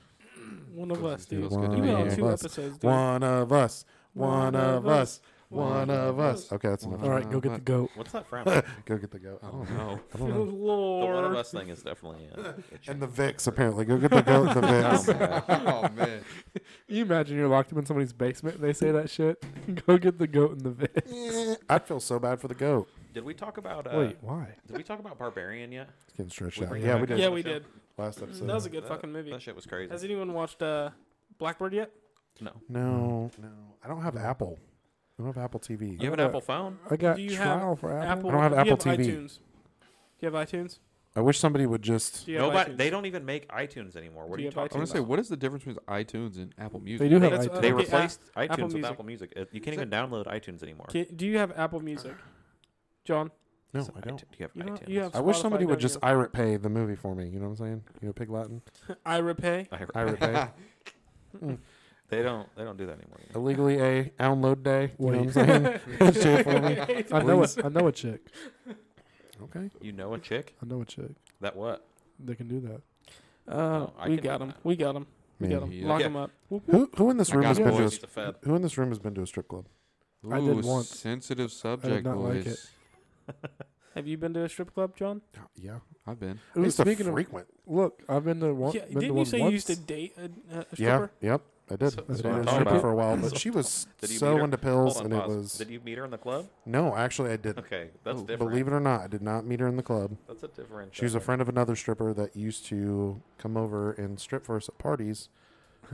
S3: One of us,
S5: Feels
S3: dude.
S5: good to
S3: You've
S5: be
S3: been on
S5: here.
S3: two
S1: Plus
S3: episodes, dude.
S1: One of us. One
S3: One
S1: of
S3: of <laughs>
S1: us. One of us. Okay, that's
S5: One
S1: enough.
S4: All right, go
S5: Uh,
S4: get the
S2: <laughs>
S4: goat.
S2: What's that from? Oh. I
S1: <laughs> Go get the goat. I don't know.
S2: don't know.
S1: I
S3: Good
S1: don't know.
S2: The one of
S3: Lord.
S2: us thing is definitely. Uh,
S1: <laughs> And <laughs> the Vicks apparently. Go get the goat. <laughs> and The
S5: oh,
S1: Vicks.
S5: man. Oh, man.
S4: <laughs> Can you imagine you're locked up in somebody's basement and they say that shit? <laughs> Go get the goat in the vid.
S1: Eh, I'd feel so bad for the goat.
S2: Did we talk about? Uh,
S4: Wait, why?
S2: Did we talk about Barbarian yet?
S1: It's getting stretched
S2: We
S1: out.
S2: bring it
S1: Yeah,
S2: back
S1: we did.
S2: up.
S3: Yeah, we did.
S1: Last
S3: That
S1: episode.
S3: was a good
S2: That-
S3: fucking movie.
S2: That shit was crazy.
S3: Has anyone watched uh, Blackbird yet?
S2: No,
S1: No, no. I don't have Apple. I don't have Apple TV.
S2: you have an
S4: Uh,
S2: Apple phone.
S4: I got
S3: Do you have
S4: trial for Apple.
S3: Apple.
S1: I don't have
S3: do you
S1: Apple TV.
S3: iTunes? Do you have iTunes?
S1: I wish somebody would just.
S3: Do you have
S2: Nobody.
S3: iTunes?
S2: They don't even make iTunes anymore. What are
S3: Do you
S2: you
S3: have
S5: I
S2: talking
S5: want
S2: about?
S5: to say, what is the difference between iTunes and Apple
S4: They
S5: Music?
S4: do have
S3: That's-
S4: iTunes.
S2: They
S3: Okay, uh,
S2: replaced iTunes
S3: Apple
S2: with
S3: Music.
S2: Apple Music. It- You can't even download iTunes anymore.
S3: Ki- Do you have Apple Music? John,
S1: No,
S2: So
S1: I don't.
S2: iTunes- Do you have
S3: You
S2: iTunes?
S3: don't- you have-
S1: I wish
S3: Spotify,
S1: somebody would
S3: don't you?
S1: just irate pay the movie for me. You know what I'm saying? You know, pig <laughs> Latin.
S3: Ira Pay.
S2: <laughs> I heard-
S1: <laughs> Irate pay.
S2: They don't. They don't do that anymore. you know?
S1: Illegally a download day. You know what I'm
S4: Wait.
S1: saying? <laughs>
S4: <laughs>
S1: Share for me.
S4: I know it. I know a chick.
S1: Okay.
S2: You know a chick
S4: I know a chick
S2: that what?
S4: that can do that.
S3: Uh,
S2: I
S3: we
S2: can
S3: got
S2: do
S3: him.
S2: that.
S3: We got him. We got
S1: Man.
S3: him.
S5: Yeah.
S3: Lock
S2: Okay.
S3: him up.
S1: Who, who in this
S5: I
S1: room
S5: got
S1: has
S5: it,
S1: been to a,
S5: boys.
S1: s-
S2: He's a fed.
S1: who in this room has been to a strip club?
S5: Ooh,
S4: I did once.
S5: sensitive subject,
S4: not like
S5: boys.
S4: it.
S3: Have you been to a strip club, John?
S1: Yeah,
S5: I've been.
S1: I
S4: Ooh,
S1: used to
S4: speaking of,
S1: frequent.
S4: look, I've been to one.
S3: yeah,
S4: been to
S3: didn't you
S4: one
S3: say
S4: once.
S3: you used to date a, a
S1: Yeah,
S3: stripper?
S1: yep, I did.
S2: So-
S1: I
S4: That's
S1: did
S4: what I'm
S1: a
S4: talking
S1: stripper
S4: about.
S1: for a while,
S2: <laughs>
S1: but she was
S2: Did you meet
S1: so
S2: her?
S1: into pills,
S2: Hold
S1: and
S2: on,
S1: it
S2: pause.
S1: was
S2: Did you meet her in the club?
S1: no. Actually, I didn't.
S2: Okay, <laughs> that's
S5: Oh,
S2: different.
S1: Believe it or not, I did not meet her in the club.
S2: That's a different.
S1: She was a
S2: topic.
S1: friend of another stripper that used to come over and strip for us at parties.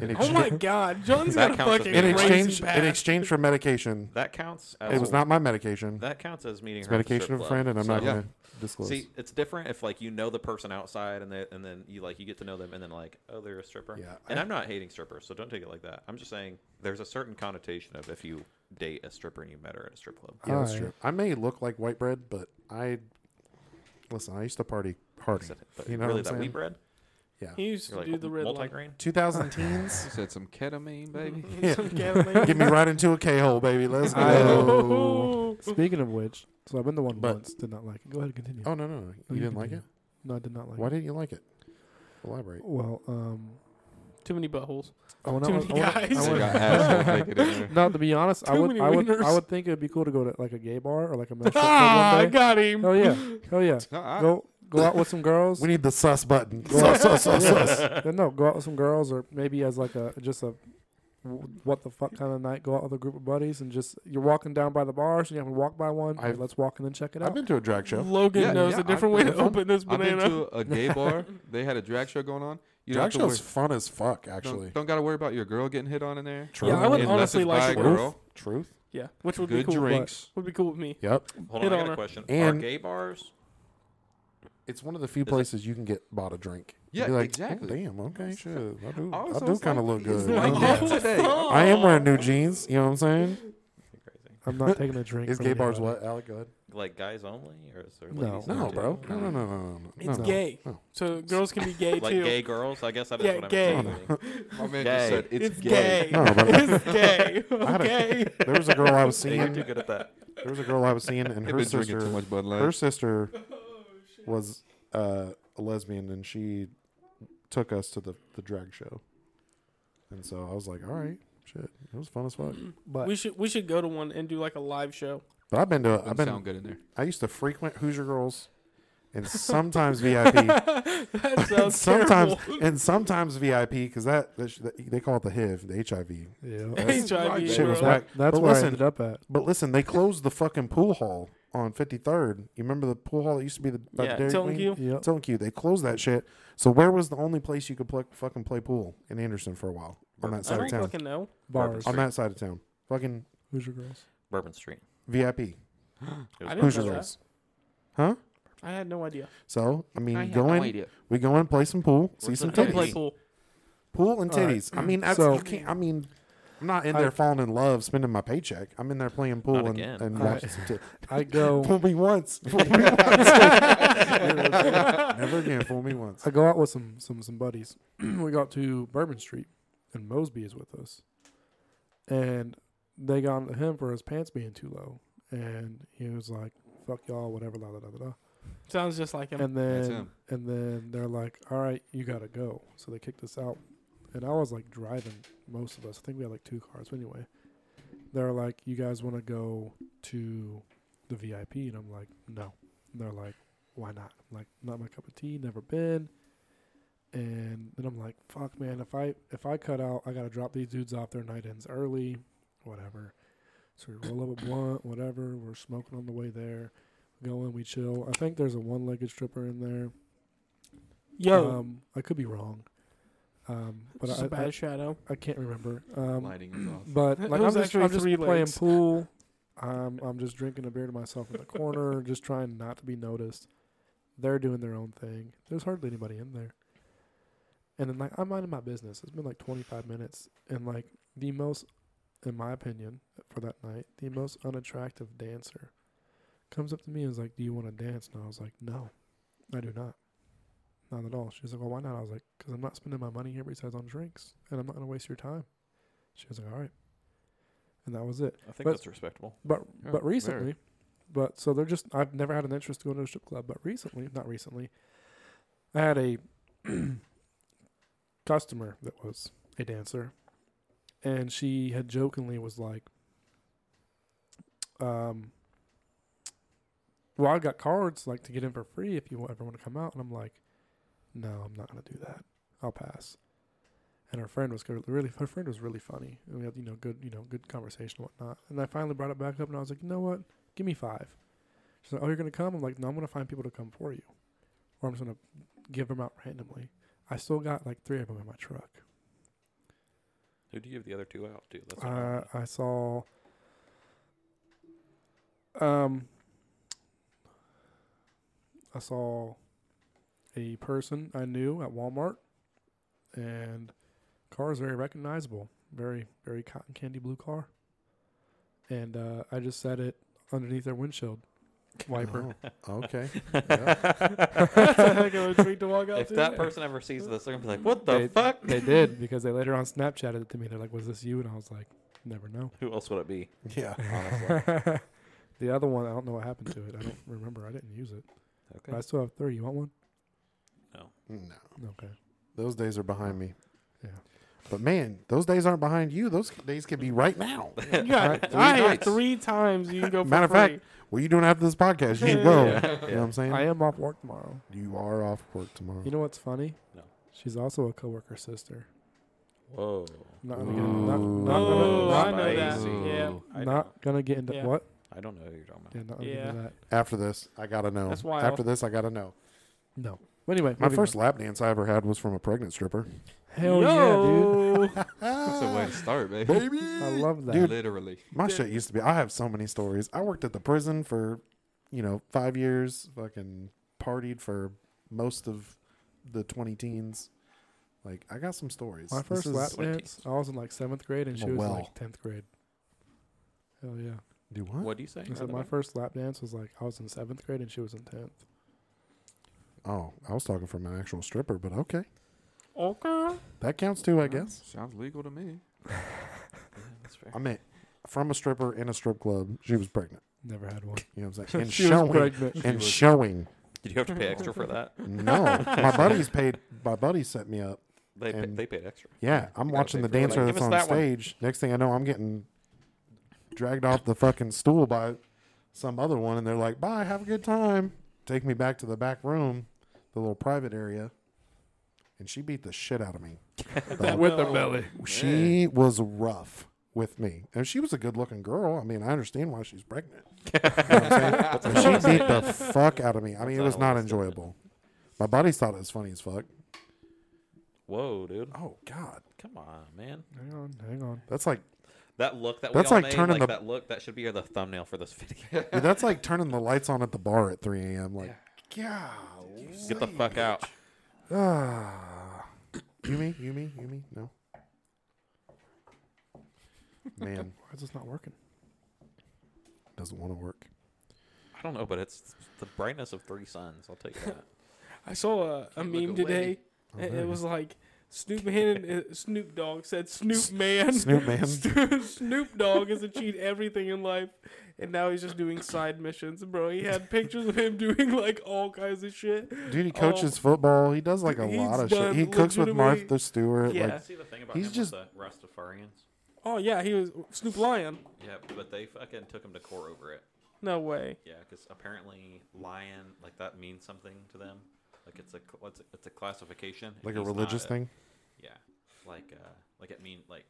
S1: In
S3: Oh
S1: <laughs>
S3: my
S1: exchange,
S2: <laughs>
S3: God, John's
S2: That
S3: got a
S2: counts as
S3: fucking
S1: in
S2: being
S3: crazy
S1: exchange,
S3: past.
S1: in exchange for medication.
S2: That counts. As
S1: It was not my medication.
S2: Oh. That counts as meeting
S1: It's
S2: her. at the strip
S1: medication of a
S2: club.
S1: friend, and I'm not
S2: So-
S5: Yeah.
S1: gonna disclose.
S2: See, it's different if like you know the person outside, and they, and then you like you get to know them, and then like oh they're a stripper.
S1: Yeah,
S2: And
S1: I-
S2: I, am not hating strippers, so don't take it like that. I'm just saying there's a certain connotation of if you date a stripper and you met her at a strip club.
S1: yeah, that's
S4: Alright.
S1: true. I may look like white bread, but I listen. I used to party hard.
S2: Is it- But
S1: You know
S2: really
S1: what I'm
S2: that
S1: saying?
S2: wheat bread?
S3: He used
S2: You're
S3: to
S2: like
S3: do the red light.
S2: multigrain.
S1: <laughs> 2000 teens.
S5: You said some ketamine, <laughs> baby.
S1: Yeah.
S3: <laughs> Some
S1: <laughs>
S3: Catalan-
S1: Get me
S3: <laughs>
S1: right into a K hole, baby. Let's
S4: I-
S1: go.
S4: Speaking of which, so I've been to one
S1: But-
S4: once. Did not like it. Go ahead and continue.
S1: Oh no, no, no.
S4: Oh,
S1: you didn't like
S4: continue.
S1: it.
S4: No, I did not like
S1: Why
S4: it.
S1: didn't you like it? Elaborate.
S4: Well, um,
S3: Too many buttholes.
S4: I went out
S3: Too
S4: with-
S3: many
S4: I went-
S3: guys.
S4: I
S5: They
S4: went- <laughs>
S5: got asshole naked in there.
S4: No, to be honest, I
S3: Too
S4: would,
S3: many
S4: I would, I
S3: wieners.
S4: would think it'd be cool to go to like a gay bar or
S3: <laughs>
S4: like a men's strip
S3: Ah, I
S4: club one day.
S3: got him.
S4: Hell yeah, hell yeah.
S5: No, I,
S4: Go, go out with some
S1: <laughs>
S4: girls.
S1: We need the sus button.
S4: Go
S1: Sus,
S4: out-
S1: sus, sus,
S4: yeah.
S1: sus.
S4: Yeah, no, go out with some girls or maybe as like a just a w- what the fuck kind of night. Go out with a group of buddies and just you're walking down by the bars and you have to walk by one. hey,
S1: I've-
S4: let's walk in and check it
S1: I've
S4: out.
S1: been to a drag show.
S3: Logan
S5: Yeah,
S3: knows
S5: yeah,
S3: a different way
S5: I've
S3: to
S5: been-
S3: open this
S5: I've been
S3: banana.
S2: <laughs>
S5: to a gay bar. They had a drag show going on. You don't
S1: Drag
S5: have to
S1: show's
S5: worry-
S1: fun as fuck,
S5: don't-
S1: actually.
S5: Don't, gotta worry about your girl getting hit on in there.
S1: True. Yeah, I
S5: Unless
S1: would
S5: it's
S3: honestly
S5: by
S3: like
S5: a
S3: to-
S5: girl.
S1: Truth.
S3: yeah, which would
S5: Good
S3: be cool.
S5: drinks.
S1: <laughs>
S3: Would be cool with me.
S1: Yep.
S2: Hold
S3: Hit
S2: on, I got
S3: on her.
S2: a question. Are
S1: And-
S2: gay bars?
S1: It's one of the few
S2: it-
S1: places you can get bought a drink.
S5: Yeah,
S1: You're like,
S5: exactly.
S1: "Oh, damn. Okay. Shit. I do.
S5: I
S1: I,
S5: was
S1: do
S5: always
S1: kind of
S5: like,
S1: look
S5: it's
S1: good.
S5: like
S1: huh?
S5: that
S3: Oh,
S5: today.
S3: fuck.
S1: I am wearing new jeans. You know what I'm saying?
S2: You're Crazy.
S4: I'm not
S1: <laughs>
S4: taking a drink.
S1: Is
S4: from
S1: gay bars
S4: anybody.
S1: what? Alec, go ahead.
S2: Like guys only, or is there
S4: No.
S2: ladies? in
S1: No,
S2: there,
S1: bro.
S2: too?
S1: No, no, no, no, no. no,
S3: It's
S1: no.
S3: gay,
S1: No.
S3: so girls can be gay
S2: Like
S3: too.
S2: gay girls? I guess that is
S3: Yeah,
S2: what I'm
S3: gay.
S2: assuming.
S5: My man
S2: Gay.
S5: just said it's,
S3: It's gay.
S1: No, but-
S3: <laughs> it's gay.
S1: I had a-
S3: Okay.
S1: There was a girl
S5: <laughs>
S1: I was
S2: Hey, you're too
S1: seeing.
S2: good at that.
S1: There was a girl I was seeing, and
S5: They've
S1: her
S5: been drinking too
S1: sister,
S5: much Oh, Bud
S1: her
S5: Light. <laughs>
S1: sister, was uh, a lesbian, and she took us to the the drag show. And so I was like, all right, shit, it was fun as fuck.
S4: But
S3: We should we should go to one and do like a live show. <laughs>
S1: But I've been to, I've
S5: Doesn't
S1: been,
S5: sound good in there.
S1: I used to frequent Hoosier Girls,
S5: <laughs>
S1: and sometimes VIP,
S3: That sounds
S1: sometimes
S3: terrible. <laughs>
S1: and sometimes VIP because that, that sh- they call it the HIV, the HIV.
S3: <laughs>
S4: yeah,
S3: HIV.
S1: Shit was
S3: bro.
S1: whack.
S4: that, that's
S1: But
S4: where
S1: listen-
S4: I ended up at.
S1: But listen, they closed the fucking pool hall on 53rd. You remember the pool hall that used to be the by
S2: Yeah,
S1: the Dairy
S3: Telling
S1: Queen?
S3: you,
S4: Yep.
S1: Telling you, they closed that shit. So where was the only place you could play, fucking play pool in Anderson for a while on that
S2: Bourbon
S3: I
S1: side
S3: don't
S1: of town?
S3: fucking know.
S4: Bars.
S1: On that side of town, fucking
S4: Who's your girls?
S2: Bourbon Street.
S1: VIP,
S2: It
S3: I
S2: was
S3: didn't
S1: Hoosier
S3: know that.
S1: Girls, huh?
S3: I had no idea.
S1: So I mean, go in, we go in, play some pool, see
S2: Where's
S1: some
S2: the
S3: Don't
S1: titties,
S3: play
S2: Titties.
S3: pool.
S1: pool and
S4: All right.
S1: titties. I mean, that's,
S4: So-
S1: you can't. I mean, I'm not in
S4: I-
S1: there falling in love, spending my paycheck. I'm in there playing pool
S2: Not
S1: and,
S2: again.
S1: and
S4: All right.
S1: watching some titties.
S4: I go.
S1: <laughs> Fool me once. Fool me once. Never again. Fool me once.
S4: I go out with some some some buddies. <clears throat> we go out to Bourbon Street, and Mosby is with us, and they got onto him for his pants being too low, and he was like, "Fuck y'all, whatever." La, la, la, la, la.
S3: Sounds just like him.
S4: And then
S5: him.
S4: and then they're like, "All right, you gotta go." So they kicked us out, and I was like driving most of us. I think we had like two cars. But anyway, they're like, "You guys want to go to the VIP?" And I'm like, "No." And they're like, "Why not?" I'm like, "Not my cup of tea. Never been." And then I'm like, "Fuck, man! If I if I cut out, I gotta drop these dudes off their night ends early, whatever." So we roll up a blunt, whatever. We're smoking on the way there. Go in, we chill. I think there's a one-legged stripper in there.
S3: Yo,
S4: Um, I could be wrong, um, but
S3: just
S4: I,
S3: a bad <laughs>
S4: I,
S3: shadow.
S4: I can't remember. Um,
S5: Lighting is off.
S4: but
S3: It
S4: like I'm
S3: was
S4: just,
S3: actually
S4: I'm just
S3: three
S4: playing
S3: legs.
S4: pool. <laughs> I'm I'm just drinking a beer to myself in the corner, <laughs> just trying not to be noticed. They're doing their own thing. There's hardly anybody in there. And then like I'm minding my business. It's been like 25 minutes, and like the most, in my opinion, for that night, the most unattractive dancer comes up to me and is like, "Do you want to dance?" And I was like, "No, I do not." Not at all. She was like, "Well, why not?" I was like, "Cause I'm not spending my money here besides on drinks, and I'm not gonna waste your time." She was like, "All right," and that was it.
S2: I think
S4: But-
S2: that's respectable.
S4: But
S5: Yeah,
S4: but
S5: Oh, very.
S4: recently, but so they're just I've never had an interest going to a strip club. But recently, not recently, I had a <clears throat> customer that was a dancer, and she had jokingly was like, um, well, I got cards like to get in for free if you ever want to come out, and I'm like, no, I'm not gonna do that. I'll pass. And her friend was good- really her friend was really funny, and we had you know good you know good conversation and whatnot. And I finally brought it back up, and I was like, you know what? Give me five. She's like, oh, you're gonna come? I'm like, no, I'm gonna find people to come for you, or I'm just gonna give them out randomly. I still got like three of them in my truck.
S2: Who do you give the other two out to? That's what I
S4: Uh, <laughs>
S2: want.
S4: I saw. Um, I saw a person I knew at Walmart, and car is very recognizable, very very cotton candy blue car, and uh, I just sat it underneath their windshield wiper.
S1: Oh, okay.
S3: Go treat to walk out
S2: if
S3: to.
S2: that person ever sees this, they're gonna be like, "What the
S4: They-
S2: fuck?"
S4: they did because they later on Snapchatted it to me. They're like, "Was this you?" And I was like, "Never know."
S2: Who else would it be?
S1: Yeah.
S4: <laughs> the other one, I don't know what happened to it. I don't remember. I didn't use it.
S2: Okay.
S4: I still have three. You want one?
S1: Uh, No.
S4: Okay.
S1: Those days are behind me.
S4: Yeah.
S1: But man, those days aren't behind you. Those days could be right now.
S3: You got
S4: Right,
S3: three,
S4: three
S5: nights.
S3: three times you can go. For
S1: Matter of
S3: free.
S1: fact, what are you doing after this podcast? You
S3: Yeah.
S1: go.
S2: Yeah.
S1: You know what I'm saying?
S4: I am off work tomorrow.
S1: You are off work tomorrow.
S4: You know what's funny?
S2: No.
S4: She's also a coworker's sister.
S2: Whoa.
S4: Not gonna get not,
S1: Ooh.
S4: not
S3: Oh, I
S4: gonna,
S3: know that.
S5: Ooh.
S3: Yeah,
S2: I
S4: not,
S2: don't,
S4: not gonna get into
S3: Yeah.
S4: what?
S2: I don't know who you're talking about.
S4: Yeah, not gonna
S3: Yeah.
S4: get into that.
S1: after this, I gotta know.
S3: That's wild.
S1: After this, I gotta know.
S4: No. But anyway,
S1: My
S4: moving
S1: first
S4: on.
S1: lap dance I ever had was from a pregnant stripper.
S4: Hell yeah,
S3: Yo.
S5: That's a way to start, baby.
S1: Baby,
S4: dude! I love that.
S5: Literally.
S1: my shit used to be. I have so many stories. I worked at the prison for, you know, five years. Fucking partied for most of the twenty teens. Like I got some stories.
S4: My
S1: This
S4: first
S1: is-
S4: lap
S2: Wait.
S4: dance. I was in like seventh grade, and she
S1: Oh,
S4: was
S1: well.
S4: like tenth grade. Hell yeah!
S1: Do what?
S2: What do you say?
S4: I said my first lap dance was like I was in seventh grade, and she was in tenth.
S1: Oh, I was talking from an actual stripper, but okay,
S3: okay.
S1: that counts too, I guess.
S5: Sounds legal to me.
S1: I mean, from a stripper in a strip club, she was pregnant.
S4: Never had one.
S1: You know what I'm
S4: <laughs>
S1: saying? And
S4: She was
S1: showing,
S4: pregnant.
S1: and showing.
S2: Did you have to pay extra for that?
S1: No, my buddies paid. My buddies set me up.
S2: They pa-
S1: And-
S2: they paid extra.
S1: Yeah, I'm
S2: You gotta
S1: watching
S2: pay
S1: the
S2: for it.
S1: dancer
S2: Like, give
S1: that's on
S2: us that one.
S1: stage. Next thing I know, I'm getting dragged off the fucking stool by some other one, and they're like, "Bye, have a good time." Take me back to the back room, the little private area, and she beat the shit out of me.
S3: That
S1: Like,
S4: With the
S3: will.
S4: belly.
S1: she was rough with me, and she was a good-looking girl. I mean, I understand why she's
S2: <laughs>
S1: pregnant. You know what I'm saying? But she beat the fuck out of me. I mean, it was
S2: an
S1: not
S2: overstatement.
S1: enjoyable. My buddies thought it was funny as fuck.
S2: Whoa, dude.
S1: Oh God,
S2: Come on, man.
S4: Hang on, hang on.
S1: that's like
S2: That look that we
S1: That's
S2: all
S1: like
S2: made,
S1: turning
S2: like
S1: the-
S2: that look, that should be the thumbnail for this video. <laughs>
S1: Dude, that's like turning the lights on at the bar at 3 a.m. Like,
S2: Get the fuck out.
S1: ah. Yumi, Yumi, Yumi, no. Man,
S4: Why is this not working?
S1: doesn't want to work.
S2: I don't know, but it's the brightness of three suns. I'll take that.
S3: I saw a, a
S5: Can't look
S3: meme today.
S1: Oh,
S3: and
S1: there.
S3: it was like Snoop Man, uh, Snoop Dogg said Snoop Man.
S1: Snoop
S3: <laughs>
S1: Man.
S3: Snoop- Snoop Dogg has achieved everything in life, and now he's just doing side missions, bro. He had pictures of him <laughs> doing like all kinds of shit.
S1: Dude, he coaches football. He does like a
S3: He's
S1: lot of
S3: done
S1: shit. He cooks with
S3: legitimately-
S1: Martha Stewart.
S3: Yeah.
S1: Like,
S2: See the thing about
S1: He's
S2: him
S1: just-
S2: was the Rastafarians.
S3: Oh yeah, he was Snoop Lion.
S2: Yeah, but they fucking took him to court over it.
S3: No way.
S2: Yeah, because apparently lion like that means something to them. Like it's a cl- what's it- it's a classification. and
S1: like a
S2: he's not
S1: religious
S2: a-
S1: thing.
S2: Yeah, like uh, like it mean like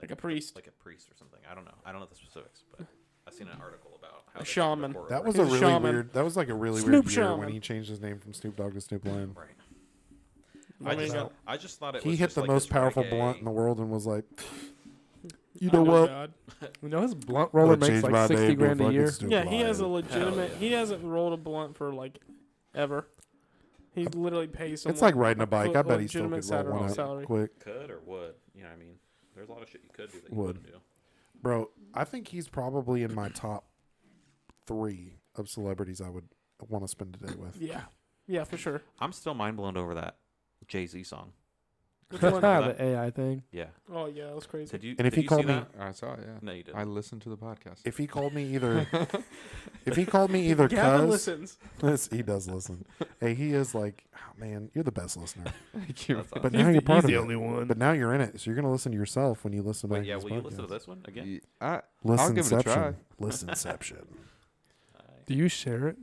S3: Like a priest.
S2: like a priest or something. I don't know. I don't know the specifics, but I've seen an article about how
S3: A
S2: they took him to
S3: shaman.
S2: court
S1: That
S2: over
S1: was
S2: it.
S1: a
S3: He's a
S1: really
S3: shaman.
S1: weird. That was like a really
S3: Snoop
S1: weird year
S3: shaman.
S1: when he changed his name from Snoop Dogg to Snoop Lion.
S2: right.
S3: I
S2: I
S3: mean,
S2: just,
S3: uh,
S2: I just thought it
S1: He
S2: was
S1: hit
S2: just
S1: the
S2: like
S1: most
S2: this
S1: powerful
S2: reggae-
S1: blunt in the world and was like, "You
S3: I
S1: know what?
S3: God.
S4: You know his blunt roller
S1: I'll
S4: makes
S1: change my
S4: like
S1: name
S4: sixty
S1: to
S4: grand a
S1: fucking
S4: <laughs> year.
S1: Snoop
S3: Yeah, he has a
S1: Lion."
S3: legitimate.
S2: yeah.
S3: He hasn't rolled a blunt for like ever. He's literally paid someone.
S1: It's like riding a bike. I
S3: a
S1: bet he still
S3: legitimate
S1: could roll one
S3: Saturday
S1: out
S3: salary.
S1: quick.
S2: Could or would you know? what I mean, there's a lot of shit you could do that you
S1: Would.
S2: wouldn't do.
S1: Bro, I think he's probably in my top three of celebrities I would want to spend a day with.
S3: yeah, yeah, for sure.
S2: I'm still mind blown over that Jay Z song.
S3: Which
S4: <laughs>
S3: one?
S4: the AI thing.
S2: Yeah.
S3: Oh yeah, that was crazy.
S2: Did you?
S1: And if
S2: did
S1: he
S2: you see
S1: called me-
S2: that?
S5: I saw it, yeah.
S2: no, you didn't.
S5: I listened to the podcast.
S1: If he called me either, if he called me <laughs> either,
S3: Gavin
S1: cuz
S3: listens.
S1: Yes, <laughs> he does listen. Hey, he is like, oh, man, you're the best listener.
S2: That's awesome.
S1: But now you're part of it.
S4: one.
S1: But now you're in it, so you're gonna listen to yourself when you listen back.
S2: Wait, yeah,
S1: to this
S2: will you listen to
S1: podcast.
S2: this one again?
S5: Yeah, I, I'll
S1: Listenception.
S5: give it a try.
S1: Listenception.
S4: <laughs>
S2: I-
S4: Do you share it?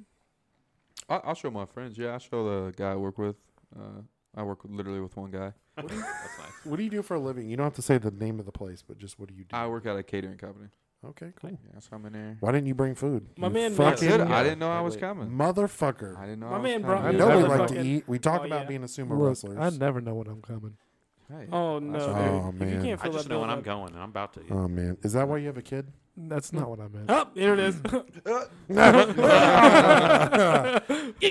S5: I, I'll show my friends. Yeah, I show the guy I work with. Uh, I work with, literally with one guy.
S2: That's nice.
S1: What do you do for a living? You don't have to say the name of the place, but just what do you do?
S5: I work at a catering company.
S1: okay, cool.
S5: Yeah, so I'm in there.
S1: Why didn't you bring food?
S3: My
S1: you
S3: man Matt
S5: I
S1: fucking
S5: said
S3: yeah.
S5: I didn't know I was
S2: Wait.
S5: coming. I
S1: motherfucker.
S5: didn't know.
S3: My
S5: I was
S3: man
S5: coming.
S3: brought-
S1: I
S3: Yeah.
S1: know we
S3: Never
S1: like to
S3: fucking-
S1: eat. We talk
S3: Oh,
S1: about
S3: yeah.
S1: being a sumo
S4: Look,
S1: wrestlers.
S4: I never know when I'm coming.
S5: Hey,
S3: Oh no,
S5: that's what
S3: dude!
S5: I do.
S1: Oh,
S3: If you
S1: man.
S3: can't
S2: I
S3: fill
S2: just
S3: that
S2: know when
S3: bill
S2: I'm
S3: up-
S2: going, and I'm about to. <laughs>
S1: oh man, is that why you have a kid? <laughs>
S4: That's not what I meant.
S3: Oh, here it is. <laughs>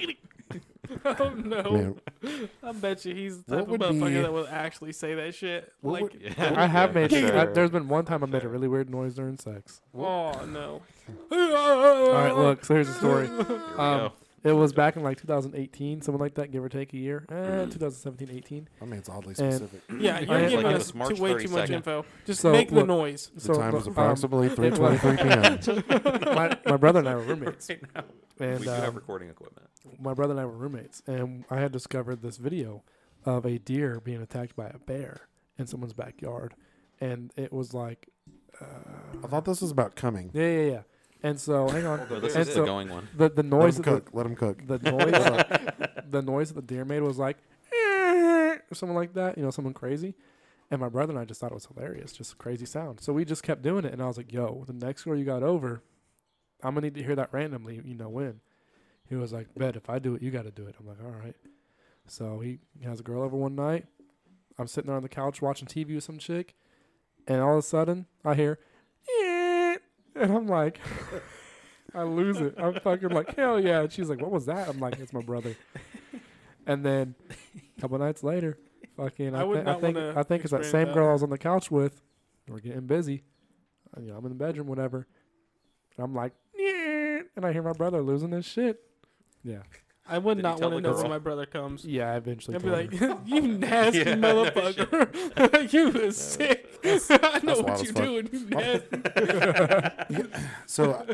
S3: oh no!
S1: Man,
S3: I bet you he's
S1: What
S3: the type of
S1: would
S3: motherfucker
S1: be-
S3: that will actually say that shit.
S1: What
S3: like,
S1: would-
S4: I have made.
S5: sure.
S4: I, there's been one time I made a really weird noise during sex.
S3: oh no!
S4: All right, look. So here's
S3: <laughs>
S4: the story.
S2: <laughs> Here we
S4: Um,
S2: go.
S4: It was back in like 2018, something like that, give or take a year. Eh, 2017, 18.
S1: I mean, it's oddly
S4: And-
S1: specific.
S3: Yeah,
S4: I
S3: you're
S4: am-
S3: giving
S4: Like, it
S3: us
S2: was March
S3: too, way too much
S2: 32nd.
S3: info. Just
S4: So,
S3: make the
S4: look,
S3: noise.
S1: The
S4: So,
S1: time was
S4: um,
S1: approximately
S4: it
S1: 3:23 p.m.
S4: <laughs> my, my brother <laughs> and I were roommates,
S2: Right now,
S4: and
S2: we do have
S4: um,
S2: recording equipment.
S4: my brother and I were roommates, and I had discovered this video of a deer being attacked by a bear in someone's backyard, and it was like, uh,
S1: I thought this was about coming.
S4: yeah, yeah, yeah. And so, hang on,
S2: Although this
S4: and
S2: is
S4: so
S2: the going one.
S4: the the
S1: Let
S4: noise
S1: him
S4: that the,
S1: cook. Let him cook.
S4: the noise the noise that the deer made was like "Eh," or something like that, you know, something crazy. And my brother and I just thought it was hilarious, just a crazy sound. So we just kept doing it and I was like, Yo, the next girl you got over, I'm gonna need to hear that randomly, you know when. He was like, Bet if I do it, you gotta do it. I'm like, All right. So he has a girl over one night. I'm sitting there on the couch watching TV with some chick, and all of a sudden I hear and I'm like <laughs> I lose it. I'm fucking like, hell yeah. And she's like, What was that? I'm like, It's my brother. And then a couple nights later, fucking, I,
S3: I would
S4: thi- I
S3: not
S4: think
S3: wanna
S4: I think it's that
S3: experience
S4: same
S3: that.
S4: girl I was on the couch with. We're getting busy. Uh, You know, I'm in the bedroom, whatever. And I'm like, yeah, and I hear my brother losing his shit. Yeah,
S3: I would
S2: Did you
S3: not
S2: tell
S3: want to
S2: the
S3: know till
S2: girl?
S3: my brother comes.
S4: yeah. I eventually
S3: I'd be
S4: told
S3: <laughs>
S4: her.
S3: like, you nasty
S2: Yeah.
S3: motherfucker. <laughs> you was sick. <laughs> I know
S1: wild
S3: what
S1: as
S3: you're
S1: fuck.
S3: doing, you nasty.
S1: So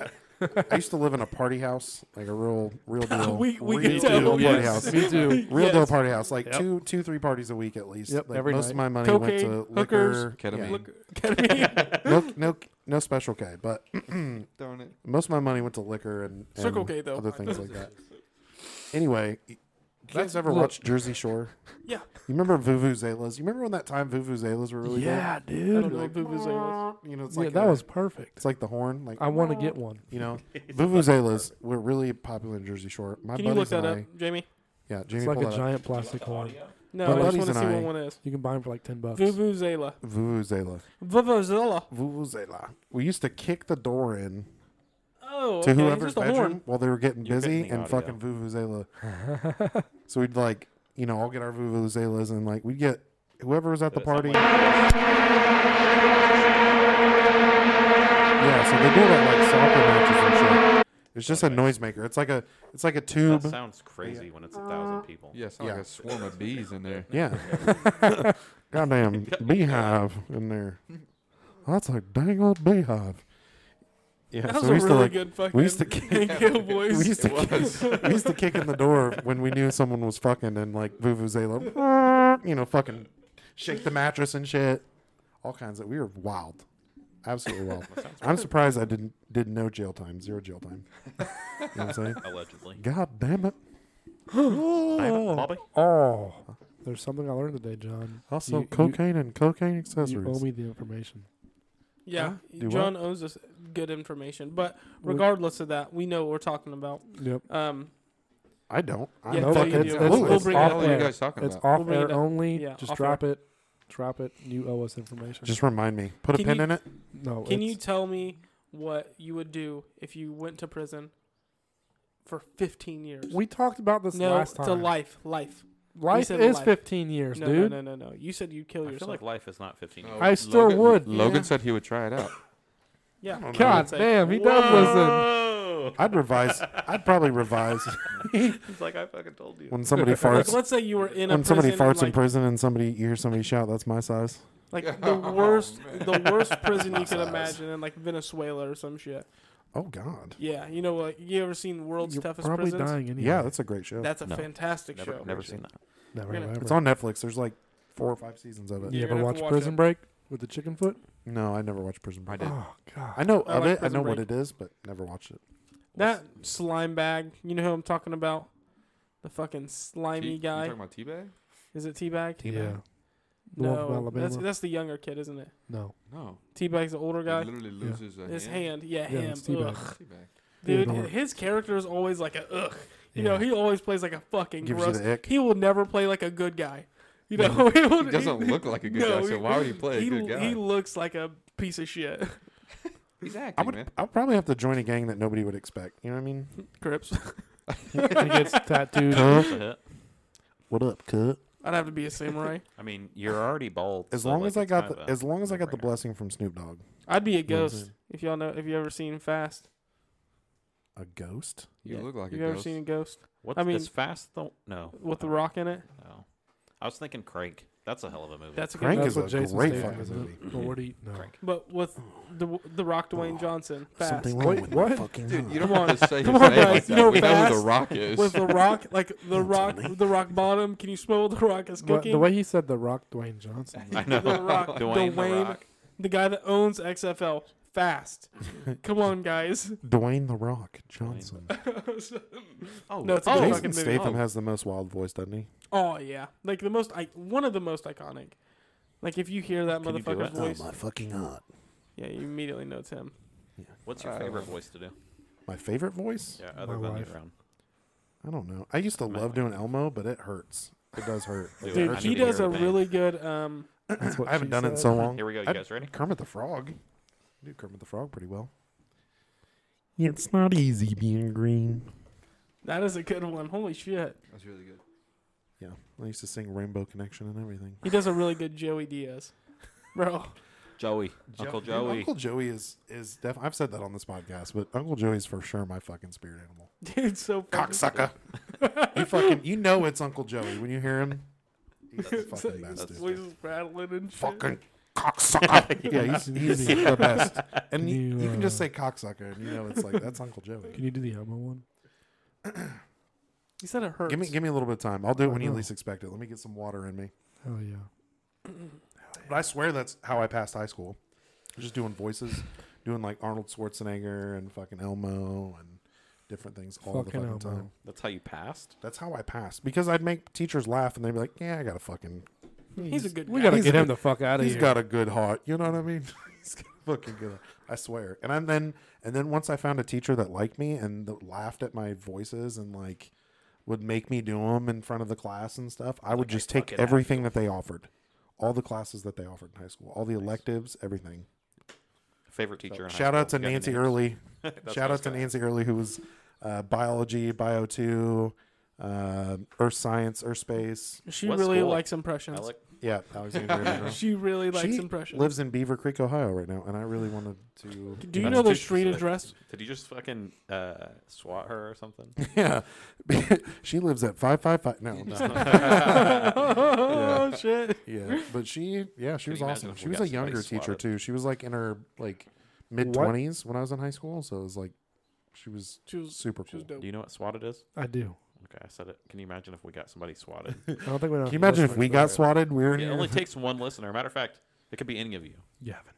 S1: I, I used to live in a party house, like a real,
S4: <laughs>
S1: real deal,
S3: <laughs> We- we
S1: real
S3: can tell. <laughs>
S1: deal party
S4: Yes,
S1: house,
S4: me too.
S1: real deal
S3: Yes.
S1: party house, like
S4: Yep.
S1: two, two, three parties a week at least.
S4: Yep,
S1: Like
S4: every
S1: most of
S4: night.
S1: my money
S3: Cocaine,
S1: went to
S3: hookers,
S1: liquor,
S5: Ketamine.
S1: yeah.
S3: <laughs> Look, Ketamine,
S1: no, no, no special K, but
S5: Darn it.
S1: most of my money went to liquor and, and
S3: Circle K, though.
S1: other things like
S4: <laughs>
S1: that. Anyway, you guys
S4: That's-
S1: ever
S4: look.
S1: watched Jersey Shore?
S3: Yeah.
S1: You remember Vuvuzelas? You remember when that time Vuvuzelas were really
S4: yeah,
S3: I
S4: dude.
S1: big?
S3: don't know
S1: Like,
S3: Vuvuzelas.
S1: You know, it's
S4: yeah,
S1: like
S4: that
S1: a-
S4: was perfect.
S1: <laughs> it's like the horn, like
S4: I want to get one.
S1: you
S4: <laughs>
S1: know, Vuvuzelas were really popular in Jersey Shore. My
S3: Can you
S1: buddies
S3: look that
S1: and
S3: up,
S1: I,
S3: Jamie?
S1: yeah, Jamie
S4: It's like
S1: pulled
S4: a
S1: that up.
S4: giant plastic horn.
S3: No,
S1: My
S3: I just
S1: buddies
S3: want to
S1: and
S3: see
S1: I-
S3: what one is.
S4: You can buy them for like ten bucks.
S3: Vuvuzela.
S1: Vuvuzela.
S3: Vuvuzela.
S1: Vuvuzela. We used to kick the door in
S3: Oh,
S1: to
S3: okay.
S1: whoever's
S3: just a
S1: bedroom
S3: horn.
S1: while they were getting
S2: You're
S1: busy
S2: getting the
S1: and
S2: audio.
S1: fucking Vuvuzela.
S2: <laughs>
S1: so we'd like, you know, all get our Vuvuzelas and like we'd get whoever was at the
S2: Does
S1: party.
S2: it sound like-
S1: Yeah, so they do it at like soccer matches and shit. It's just a noisemaker. It's like a it's like a
S2: that
S1: tube.
S2: sounds crazy when it's a thousand people.
S5: Yeah, sounds
S1: Yeah.
S5: like a swarm of bees in there.
S1: Yeah. <laughs>
S3: <laughs>
S1: Goddamn beehive in there. That's a dang old beehive. Yeah,
S3: That
S1: so
S3: was
S1: we
S3: a
S1: used
S3: really
S1: to like
S3: good fucking.
S1: we used to
S3: <laughs>
S1: kick, <laughs>
S3: Thank you, boys.
S1: we used to kick, <laughs> we used to kick in the door when we knew someone was fucking and like vuvuzela, you know, fucking shake the mattress and shit, all kinds of. We were wild, absolutely wild. I'm surprised I didn't did no jail time, zero jail time. You know what I'm saying?
S2: Allegedly.
S1: God damn it!
S2: Damn it, Bobby.
S4: Oh, there's something I learned today, John.
S1: Also,
S4: You- you-
S1: cocaine and cocaine
S4: You, owe
S1: accessories.
S4: me the information.
S3: <laughs> Yeah,
S1: Huh? Do what?
S3: John owes us good information. But
S4: We-
S3: regardless of that, we know what we're talking about.
S4: Yep.
S3: Um,
S1: I don't. I'm
S3: Yeah, no,
S1: fucking
S3: you do.
S1: clueless.
S3: We'll
S4: It's
S5: What
S3: bring
S5: the
S3: it
S5: hell
S3: up
S5: are you
S4: later.
S5: guys talking
S4: It's
S5: about?
S4: off
S3: We'll bring
S4: air
S3: it up.
S4: only.
S3: Yeah,
S4: Just
S3: off
S4: drop it. Drop it. You owe us information.
S1: Just remind me. Put a
S3: Can
S1: pin
S3: you-
S1: in it.
S4: no.
S3: can you
S4: it's-
S3: tell me what you would do if you went to prison for 15 years?
S4: we talked about this
S3: no,
S4: last time.
S3: to life, life.
S4: Life
S3: said
S4: is
S3: life.
S4: 15 years,
S3: No,
S4: dude.
S3: no, no, no, no. You said you'd kill
S2: I feel
S3: yourself.
S2: like life is not 15
S5: Oh.
S2: years.
S4: I still would.
S5: Logan
S1: Yeah.
S5: said he would try it out.
S3: yeah.
S1: don't know.
S4: God
S3: It's like,
S4: damn, he does listen.
S2: Whoa! <laughs>
S1: I'd revise. I'd probably
S3: <laughs>
S1: revise
S2: It's like I fucking told you.
S1: when somebody farts.
S3: Like, let's say you were in a
S1: when somebody
S3: prison and,
S1: farts in prison and somebody you hear somebody shout, "That's my size."
S3: like, like the
S5: Oh,
S3: worst, the worst prison you could
S1: Size.
S3: imagine in like Venezuela or some shit.
S1: Oh God.
S3: Yeah, you know, like you ever seen World's
S4: You're
S3: Toughest
S4: probably
S3: Prisons?
S4: dying anyway.
S1: Yeah, that's a great show.
S3: That's a
S2: No.
S3: fantastic
S2: Never,
S3: show.
S2: never seen that.
S4: never
S3: We're gonna-
S4: ever.
S1: It's on Netflix. There's like four or five seasons of it.
S4: You
S3: You're
S4: ever
S3: gonna have
S4: watch
S3: to watch
S4: Prison
S3: it.
S4: Break with the chicken foot?
S1: No, I never watched Prison
S5: I
S1: Break.
S5: did.
S4: Oh god.
S1: <gasps> I know
S3: I
S1: of it.
S3: like
S1: I
S3: Prison
S1: know what
S3: Break.
S1: it is, but never watched it.
S3: That slime bag, you know who I'm talking about? The fucking slimy
S5: Tea-
S3: guy.
S5: You talking about T-Bag?
S3: Is it Teabag?
S1: Teabag.
S4: Yeah. The one from
S3: No,
S4: Alabama?
S3: that's that's the younger kid, isn't it?
S4: No.
S5: No.
S3: Teabag's the older
S5: He
S3: guy.
S5: literally loses a
S3: His hand,
S5: hand.
S3: yeah,
S4: Yeah,
S3: him.
S4: it's Teabag.
S3: Ugh.
S5: T-Bag.
S3: Dude,
S4: Theodore.
S3: his character is always like a ugh. You
S4: Yeah.
S3: know, he always plays like a fucking
S1: Gives you
S3: gross.
S1: the ick.
S3: He will never play like a good guy. You know, <laughs> he, will-
S5: He doesn't look like a good
S3: no,
S5: guy, so why would he play
S3: he,
S5: a good guy?
S3: He looks like a piece of shit. <laughs>
S5: He's
S1: I
S5: acting,
S1: would.
S5: man.
S1: I'll probably have to join a gang that nobody would expect. You know what I mean?
S3: Crips.
S4: <laughs> he gets tattooed.
S2: That's a hit.
S1: What up, cut?
S3: I'd have to be a samurai.
S2: I mean, you're already bald.
S1: As
S2: so,
S1: long
S2: like,
S1: as I
S2: it's
S1: got
S2: kind
S1: the,
S2: of a
S1: as long as I got the
S2: no-brainer.
S1: blessing from Snoop Dogg,
S3: I'd be a
S1: You know what I'm
S3: ghost.
S1: saying?
S3: If y'all know, if you ever seen Fast,
S1: a ghost.
S5: You
S3: Yeah.
S5: look like a
S3: you ever
S5: ghost.
S3: seen a ghost
S2: What's
S3: I mean-
S2: is fast? The, no,
S3: with the
S2: no,
S3: rock in it?
S2: No, I was thinking Crank. That's a hell of a movie.
S3: That's a good.
S1: Crank
S3: one.
S1: is a great fucking
S4: isn't it?
S1: movie.
S4: Lord eat no.
S2: Crank.
S3: But with the the Rock Dwayne Johnson, Fast.
S1: Oh. Something wrong
S4: Wait,
S1: with my
S4: what?
S1: fucking
S5: Dude, you
S1: mind.
S5: don't
S3: Come
S5: want to say his
S3: Come
S5: name
S3: on, guys.
S5: like that.
S3: You know
S5: we know who the
S3: Fast
S5: Rock is.
S3: with the
S1: <laughs>
S3: rock, like the rock,
S1: Tony.
S3: the rock bottom. Can you smell what the rock is
S4: What,
S3: cooking?
S4: the way he said the Rock Dwayne Johnson.
S2: <laughs> I know.
S3: The Rock,
S2: Dwayne,
S3: Dwayne.
S2: The Rock.
S3: the guy that owns XFL,
S1: <laughs>
S3: fast. Come on, guys.
S1: Dwayne the Rock
S2: <laughs>
S1: Johnson.
S2: Oh,
S3: No, it's a
S2: oh,
S3: good
S1: Jason
S3: fucking movie.
S1: Statham has the most wild voice, doesn't he?
S3: oh yeah, like the most, I, one of the most iconic. Like if you hear that
S2: Can you do
S1: Oh,
S3: motherfucker's
S2: it?
S3: voice,
S1: fucking heart.
S3: yeah, you immediately know it's him.
S2: What's your
S5: Uh,
S2: favorite voice to do?
S1: My favorite voice?
S2: Yeah, other
S4: my
S2: than
S4: wife.
S2: your own.
S1: I don't know. I used to
S2: My
S1: love
S2: wife.
S1: doing Elmo, but it hurts. It does
S2: <laughs>
S1: hurt.
S2: Dude,
S1: It
S3: Dude,
S1: hurts.
S2: I need
S3: he
S2: to
S3: does
S2: hear
S3: a
S2: a bang.
S3: really good. Um,
S4: That's what
S1: I haven't
S4: she
S1: done it in
S4: said.
S1: so long.
S2: Here we go. You
S1: I-
S2: guys ready?
S1: Kermit the Frog. I do Kermit the Frog pretty well. It's not easy being green.
S3: that is a good one. Holy shit,
S5: That's really good.
S1: Yeah, I used to sing Rainbow Connection and everything.
S3: he does a really good Joey Diaz, bro. <laughs>
S2: Joey, Uncle
S1: Dude,
S2: Joey.
S1: Uncle Joey is is def- I've said that on this podcast, but Uncle Joey is for sure my fucking spirit animal.
S3: Dude, so fucking-
S1: <laughs> Cocksucker. you fucking you know it's Uncle Joey when you hear him. He's <laughs> a
S3: <laughs>
S1: fucking
S3: His
S1: bastard.
S3: voice is rattling and shit.
S1: <laughs> fucking cocksucker. <laughs> yeah, he's, he's the best. And you,
S4: You,
S1: you can just
S4: uh,
S1: say cocksucker, and you know it's like that's Uncle <laughs> Joey.
S4: Can you do the Elmo one?
S3: He said it hurts.
S1: Give me give me a little bit of time. I'll do it
S4: I
S1: when you
S4: know.
S1: least expect it. Let me get some water in me.
S4: Hell yeah.
S1: But I swear that's how I passed high school. Just doing voices, doing like Arnold Schwarzenegger and fucking Elmo and different things all
S4: Fucking
S1: the fucking
S4: Elmo.
S1: time.
S2: That's how you passed.
S1: That's how I passed because I'd make teachers laugh and they'd be like, "Yeah, I got a fucking,
S3: He's a good
S4: We
S3: guy.
S4: gotta
S1: He's
S4: get
S1: a
S4: him the fuck out of
S1: he's
S4: here.
S1: got a good heart." You know what I mean? <laughs> he's got a fucking good. heart. I swear. And I- then and then once I found a teacher that liked me and that laughed at my voices and like would make me do them in front of the class and stuff, I would
S2: Like, I
S1: just take
S2: fucking have
S1: everything that they offered, all the classes that they offered in high school, all the electives, everything.
S2: Favorite teacher. in high
S1: Shout out to
S2: school. Got any
S1: Nancy
S2: names?
S1: Early.
S2: That's
S1: Shout
S2: what I
S1: out
S2: was
S1: to
S2: gonna ask.
S1: Nancy Early, who was uh, biology, bio two, uh, earth science, earth space.
S3: She
S2: What
S3: really
S2: school?
S3: likes impressions.
S2: I like
S1: Yeah, Alexandria. Monroe.
S3: She really likes
S1: She
S3: impressions.
S1: Lives in Beaver Creek, Ohio, right now, and I really wanted
S3: <laughs>
S1: to.
S3: Do you
S2: That's
S3: know the
S2: too <laughs>
S3: street
S2: specific.
S3: address?
S2: Did you just fucking uh, swat her or
S3: <laughs>
S2: something? <laughs>
S1: Yeah, <laughs> she lives at five five five. No,
S3: <laughs>
S1: no.
S3: oh shit!
S1: yeah, but she, yeah, she
S2: Can
S1: was
S2: you imagine
S1: awesome.
S2: if
S1: She
S2: we
S1: was
S2: got
S1: a younger
S2: somebody
S1: teacher
S2: swatted?
S1: too. She was like in her like mid twenties when I was in high school, so it was like she was
S3: She was,
S1: super
S3: she
S1: cool.
S3: was dope.
S2: Do you know what swatted is?
S4: I do.
S2: Okay, I said it. Can you imagine if we got somebody swatted?
S4: I don't think we know.
S1: Can you imagine if we got swatted? We were in
S2: it
S1: here. <laughs>
S2: only takes one listener. Matter of fact, it could be any of you.
S4: You haven't.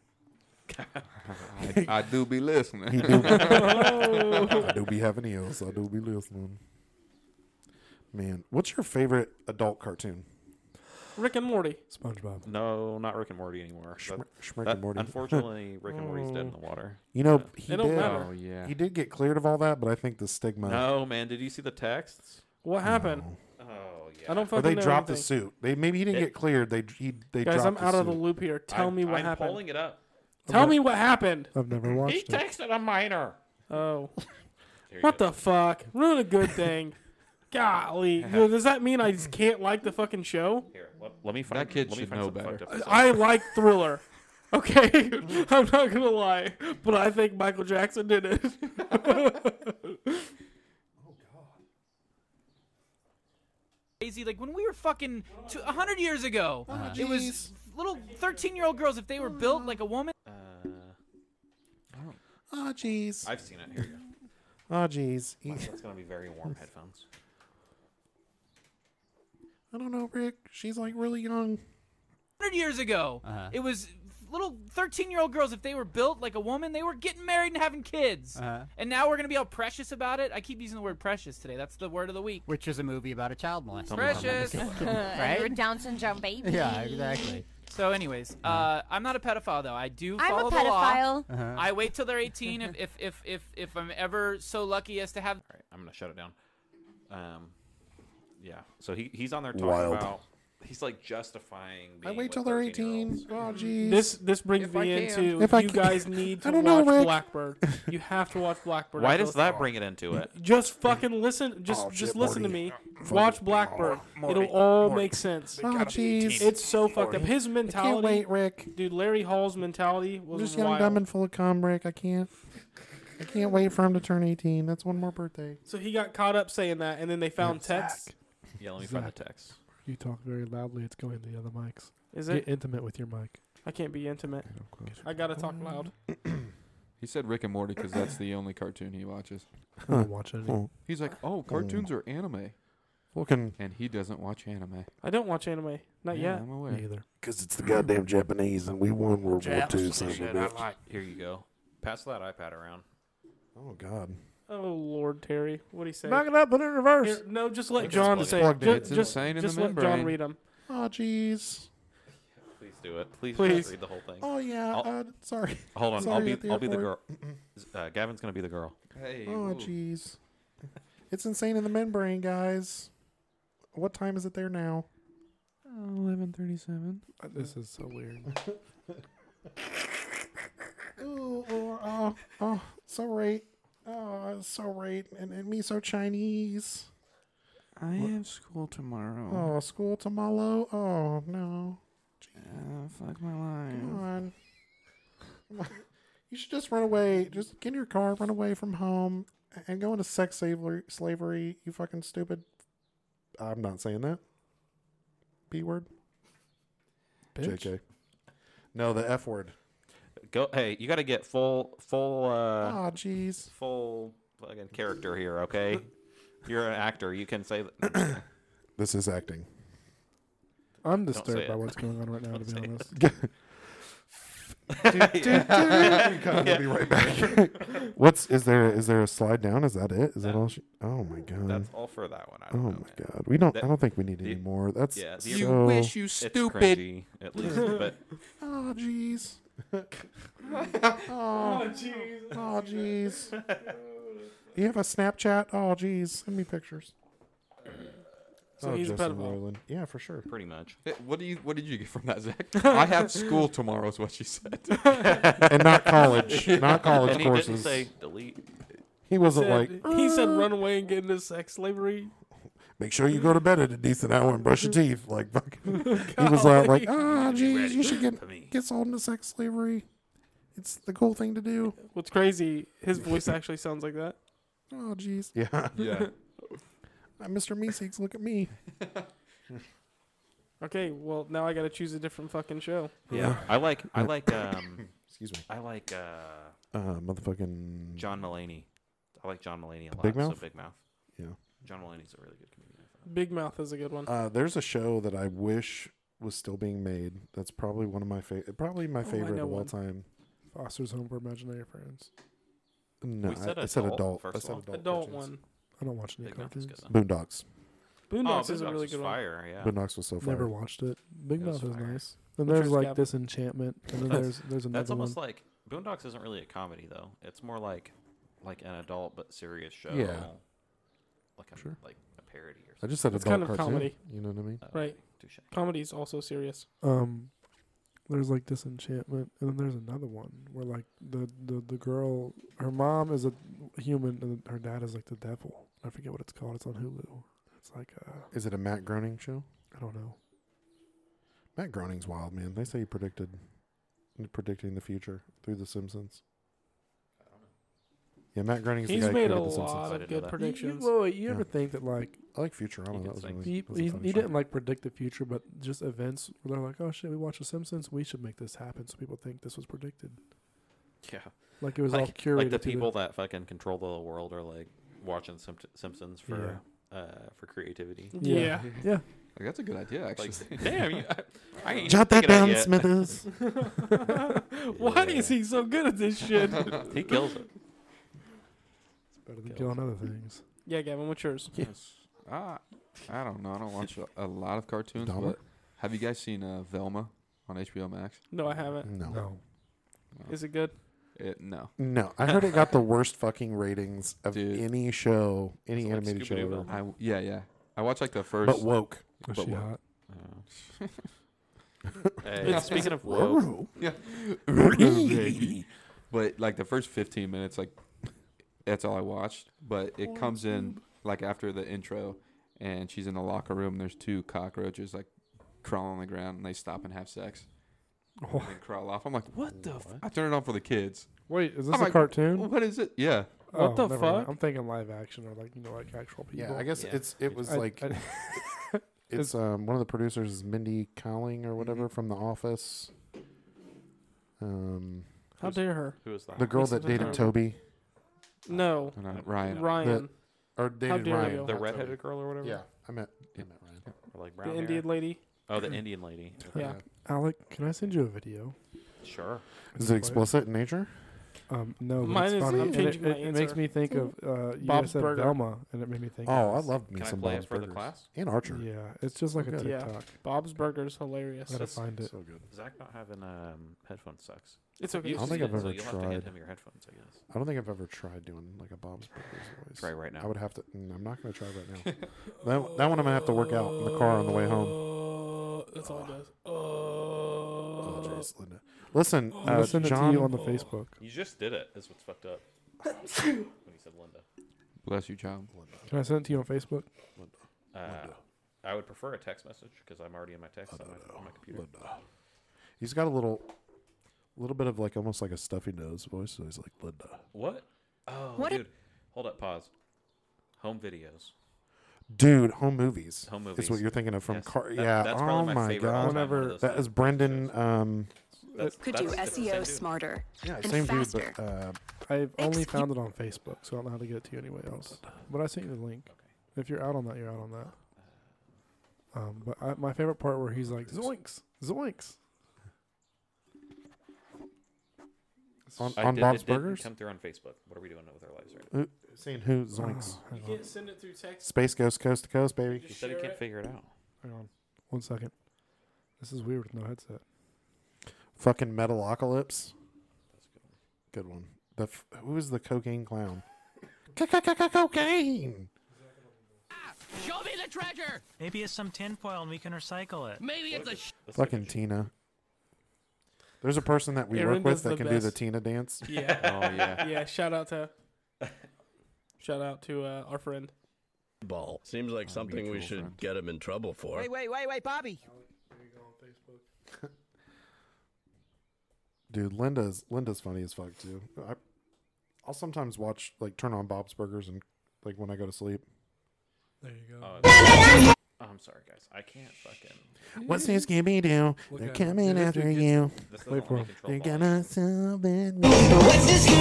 S5: I, I do be listening.
S1: He do-
S3: Oh.
S1: I do be having ears. I do be listening. Man, what's your favorite adult cartoon?
S3: Rick and Morty.
S4: SpongeBob.
S2: No, not Rick and Morty anymore.
S1: Schmick,
S2: That-
S1: Schmick
S2: that-
S1: and Morty.
S2: Uh, Unfortunately, Rick and Morty's dead in the water.
S1: You know he
S3: It don't
S1: did.
S3: matter.
S5: oh yeah.
S1: He did get cleared of all that, but I think the stigma.
S2: No, man. Did you see the texts?
S3: What happened?
S1: No.
S2: Oh yeah.
S3: I don't
S1: Or
S3: fucking
S1: they
S3: know.
S1: dropped the
S3: anything.
S1: suit. They maybe he didn't
S2: It-
S1: get cleared. They he, they
S3: Guys, I'm
S1: dropped
S3: out
S1: the
S3: of the
S1: suit.
S3: loop here. Tell
S2: I'm-
S3: me what
S2: I'm
S3: happened.
S2: pulling it up.
S3: Tell me what happened.
S4: I've
S2: <clears throat>
S4: never
S2: He
S4: watched it.
S2: texted a minor.
S3: Oh,
S2: Here you
S3: what
S2: go.
S3: the fuck? Ruin a
S2: <laughs>
S3: good thing. Golly, Dude, does that mean I just can't like the fucking show?
S2: Here, let, let me find.
S5: kid
S2: let me
S5: should
S2: find
S5: know
S2: some
S5: better.
S2: fucked up stuff.
S3: I like
S2: <laughs>
S3: Thriller. Okay, <laughs> I'm not gonna lie, but I think Michael Jackson did it. <laughs>
S6: crazy. Like when we were fucking two, 100 years ago, it was little 13 year old girls, if they were built like a woman.
S2: Uh,
S1: Oh jeez.
S2: I've seen it. Here you go.
S1: Oh jeez. He-
S2: Wow, That's gonna be very warm headphones.
S1: I don't know, Rick. She's like really young.
S6: 100 years ago, it was little 13 year old girls, if they were built like a woman, they were getting married and having kids.
S7: Uh,
S6: And now we're going to be all precious about it. I keep using the word precious today. That's the word of the week.
S7: which is a movie about a child molester.
S6: Precious.
S8: right? Your Down syndrome
S9: <laughs>
S8: baby.
S7: yeah, exactly.
S6: <laughs> So, anyways, uh, I'm not a pedophile, though. I do
S8: I'm
S6: follow
S8: a
S6: the law.
S8: pedophile.
S7: Uh-huh.
S6: I wait till they're 18 if, if, if, if, if I'm ever so lucky as to have
S2: All right, I'm gonna shut it down. Um, yeah. So he, he's on there talking
S1: Wild.
S2: about he's like justifying.
S1: I
S2: Being
S1: wait
S2: with
S1: till they're
S2: 13-year-olds.
S1: 18. Oh, geez.
S3: Mm-hmm. This this brings
S1: If I
S3: me
S1: can.
S3: into
S1: If I
S3: you
S1: can.
S3: guys need
S1: <laughs>
S3: to
S1: I don't know,
S3: watch
S1: Rick.
S3: Blackbird. You have to watch Blackbird.
S2: Why
S3: after
S2: does
S3: this.
S2: that bring it into it?
S3: Just fucking listen. Just
S1: Oh, shit,
S3: just listen to
S1: Morty.
S3: me. Watch Blackbird. It'll all
S10: Morty.
S3: make sense.
S1: oh, geez.
S3: It's so fucked up. His
S1: I can't
S3: mentality,
S1: wait, Rick.
S3: dude. Larry Hall's mentality
S1: I'm
S3: was
S1: just young,
S3: wild.
S1: dumb, and full of cum, Rick. I can't. I can't wait for him to turn 18. That's one more birthday.
S3: So he got caught up saying that, and then they found text.
S2: Yeah, let me find the text.
S4: You talk very loudly. It's going to the other mics.
S3: Is
S4: Get
S3: it?
S4: intimate with your mic.
S3: I can't be intimate. I gotta talk loud.
S5: He said Rick and Morty because that's the only cartoon he watches.
S4: I don't watch it.
S1: Oh,
S5: He's like, oh, cartoons are anime,
S1: looking.
S5: and he doesn't watch anime.
S3: I don't watch anime. Not
S5: yeah,
S3: yet.
S5: I'm aware.
S4: Me either.
S1: Because it's the goddamn Japanese, and we won World
S2: Here you go. Pass that iPad around.
S1: Oh, God.
S3: Oh Lord, Terry, what do you say?
S4: Knock it up. Put it in reverse.
S3: Here, no, just let
S2: It's
S3: John
S2: plugged
S3: say.
S1: in.
S3: it.
S1: Plugged in.
S3: Ju-
S5: It's
S3: Just,
S5: insane in the
S3: just let John
S5: membrane.
S3: read them.
S1: Oh, jeez.
S2: Please do it. Please,
S3: Please.
S2: Just read the whole thing.
S1: Oh, yeah.
S2: I'll-
S1: Uh, sorry.
S2: Hold on.
S1: Sorry,
S2: I'll
S1: at
S2: be.
S1: the
S2: I'll be the girl.
S1: airport.
S2: Uh, Gavin's gonna be the girl.
S5: Hey,
S1: Oh, jeez. It's insane in the membrane, guys. What time is it there now?
S5: eleven thirty-seven.
S4: This is so <laughs> weird.
S1: Ooh, oh, oh, oh, so right. Oh, so right. And, and me so Chinese.
S5: I have school tomorrow.
S1: Oh, school tomorrow. Oh, no.
S5: Ah, fuck my
S1: Come
S5: life.
S1: on. Come on. You should just run away. Just get in your car, run away from home, and go into sex slavery. slavery you fucking stupid. I'm not saying that. B word?
S4: Bitch.
S1: JK. No, the F word.
S2: Go. Hey, you got to get full, full, uh,
S1: Ah, jeez.
S2: full fucking character here. Okay, you're an actor. You can say.
S1: <coughs>
S2: That. no, I'm
S1: This is <laughs> acting.
S4: I'm
S2: say
S4: disturbed by
S2: it.
S4: what's going on right now, to
S2: say
S4: be
S2: it.
S4: honest.
S2: just kidding.
S1: <laughs>
S2: Yeah.
S1: We'll be right back. <laughs> What's is there? Is there a slide down? Is that it? Is that all? She, oh my god.
S2: That's all for that one. I
S1: oh
S2: don't
S1: my
S2: know, man.
S1: god. We don't.
S2: That-
S1: I don't think we need
S2: the-
S1: any more. That's
S2: yeah, the-
S1: so.
S2: You
S1: <laughs>
S5: you
S2: It's cringy, at least. But
S1: Oh jeez. oh jeez. Oh jeez.
S2: <laughs>
S1: You have a Snapchat? Oh jeez. Send me pictures. Oh,
S3: So he's a
S1: Justin
S3: pedophile.
S1: Roiland. Yeah, for sure.
S2: pretty much.
S5: What do you? What did you get from that,
S2: <laughs>
S5: Zach? I have school tomorrow. Is what she said.
S1: And not college.
S2: <laughs>
S1: Not college
S2: and he
S1: courses.
S2: didn't say delete.
S1: he wasn't like.
S3: Said- he said, "Run away and get into sex slavery."
S1: make sure you go to bed at a decent hour and brush your
S3: Mm-hmm.
S1: teeth. Like fucking,
S3: <laughs>
S1: he was like, like ah, geez, you should
S2: for me.
S1: get get sold into sex slavery. It's the cool thing to
S3: <laughs>
S1: do.
S3: What's crazy? His voice actually sounds like that.
S1: Oh, geez. Yeah,
S5: yeah.
S1: Uh, Mr. Meeseeks, look at me.
S3: Okay, well now I gotta choose a different fucking show.
S2: Yeah, I like. I like. Um,
S1: Excuse me.
S2: I like uh,
S1: Uh, motherfucking.
S2: John Mulaney. I like John Mulaney a lot.
S1: Big
S2: so
S1: Mouth?
S2: Big Mouth.
S1: Yeah.
S2: John Mulaney's a really good comedian. I found.
S3: Big Mouth is a good one.
S1: Uh, there's a show that I wish was still being made. That's probably one of my favorite. Probably my favorite
S3: Oh, know
S1: of all
S3: one.
S1: time.
S4: Foster's Home for Imaginary Friends.
S1: No,
S2: We said
S1: I, I said
S2: adult,
S1: adult.
S2: first
S1: I
S2: of
S1: said
S2: all.
S1: adult.
S3: Adult
S1: cartoons.
S3: one.
S4: I don't watch any
S2: Big Mouth is
S4: cartoons.
S2: good. Though.
S1: Boondocks.
S3: Boondocks
S2: oh,
S3: is a
S2: Boondocks
S3: really
S2: is
S3: good one.
S2: fire. Yeah.
S1: Boondocks was so fun.
S4: Never watched it. Big
S2: It
S4: Mouth
S2: was
S4: is
S2: fire.
S4: nice. And
S3: Which
S4: there's
S3: one's
S4: like
S3: Gavin?
S4: Disenchantment. And then there's there's another
S2: That's almost
S4: one.
S2: like Boondocks isn't really a comedy though. It's more like like an adult but serious show.
S1: Yeah.
S2: Like a,
S1: Sure.
S2: like a parody or
S1: I
S2: something.
S1: just said
S3: It's
S1: adult
S3: kind of
S1: cartoon.
S3: comedy.
S1: You know what I mean?
S2: Uh,
S3: Right.
S2: touche.
S3: Comedy's also serious.
S4: um there's like disenchantment and then there's another one where like the the, the girl her mom is a human and her dad is like the devil i forget what it's called it's on hulu it's like uh
S1: Is it a Matt Groening show?
S4: i don't know
S1: Matt Groening's wild, man. They say he predicted predicting the future through The Simpsons. Yeah, Matt Groening's
S3: He's
S1: the guy who
S3: made a
S1: created The Simpsons.
S3: lot
S2: I
S3: of
S2: didn't
S3: good
S2: know that.
S4: you,
S3: predictions.
S4: well, you ever
S1: Yeah.
S4: think that like
S1: I like Futurama.
S2: He
S1: That
S2: did
S1: was
S2: things.
S1: really
S4: he,
S1: that was a
S4: he,
S1: funny
S4: he
S1: show.
S4: didn't like predict the future but just events where they're like oh shit we watched the simpsons we should make this happen so people think this was predicted
S2: Yeah.
S4: like it was all
S2: Like,
S4: curated
S2: like the
S4: to the-
S2: people that fucking control the world are like watching Simp- Simpsons for uh for creativity.
S4: yeah.
S3: yeah.
S4: yeah
S5: Like, that's a good idea, actually. <laughs>
S2: Like, <laughs> damn, you, I, I ain't
S1: Jot that
S2: thinking of
S1: down,
S2: it yet.
S1: Smithers.
S4: <laughs>
S3: <laughs> Why is he so good at this shit?
S2: He kills it.
S4: Better than killing other things.
S3: yeah, Gavin, what's yours?
S5: yes. Ah, I don't know. I don't watch a, a lot of cartoons.
S1: Dollar?
S5: But have you guys seen uh, Velma on HBO Max?
S3: No, I haven't.
S1: No.
S3: Is it good?
S5: It, no.
S1: No. I heard it got the worst fucking ratings of
S5: Dude.
S1: any show, any
S2: It's like
S1: animated show.
S2: Scooby-Doo.
S1: ever.
S5: I w- yeah yeah. I watched like the first.
S1: But woke.
S4: Was
S5: But
S4: she
S5: what?
S2: <laughs>
S4: hot?
S2: Hey, speaking of woke,
S1: Whoa.
S5: <laughs> but like the first 15 minutes like that's all i watched but it comes in like after the intro and she's in the locker room and there's two cockroaches like crawling on the ground and they stop and have sex
S4: Oh,
S5: and crawl off i'm like what the f-? i turn it on for the kids
S4: Wait, is this
S5: I'm
S4: a
S5: like,
S4: cartoon?
S5: what is it yeah
S3: What the
S4: Oh, never mind.
S3: fuck?
S4: I'm thinking live action or like you know like actual people.
S1: Yeah, I guess
S2: Yeah.
S1: it's it was
S4: I-
S1: like
S4: I- <laughs>
S1: it's um one of the producers is Mindy Cowling or whatever from The Office. Um,
S3: How dare her?
S2: who is that?
S1: the girl that
S3: Listen to
S1: dated
S3: her.
S1: Toby
S3: No,
S5: and I, ryan
S3: Ryan,
S1: or dated
S3: dare
S1: Ryan.
S3: you.
S2: the
S1: not
S2: redheaded
S1: Toby.
S2: girl or whatever.
S1: Yeah, I met I met Ryan.
S2: Or like
S3: the
S2: brown hair.
S3: Indian lady.
S2: Oh, the Indian
S3: <laughs>
S2: lady. Okay.
S3: Yeah.
S4: Alec, can I send you a video?
S2: Sure.
S1: Is it explicit in nature?
S4: Um, no, but
S3: Mine
S4: it's
S3: is-
S4: funny.
S3: I'm
S4: and
S3: changing
S4: it,
S3: my
S4: it, makes
S3: answer.
S4: me think of uh, you
S3: Bob's
S4: guys said
S3: Burger.
S4: Velma, and it made me think.
S1: Oh,
S4: of
S1: I
S4: this.
S1: love me
S2: Can I
S1: some
S2: play
S1: Bob's
S2: it for the
S1: Burgers.
S2: class?
S1: and Archer.
S4: Yeah, it's just like a
S1: Good.
S3: Yeah.
S4: TikTok.
S3: Bob's Burgers hilarious.
S4: Gotta find it.
S1: So good.
S2: Zach not having um headphones sucks.
S3: It's okay.
S2: You
S1: I don't think
S2: see
S1: I've
S2: it, so
S1: ever
S2: you'll have to hand
S1: tried.
S2: him your headphones, I guess.
S1: I don't think I've ever tried doing like a Bob's Burgers voice.
S2: Try right now.
S1: I would have to. mm, I'm not going to try right now.
S2: <laughs>
S1: that, that one I'm going to have to work out in the car on the way home.
S3: Uh, That's all it Uh, does.
S2: <laughs>
S1: Oh, jeez, Linda. Listen,
S4: I'm gonna
S1: uh,
S4: send it
S1: John.
S4: to you on
S3: Oh.
S4: the Facebook.
S2: You just did it. That's what's fucked
S3: <laughs>
S2: up. when he said Linda.
S5: bless you child
S2: Oh,
S4: Can I send it to you on Facebook?
S2: Uh, I would prefer a text message because I'm already in my text on my, on my computer.
S1: he's got a little, little bit of like almost like a stuffy nose voice. So he's like Linda.
S2: What? Oh,
S8: What a-
S2: dude. Hold up. Pause. Home videos.
S1: Dude, home movies.
S2: Home
S1: Is what
S2: movies.
S1: you're thinking of from
S2: Yes.
S1: car.
S2: That-
S1: yeah.
S2: That's
S1: oh
S2: probably my,
S1: my
S2: favorite.
S1: god.
S2: all-time one of those
S1: That
S2: things.
S1: is Brendan. Um,
S2: That's-
S10: Could
S2: that's
S10: do
S2: the
S8: E
S2: same
S10: SEO
S2: dude.
S10: smarter
S1: yeah,
S10: and
S1: same dude,
S10: faster.
S1: but uh,
S4: I've only
S10: Excuse-
S4: found it on Facebook, so I don't know how to get it to you anyway else. But I sent you the link. If you're out on that, you're out on that. Um, but I, my favorite part where he's like zoinks, zoinks.
S1: uh, on,
S2: I
S1: on
S2: did-
S1: Bob's
S2: it didn't
S1: Burgers.
S2: Come through on Facebook. What are we doing with our lives right now?
S1: Who- Seeing who zoinks.
S4: Oh, hang,
S3: You
S4: on,
S3: can't send it through text.
S1: Space goes coast to coast, baby.
S2: He said he can't figure it out.
S4: hang on, one second. This is weird with no headset.
S1: Fucking Metalocalypse. Good one. The f- who is the cocaine clown? Cocaine.
S9: Show me the treasure! Maybe it's some tinfoil and we can recycle it. Maybe it's a sh-
S2: Let's look
S1: Fucking
S2: at
S1: Tina. There's a person that we
S3: Aaron
S1: work with
S3: does
S1: that
S3: the
S1: can do the
S3: best.
S1: Tina dance.
S3: Yeah.
S5: oh <laughs> yeah
S3: yeah. Shout out to. Shout out to uh, our friend.
S9: ball. Seems like something we should get him in trouble for.
S10: Wait, wait, wait, wait, Bobby.
S1: Dude, Linda's Linda's funny as fuck too. I, I'll sometimes watch like turn on Bob's Burgers and like when I go to sleep.
S4: There you go.
S2: you. Oh, I'm sorry, guys. I can't fucking.
S1: What's this Scooby Doo? They're coming after you.
S2: This doesn't let me control
S1: They're
S2: volume.
S1: gonna solve it.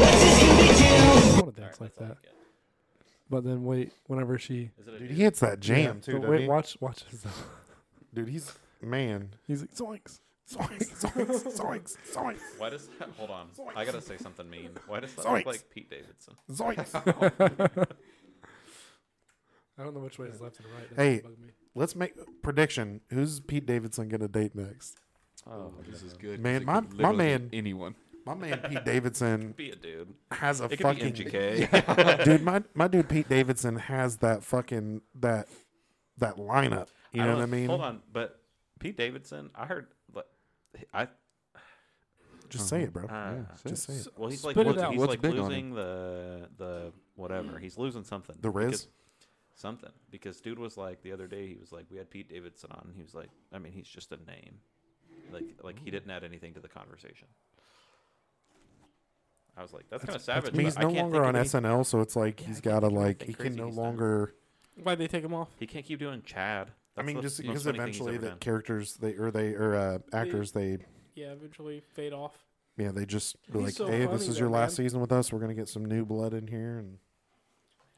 S4: I want to dance like that. But then wait, whenever she
S2: Is it a
S1: Dude,
S2: dude?
S1: he hits that jam
S4: Yeah,
S1: too.
S4: but
S1: doesn't
S4: wait,
S1: he?
S4: watch, watch this. Though.
S1: Dude, he's man.
S4: He's like zoinks.
S1: Zoinks, zoinks, <laughs> zoinks, zoinks,
S2: Why does <laughs> that? Hold on. I gotta say something mean. Why does that
S1: Zoinks.
S2: look like Pete Davidson?
S1: zoinks.
S4: I don't know which way is left and right.
S1: Hey. bugged Let's make prediction. Who's Pete Davidson gonna date next?
S2: Oh,
S5: this is good
S1: Man,
S5: 'cause it
S1: my-
S5: could
S1: my
S5: literally be
S1: man-
S5: anyone
S1: My man Pete Davidson
S2: be a dude.
S1: has a
S2: It could
S1: fucking
S2: be
S1: <laughs>
S2: MGK.
S1: dude. My my dude Pete Davidson has that fucking that that lineup. You
S2: I
S1: know
S2: don't
S1: what I mean?
S2: Hold on, but Pete Davidson, I heard. Like, I
S1: Just say it, bro.
S2: uh,
S5: Yeah,
S1: Just say it.
S2: well, he's like
S3: Spit it
S2: what's,
S3: out.
S2: he's
S5: What's
S2: like
S5: big on
S2: losing the the whatever. He's losing something.
S1: The Riz?
S2: because- Something because dude was like the other day he was like we had Pete Davidson on and he was like I mean he's just a name, like like he didn't add anything to the conversation. I was like that's, kind of savage.
S1: I mean, he's
S2: but I
S1: no
S2: can't
S1: longer
S2: think
S1: on
S2: of any-
S1: SNL, so it's like he's
S2: I
S1: got to
S2: can't think of
S1: like
S2: anything
S1: he can
S2: crazy
S1: no
S2: he's done.
S1: longer.
S3: Why'd they take him off?
S2: He can't keep doing Chad.
S1: I
S2: That's
S1: mean,
S2: the
S1: just
S2: most
S1: because
S2: funny thing he's
S1: eventually
S2: ever
S1: the
S2: done.
S1: characters they or they or uh, actors they
S3: Yeah, eventually fade off.
S1: yeah they just be
S3: He's
S1: like,
S3: so
S1: hey,
S3: funny
S1: this is
S3: though,
S1: your last
S3: man.
S1: season with us. We're gonna get some new blood in here, and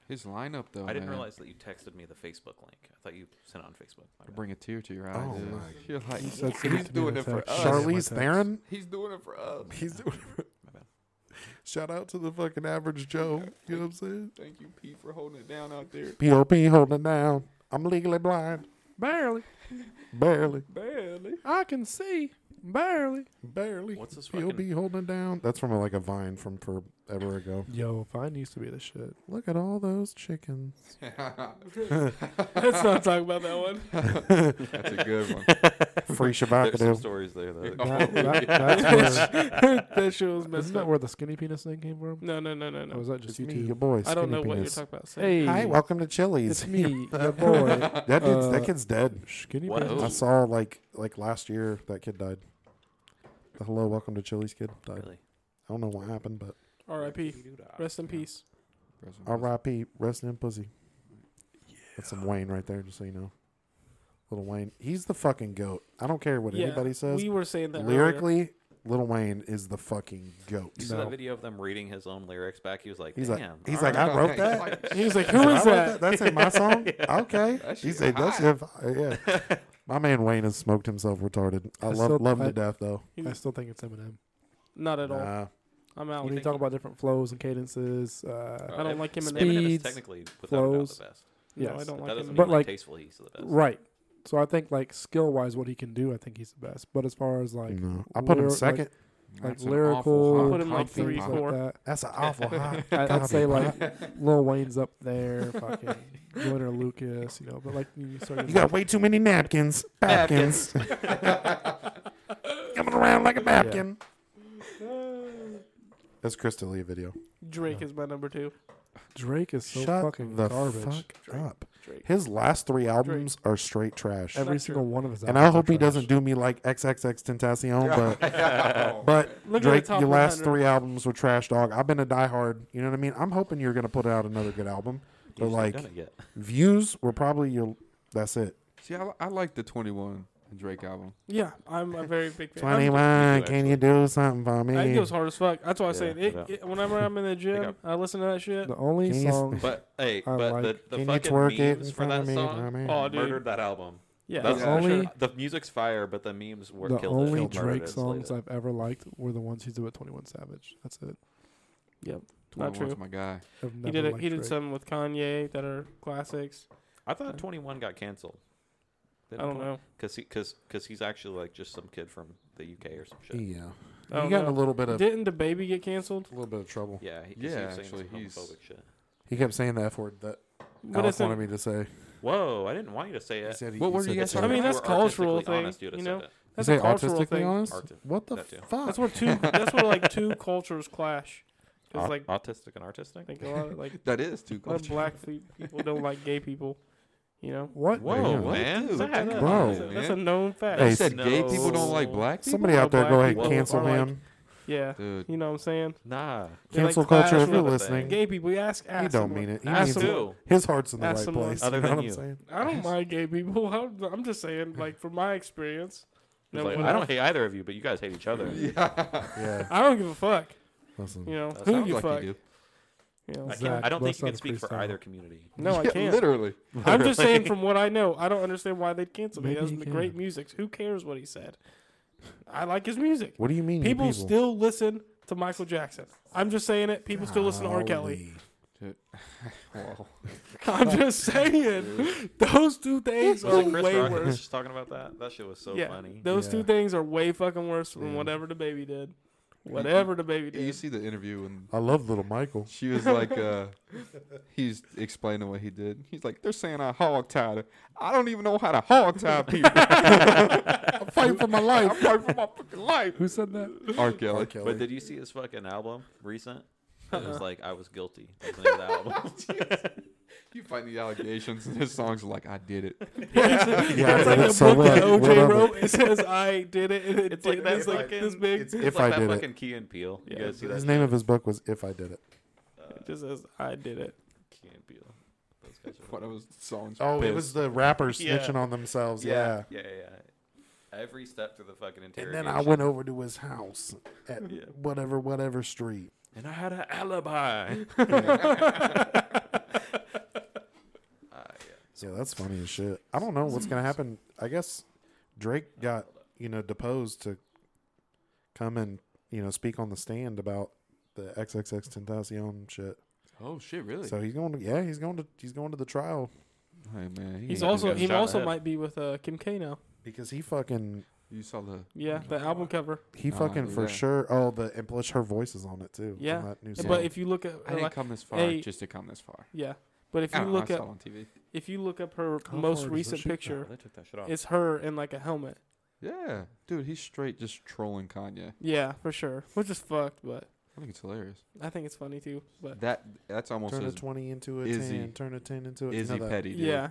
S5: His lineup though.
S2: I didn't
S5: man,
S2: realize that you texted me. The Facebook link. I thought you sent it on Facebook. My
S5: could
S2: bad.
S5: Bring a tear to your eyes.
S1: Oh
S5: dude.
S1: my
S5: You're like,
S4: He said something
S5: he's
S4: to me in
S5: doing
S4: a
S5: it for
S2: Oh,
S4: text.
S5: us.
S1: Charlize
S4: my
S1: Theron.
S5: He's doing it for us.
S1: <laughs> He's doing it.
S2: My bad.
S1: <laughs> Shout out to the fucking average Joe. You know what I'm saying?
S5: Thank you, Pete, for holding it down out there.
S1: P.O.P. holding down. I'm legally blind.
S4: Barely.
S1: Barely.
S5: Barely.
S4: I can see. Barely.
S1: Barely.
S2: What's this fucking?
S1: P.O.P. holding down. That's from like a vine from forever ago.
S4: Yo, Vine used to be the shit.
S1: Look at all those
S2: <laughs>
S1: chickens.
S3: <laughs>
S5: <laughs>
S3: Let's not talk about that one.
S5: That's a
S3: <laughs>
S5: good one.
S1: Free
S2: There's some
S1: Shabakadoo.
S2: stories there though.
S5: Oh,
S4: That, that, that's where,
S3: that shit was
S4: isn't
S3: messed
S4: that
S3: up.
S4: where the skinny penis thing came from?
S3: No, no, no, no,
S4: Or was
S3: no.
S4: that just
S1: It's
S4: you
S1: me, your
S4: two?
S1: boy.
S3: I don't
S1: Skinny
S3: know what you're
S1: Penis.
S3: talking about. Say.
S4: Hey,
S1: Hi, welcome to Chili's. <laughs>
S4: it's me, your boy.
S1: That kid's, that
S4: Uh,
S1: kid's dead.
S4: Skinny
S2: What?
S4: penis.
S1: I
S2: Oh.
S1: saw like like last year that kid died. The hello, welcome to Chili's kid died.
S2: Really?
S1: I don't know what happened, but
S3: R.I.P. Rest in peace.
S1: R.I.P. Rest in pussy. That's some Wayne right there, just so you know. Little Wayne, he's the fucking goat. I don't care what
S3: Yeah,
S1: anybody says.
S3: We were saying that earlier.
S1: Lyrically, Little Wayne is the fucking goat.
S2: You saw
S4: No.
S2: that video of them reading his own lyrics back. He was like,
S1: He's
S2: "Damn."
S1: like, he's
S2: all
S1: like,
S2: right."
S1: I wrote that.
S3: He was like, "Who
S1: I
S3: is
S1: wrote
S3: that?"
S1: That's
S3: <laughs>
S1: in my song. Okay,
S5: That
S1: he
S5: shit
S1: said that's
S5: hot.
S1: if yeah.
S2: <laughs>
S1: My man Wayne has smoked himself retarded. I,
S4: I
S1: love
S4: still-
S1: love him
S4: I-
S1: to death though.
S4: I still think it's Eminem.
S3: Not at all.
S1: Nah,
S3: I'm
S4: When
S3: out.
S4: you talk about different flows and cadences, uh,
S3: I don't
S2: Em-
S3: like him in
S2: Eminem is
S4: speeds,
S2: technically without
S4: flows.
S2: a doubt the best.
S3: No, I
S4: yes.
S3: don't
S2: That
S3: like
S2: doesn't
S3: him.
S2: mean
S4: But,
S2: like,
S4: like-
S2: tastefully he's the best.
S4: right. So I think like skill wise, what he can do, I think he's the best. But as far as like
S1: no. I put him
S4: lyri-
S1: second.
S4: like lyrical,
S3: hot Put him, like,
S4: things
S3: three,
S4: like
S3: four.
S4: that.
S1: that's an
S4: <laughs>
S1: awful hot. <laughs>
S4: I,
S1: copy.
S4: I'd say like Lil Wayne's up there, fucking Joyner Lucas, you know. But like you start
S1: you
S4: getting
S1: got way too many napkins. Napkins. <laughs> Coming around like a napkin. That's Chris D'Elia video.
S3: Drake is my number two.
S4: Drake is so
S1: Shut
S4: fucking
S1: the
S4: garbage.
S1: fuck up.
S3: Drake.
S1: His last three albums are straight trash.
S4: Every
S3: Not
S4: single
S3: true.
S4: one of his.
S1: and
S4: albums
S1: I
S4: are
S1: hope he
S4: trash.
S1: doesn't do me like XXX Tentacion,
S4: <laughs>
S1: but
S4: Oh.
S1: but
S3: Look at
S1: Drake,
S3: the top
S1: your last
S3: 100.
S1: three albums were trash dog. I've been a diehard. You know what I mean? I'm hoping you're gonna put out another good album,
S2: You
S1: but
S2: just
S1: like
S2: haven't done it yet.
S1: views were probably your. That's it.
S5: See, I, li- I like the 21 Drake album.
S3: Yeah, I'm a very big fan.
S1: Twenty
S3: I'm-
S1: one.
S2: do,
S1: Can you do something for me?
S3: It goes hard as fuck. That's why I say
S2: Yeah,
S3: it, it,
S2: no doubt.
S3: Whenever I'm in the gym, I listen to that shit.
S4: The only
S1: Can you s-
S4: song.
S2: But hey,
S4: I
S2: but
S4: like-
S2: the, the
S1: Can you
S2: fucking
S1: twerk it
S2: memes
S1: in
S2: for
S1: front
S2: that
S1: of me?
S2: song
S1: Mommy?
S3: Oh, dude.
S2: murdered that album.
S3: yeah,
S2: That's
S4: The
S2: for sure.
S4: only-
S2: the music's fire, but the memes were
S4: the
S2: killed. it,
S4: only
S2: killed murdered
S4: Drake
S2: it,
S4: songs
S2: slayed
S4: I've ever liked were the ones he did with Twenty One Savage. That's it.
S3: Not
S5: 21's
S3: true.
S5: my guy.
S4: I've
S3: he
S4: never
S3: did. A,
S4: liked
S3: he did
S4: Drake.
S3: some with Kanye that are classics.
S2: it. I thought 21 got canceled.
S3: I don't know.
S2: because because because he's actually like just some kid from the UK or some shit.
S1: Yeah,
S3: I don't
S1: he got in
S3: know.
S1: a little bit of a
S3: Didn't the baby get canceled?
S1: little bit of trouble.
S2: Yeah, he, 'cause
S5: Yeah,
S2: he was saying
S5: actually,
S2: some
S5: he's-
S2: homophobic shit.
S1: He kept saying the f word that
S3: But
S1: Alex
S3: it's
S1: wanted
S3: in,
S1: me to say.
S2: Whoa, I didn't want you to say
S1: He
S2: it.
S1: said he-
S5: What
S1: he
S5: were
S1: said
S5: you guys
S1: the
S3: I
S1: f
S3: mean,
S1: word.
S2: If
S3: that's
S2: you were
S3: cultural
S2: artistically
S3: thing,
S2: honest, you'd have
S3: you
S2: said
S3: know?
S2: it.
S3: that's
S1: you
S3: a
S1: say
S3: cultural
S1: artistically
S3: thing.
S1: honest?
S2: Arti-
S1: what the
S2: that too.
S1: fuck?
S3: That's where two. that's where like two cultures clash. It's
S2: Au-
S3: like
S2: autistic and artistic.
S3: like a lot
S1: <laughs>
S3: of like
S5: That is
S3: a
S5: too
S3: lot
S5: cool.
S3: of black fe- people don't like gay people. You know,
S4: What?
S2: Whoa,
S1: Yeah.
S2: man!
S5: Dude,
S2: Zach,
S5: come
S1: Bro.
S3: that's, a,
S2: Oh,
S5: on,
S3: that's a
S5: man.
S3: known fact.
S1: Hey,
S5: They said gay people don't like
S3: No. <laughs>
S5: black people.
S1: Somebody out there,
S3: black
S1: go ahead
S3: people
S1: and cancel
S3: are like-
S1: him.
S3: Yeah,
S5: Dude,
S3: you know what I'm saying.
S2: Nah,
S3: They're like
S1: Cancel culture,
S3: class
S1: if you're
S2: rather
S1: listening, he
S2: thing.
S3: Gay people, you ask. ask
S1: don't
S3: someone.
S1: mean it. He
S2: ask
S1: means
S3: someone.
S2: who?
S1: His heart's in the
S3: Ask
S1: right
S3: someone.
S1: place. <laughs>
S2: Other
S1: you know
S2: than
S1: what
S2: you.
S1: I'm saying?
S3: I don't mind gay people. <laughs> I'm, I'm just saying, like from my experience.
S2: It's
S3: No,
S2: like,
S3: when
S2: I don't hate either of you, but you guys hate each other.
S1: Yeah,
S3: I don't give a fuck.
S1: listen.
S3: You know
S2: That
S3: who
S2: sounds
S3: you
S5: like
S3: fuck.
S5: you do.
S3: You know.
S2: I, can't,
S4: Zach,
S2: I don't think
S4: bust
S2: you
S4: out
S2: can
S4: a
S2: speak for
S4: freestyle.
S2: either community.
S3: No,
S2: <laughs>
S3: I
S5: <laughs> Yeah,
S3: can't. <laughs>
S5: Literally.
S3: I'm just saying from what I know. I don't understand why they'd cancel me.
S4: Maybe
S3: He has
S4: he
S3: the
S4: can.
S3: great music. Who cares what he said? I like his music.
S1: What do you mean? you
S3: People, still listen to Michael Jackson. I'm just saying it. People still listen to R. Kelly.
S1: Golly.
S5: Whoa.
S3: <laughs> I'm just saying <laughs> those two things are
S2: Was it Chris
S3: way
S2: Rock that was
S3: worse.
S2: just talking about that? That shit was <laughs> so
S3: yeah,
S2: funny.
S3: those two
S1: Yeah.
S3: things are way fucking worse than
S1: Yeah.
S3: whatever the baby did.
S2: Mm-hmm.
S3: Whatever the baby
S5: You
S3: did.
S5: see the
S3: <laughs>
S5: interview when
S1: I love little Michael.
S5: she was like, uh, he's explaining what he did. He's like, they're saying I hog tied her. I don't even know how to hog
S3: <laughs>
S5: tie people. <laughs>
S1: I fight for my
S5: I'm
S1: life.
S5: fighting for my fucking life.
S4: Who said that?
S5: R. Kelly.
S2: Oh, But did you see his fucking album recent? It
S3: Uh-huh.
S2: was like I was guilty. That was the
S3: <laughs>
S2: name of the album.
S5: You find the allegations, and his songs are like, I did it.
S1: Yeah,
S3: it's like a
S1: it's so
S3: book that
S1: what- what
S3: OJ
S1: of
S3: wrote. It says I did it, and it
S2: It's like that
S3: it's like
S2: fucking-
S3: this big.
S2: It's
S1: If
S2: like
S1: I
S2: that
S1: did it.
S2: fucking Key and Peele. You guys see that?
S1: His name of his book was "If I Did It."
S3: it just says I did it.
S2: Key and Peele. Those guys
S5: <laughs>
S2: are
S5: One of his songs.
S1: Oh, it
S5: pissed.
S1: was the rappers
S2: Yeah.
S1: snitching on themselves.
S2: yeah,
S1: Yeah.
S2: yeah, yeah, yeah. Every step through the fucking
S1: And
S2: interrogation.
S1: then I went over to his house at
S2: Yeah.
S1: whatever, whatever street.
S2: And I had an alibi.
S3: <laughs>
S2: <laughs>
S1: Yeah, that's funny as shit. I don't know what's gonna happen. I guess Drake got you know deposed to come and you know speak on the stand about the XXX Tentacion shit.
S5: Oh shit! Really?
S1: So he's going to yeah he's going to he's going to the trial
S5: hey man, he
S3: He's
S5: got-
S3: also
S2: got
S3: he
S2: shot in the
S3: also
S2: head.
S3: might be with uh, Kim K now.
S1: because he fucking
S5: you saw the
S3: Yeah, the album cover.
S1: he
S5: Oh,
S1: fucking for
S5: yeah.
S1: sure. Oh, the and plus her voice is on it too. from
S3: Yeah.
S1: that new
S3: Yeah,
S1: song.
S3: But if you look at
S5: I didn't
S3: like,
S5: come this far
S3: hey-
S5: just to come this far.
S3: yeah, but if
S5: I
S3: you
S5: don't know, I
S3: look
S5: saw
S3: at
S5: it on TV.
S3: if you look up her
S1: How
S3: most
S1: far does
S3: recent
S1: that shoot
S3: picture,
S2: they took that shit off.
S3: it's her in like a helmet.
S5: Yeah, dude, he's straight just trolling Kanye.
S3: Yeah, for sure. Which is fucked, but
S5: I think it's hilarious.
S3: I think it's funny too. But
S5: That that's almost
S1: turn a
S5: as
S1: twenty into a
S5: Izzy-
S1: ten, turn a ten into a
S5: Izzy
S1: you know that.
S5: Petty. Dude.
S3: yeah.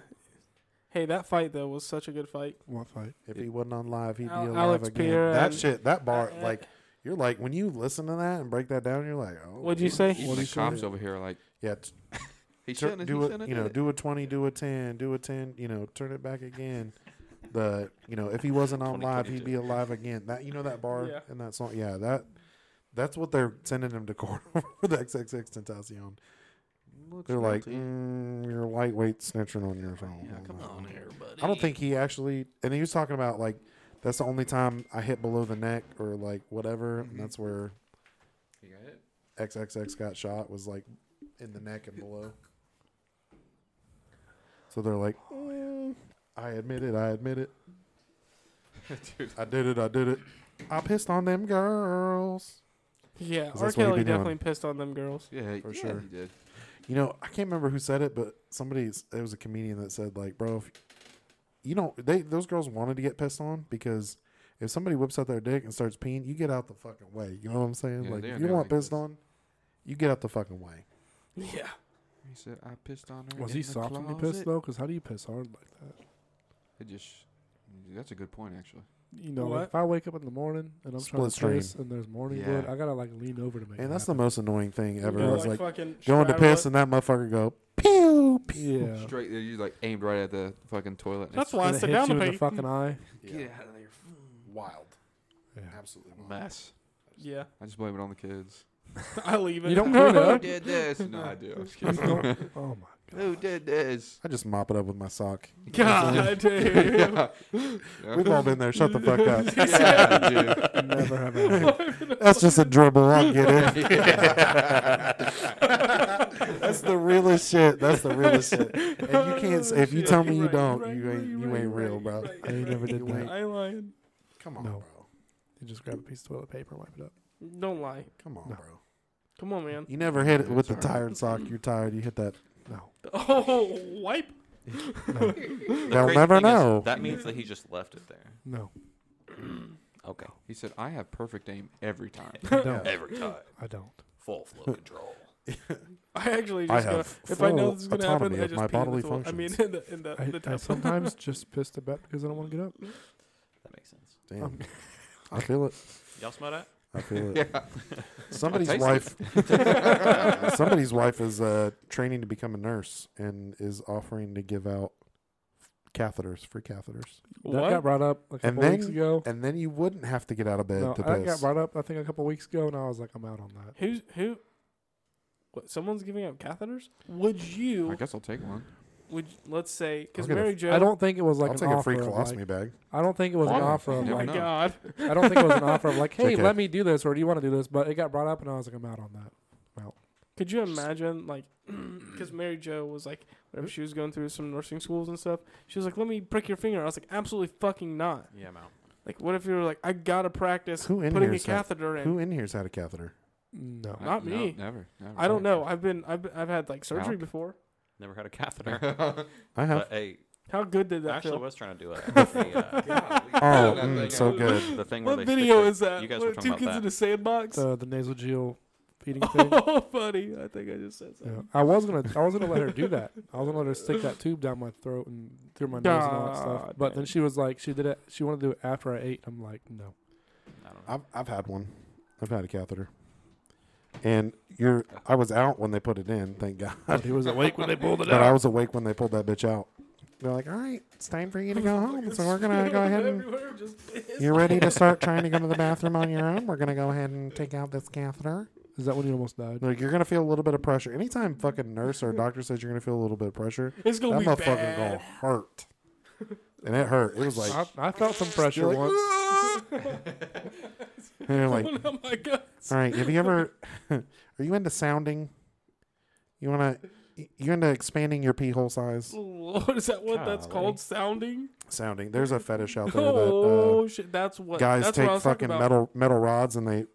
S3: Hey, that fight though was such a good fight.
S4: What fight?
S1: If he wasn't on live, he'd
S3: Al-
S1: be alive
S3: Alex
S1: again.
S3: Pierre
S1: that
S3: and-
S1: shit, that bar,
S3: Uh,
S1: like you're like when you listen to that and break that down, you're like, oh,
S3: What'd you say?
S5: Even
S1: do
S5: the
S1: you say?
S5: cops over here are like
S1: yeah, t-
S5: he
S1: tur-
S5: shouldn't.
S1: do
S5: he
S1: it,
S5: shouldn't
S1: you
S5: did
S1: know,
S5: it.
S1: do a twenty, do a ten, do a ten, you know, turn it back again. The you know, if he wasn't on
S2: 20,
S1: live, he'd be
S2: 22.
S1: alive again. That you know that bar
S3: Yeah.
S1: and that song, yeah, that that's what they're sending him to court <laughs> for the XXX Tentacion.
S5: Looks
S1: They're like,
S5: guilty.
S1: mm, you're lightweight snitching on your phone.
S9: Yeah, come on here, buddy.
S1: I don't think he actually, and he was talking about like that's the only time I hit below the neck or like whatever,
S9: Mm-hmm.
S1: and that's where
S5: He got it.
S1: XXX got shot was like in the neck and below. So they're like, "Mm, I admit it, I admit it,
S5: <laughs> Dude,
S1: I did it, I did it. I pissed on them girls.
S3: Yeah,
S1: 'Cause
S3: R.
S1: that's what he'd
S3: Kelly
S1: be doing.
S3: definitely pissed on them girls.
S5: yeah, he-
S1: For
S5: yeah,
S1: sure.
S5: he did.
S1: You know, I can't remember who said it, but somebody it was a comedian that said like, bro, if you don't, they those girls wanted to get pissed on because if somebody whips out their dick and starts peeing, you get out the fucking way. You know what I'm saying?
S5: Yeah,
S1: like,
S5: they
S1: if
S5: are
S1: you
S5: not
S1: want
S5: like
S1: pissed
S5: this.
S1: on, you get out the fucking way.
S3: Yeah.
S5: He said I pissed on her.
S4: Was
S5: in
S4: he
S5: the
S4: soft when he
S5: closet."
S4: pissed though? Because how do you piss hard like that?
S5: It just that's a good point actually.
S4: You know,
S3: What?
S4: like, if I wake up in the morning and I'm
S1: Split
S4: trying to
S1: stream.
S4: piss and there's morning
S5: Yeah.
S4: wood, I gotta like lean over to make.
S1: And
S4: it
S1: that's the most annoying thing ever.
S3: You
S1: I
S3: know,
S1: was like,
S3: fucking
S1: going to
S3: straddle
S1: piss
S3: it.
S1: and that motherfucker go pew
S4: happen.
S1: pew.
S4: yeah.
S5: Straight, you like aimed right at the fucking toilet. and
S3: That's
S5: it's-
S3: why I
S4: And it
S3: sit
S4: hits
S3: down
S4: you
S3: to
S4: in
S3: pee.
S4: the fucking eye.
S5: Get out of there.
S1: Wild,
S4: Yeah.
S1: absolutely
S5: Mess.
S3: Yeah, <laughs>
S5: I just blame it on the kids.
S3: I leave it.
S4: You don't clean it
S5: Who
S4: up.
S5: did this? No, I do. I'm just
S4: You
S5: kidding.
S4: don't- <laughs> oh my
S5: <laughs> Who did this?
S1: I just mop it up with my
S5: <laughs>
S1: sock.
S3: God damn.
S5: Yeah.
S1: We've all been there. Shut the fuck up.
S5: Yeah, dude.
S4: god! Never have I.
S1: <laughs> That's just a dribble. I get
S5: <laughs>
S1: it. <laughs> That's the realest shit. That's the realest shit. And you can't. Say,
S3: <laughs>
S1: if you tell me you
S3: Right,
S1: don't,
S3: right,
S1: you ain't.
S3: right,
S1: you
S3: right,
S1: ain't real,
S3: right,
S1: bro.
S3: right,
S4: I ain't never did
S1: You
S4: that.
S1: ain't-
S3: I lying.
S1: Come on,
S4: No.
S1: bro.
S4: You just grab a piece of toilet paper and wipe it up.
S3: Don't lie.
S1: Come on,
S4: No.
S1: bro.
S3: Come on, man.
S1: You never hit it
S5: Yeah,
S1: with the
S5: it's all right.
S1: tired sock. You're tired. You hit that.
S4: No.
S3: <laughs> Oh, wipe.
S2: The
S1: They'll
S2: crazy
S1: never
S2: thing is,
S1: know.
S2: that means that he just left it there.
S4: No.
S2: Okay.
S5: He said, I have perfect aim every time.
S4: I don't.
S2: Every time.
S4: I don't.
S1: <laughs>
S2: Full flow control.
S3: I actually
S1: I
S3: just go,
S1: have
S3: if I know
S1: full
S3: this is gonna happen,
S1: autonomy
S3: I
S1: of
S3: just
S1: my
S3: pee in
S1: bodily
S3: the toilet. I mean, <laughs>
S1: functions.
S3: in the in the, in the
S4: I, I
S3: tub.
S4: sometimes just piss the bed because I don't want to get up.
S2: That makes sense.
S1: Damn. I feel it.
S2: Y'all smell that?
S1: I feel it. Somebody's
S5: I taste
S1: wife.
S3: <laughs>
S1: somebody's wife is uh, training to become a nurse and is offering to give out catheters, free catheters.
S4: That
S3: What?
S4: got brought up a
S1: And
S4: couple weeks
S1: then-
S4: ago.
S1: And then you wouldn't have to get out of bed
S4: No,
S1: to
S4: that got
S1: piss.
S4: brought up I think a couple weeks ago, and I was like, I'm out on that.
S3: Who's who? What? Someone's giving out catheters? Would
S5: I
S3: you?
S5: guess I'll take one.
S3: Would let's say because
S1: I'll get a-
S3: Mary Jo?
S4: I don't think it was like
S1: I'll
S4: an
S1: take
S4: offer.
S1: a free
S4: of,
S1: colostomy
S4: like-
S1: bag.
S4: I don't think it was an
S5: What?
S4: offer of
S5: Never
S4: like.
S5: know.
S3: God.
S4: <laughs> I don't think it was an offer of
S5: <laughs>
S4: like, hey,
S1: JK.
S4: let me do this, or do you want to do this? But it got brought up, and I was like, I'm out on that.
S3: Could you
S2: <clears throat>
S3: imagine, like, <clears throat> because Mary Jo was like, whenever she was going through some nursing schools and stuff, she was like, "Let me prick your finger." I was like, "Absolutely fucking not!"
S2: Yeah, I'm out.
S3: Like, what if you were like, "I gotta practice
S1: Who in
S3: putting
S1: here
S3: a
S1: is that?
S3: catheter in."
S1: Who in here's had a catheter?
S4: No.
S5: I-
S3: Not
S5: no,
S3: me.
S5: Never, never.
S3: I don't
S5: <laughs>
S3: know. I've been, I've, been, I've had like surgery
S5: Alec?
S3: before.
S2: Never had a catheter.
S1: I have.
S2: <laughs> but hey,
S3: How good did
S2: I
S3: that
S2: actually
S3: feel?
S2: was trying to
S1: <laughs>
S2: do it. The, <laughs> uh,
S1: oh,
S5: that
S1: mm,
S5: thing
S1: so
S5: out.
S1: good.
S2: the thing where
S3: What
S2: they stick
S3: video
S2: the-
S3: is that?
S2: You guys
S3: Where
S2: were
S3: two
S2: talking
S3: kids
S2: about
S3: in
S2: that.
S3: a sandbox. <laughs>
S4: The the nasogeal
S5: <laughs>
S4: feeding thing.
S3: oh, funny! I think I just said something.
S4: Yeah. I was gonna I was gonna let her do that. I was gonna let her stick that tube down my throat and through my nose and all that stuff.
S3: God
S4: But
S3: damn.
S4: then she was like, she did it. She wanted to do it after I ate. I'm like, no.
S2: I don't know.
S1: I've I've had one. I've had a catheter. And you're. I was out when they put it in. Thank God.
S4: But he was awake when they pulled it
S1: But I
S4: out.
S1: was awake when they pulled that bitch out. They're like, all right, it's time for you to go home. So we're gonna go ahead
S3: <laughs>
S1: and
S3: Everywhere,
S1: <laughs>
S3: just piss.
S1: You're ready to start trying to go to the bathroom on your own. We're gonna go ahead and take out this catheter.
S4: Is that when you almost died?
S1: Like you're gonna feel a little bit of pressure. Anytime fucking nurse or doctor says you're gonna feel a little bit of pressure,
S3: It's gonna
S1: that
S3: be
S1: motherfucker
S3: bad.
S1: gonna hurt. And it hurt. It was like <laughs>
S4: I, I felt some pressure
S1: like,
S4: once.
S1: and you're like,
S3: <laughs> oh my god!
S1: all right. Have you ever? <laughs> are you into sounding? You wanna? You into expanding your pee hole size?
S3: Lord, is that what that's
S2: Golly.
S3: called? Sounding?
S1: Sounding. There's a fetish out there that
S3: Oh shit! That's
S1: uh,
S3: <laughs> what
S1: guys
S3: that's what I
S1: take
S3: was talking
S1: fucking
S3: about.
S1: metal metal rods and they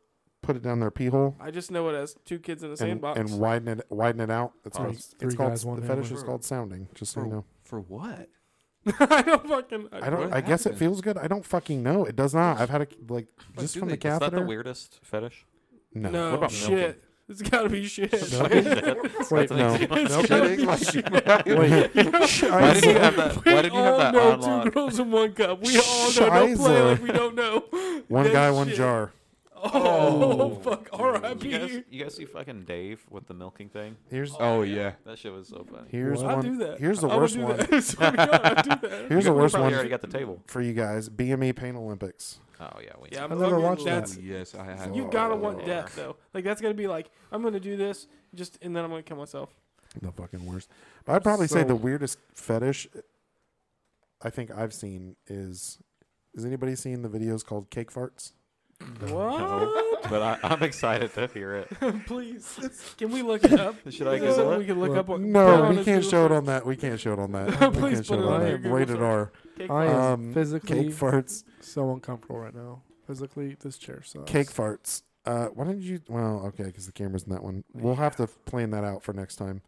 S1: put it down their pee hole
S3: I just know it as two kids in a
S1: and,
S3: sandbox.
S1: and widen it widen it out. It's,
S2: Three-
S1: it's,
S4: Oh, three
S1: called
S4: guys, one
S1: the
S4: hammer.
S1: fetish is called sounding. Just so you know.
S2: For what?
S3: <laughs> I don't fucking.
S1: I don't.
S5: What
S1: I guess it
S5: happened?
S1: feels good. I don't fucking know. It does not. I've had a like just
S5: do
S1: from
S5: they-
S1: the
S5: is that
S2: Is that
S1: catheter.
S2: the weirdest fetish?
S1: No.
S3: No,
S2: What about
S3: shit. It's gotta be shit. <laughs>
S1: Wait, no.
S5: Kidding? Like,
S1: Wait. <laughs>
S5: why did you have that? Why did
S3: <laughs>
S5: you have
S3: all
S5: that
S3: know
S5: on lock?
S3: two girls in one cup. We all know. Don't play
S1: Shiza.
S3: like we don't
S5: <laughs>
S3: know. Oh,
S1: One
S3: That
S1: guy, one
S3: shit.
S1: jar.
S3: Oh, fuck! R.I.P.
S2: You guys, you guys see fucking Dave with the milking thing?
S1: Here's
S5: Oh yeah.
S2: That shit was so funny.
S1: here's
S4: What?
S3: I
S1: one.
S3: do that.
S1: Here's the
S3: I would
S1: worst
S3: do
S1: one.
S3: That. <laughs> I swear
S5: <laughs>
S3: to God, I do that.
S1: Here's
S2: You
S1: the
S2: guys
S1: worst
S2: probably
S1: one
S2: already got the table.
S1: for you guys. BME Pain Olympics.
S2: Oh yeah, we.
S3: Yeah,
S2: Yeah,
S3: I'm,
S1: I've never
S3: I mean,
S1: watched that.
S3: that's-
S5: Oh, Yes, I have. Oh.
S3: You gotta want death though. Like that's gonna be like I'm gonna do this just and then I'm gonna kill myself.
S1: The fucking worst. But I'd probably say
S4: So-
S1: the weirdest fetish I think I've seen is. Has anybody seen the videos called cake farts?
S3: What?
S2: but I, I'm excited to hear it.
S3: Please, can we look it up?
S2: Should I
S3: Is there
S2: Google
S3: something
S2: it?
S3: We can look up. what- put
S1: No,
S3: on
S1: we
S3: a
S1: can't
S3: Google
S1: show it
S3: search.
S1: on that. We can't show it on
S3: <laughs>
S1: that.
S3: Please
S1: we can't
S3: put
S1: show
S3: it
S1: it on
S4: on your
S1: that.
S3: Google
S1: Rated
S3: search.
S1: R.
S3: Cake
S4: <laughs> I am
S3: farts.
S1: Um,
S4: physically
S1: Cake farts.
S4: so uncomfortable right now. Physically, this chair sucks.
S1: Cake farts. Uh, why didn't you? Well, okay, because the camera's in that one. We'll have to plan that out for next time.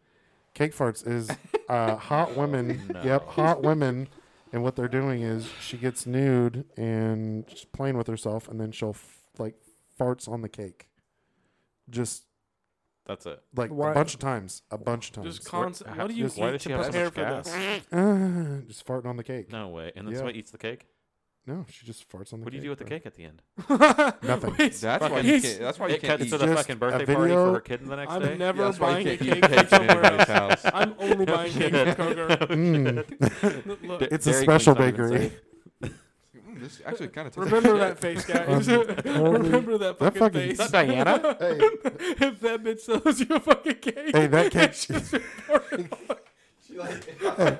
S1: Cake farts is uh, hot women.
S2: <laughs> no.
S1: Yep, hot women. And what they're doing is she gets nude and she's playing with herself, and then she'll f- like farts on the cake, just
S2: That's it.
S1: like
S4: Why-
S1: a bunch of times, a bunch of times,
S3: Just constant. What do you
S1: Just-
S2: Why
S3: eat
S2: does she
S3: to
S2: have so
S3: prepare
S2: much
S3: for
S2: gas?
S3: this?
S1: Uh, just farting on the cake.
S2: No way. And then
S1: Yeah.
S2: somebody eats the cake.
S1: No, she just farts on the.
S2: What do you
S1: cake,
S2: do with the
S1: bro.
S2: cake at the end? <laughs>
S1: Nothing.
S5: That's why
S2: Fucking-
S5: you can't. That's why you
S2: It
S5: can't
S2: cuts
S5: eat.
S2: to the
S1: Just
S2: fucking
S1: a
S2: birthday party
S1: video-
S2: for her kid the next day.
S3: I'm
S5: Yeah,
S3: never
S5: that's why
S3: buying
S5: you
S3: a
S5: can't eat
S3: cake
S5: cake
S3: from
S5: from
S3: somewhere
S5: anybody's
S3: else.
S5: house.
S3: I'm
S2: <laughs>
S3: only buying cake from Kroger.
S1: Mm.
S3: Look,
S2: D-
S1: It's a
S2: Dairy Queen
S1: special
S2: something to
S1: bakery.
S2: say.
S5: Mm, this actually kind of tastes. like
S3: Remember
S2: <laughs>
S3: that face,
S5: shit.
S3: guys. <laughs> Remember that
S1: That
S3: fucking,
S1: fucking-
S3: face. <laughs>
S1: Is
S2: Diana.
S1: hey,
S3: if that bitch sells you a fucking cake,
S1: <laughs> hey, that cake.
S2: <laughs>
S5: <laughs> I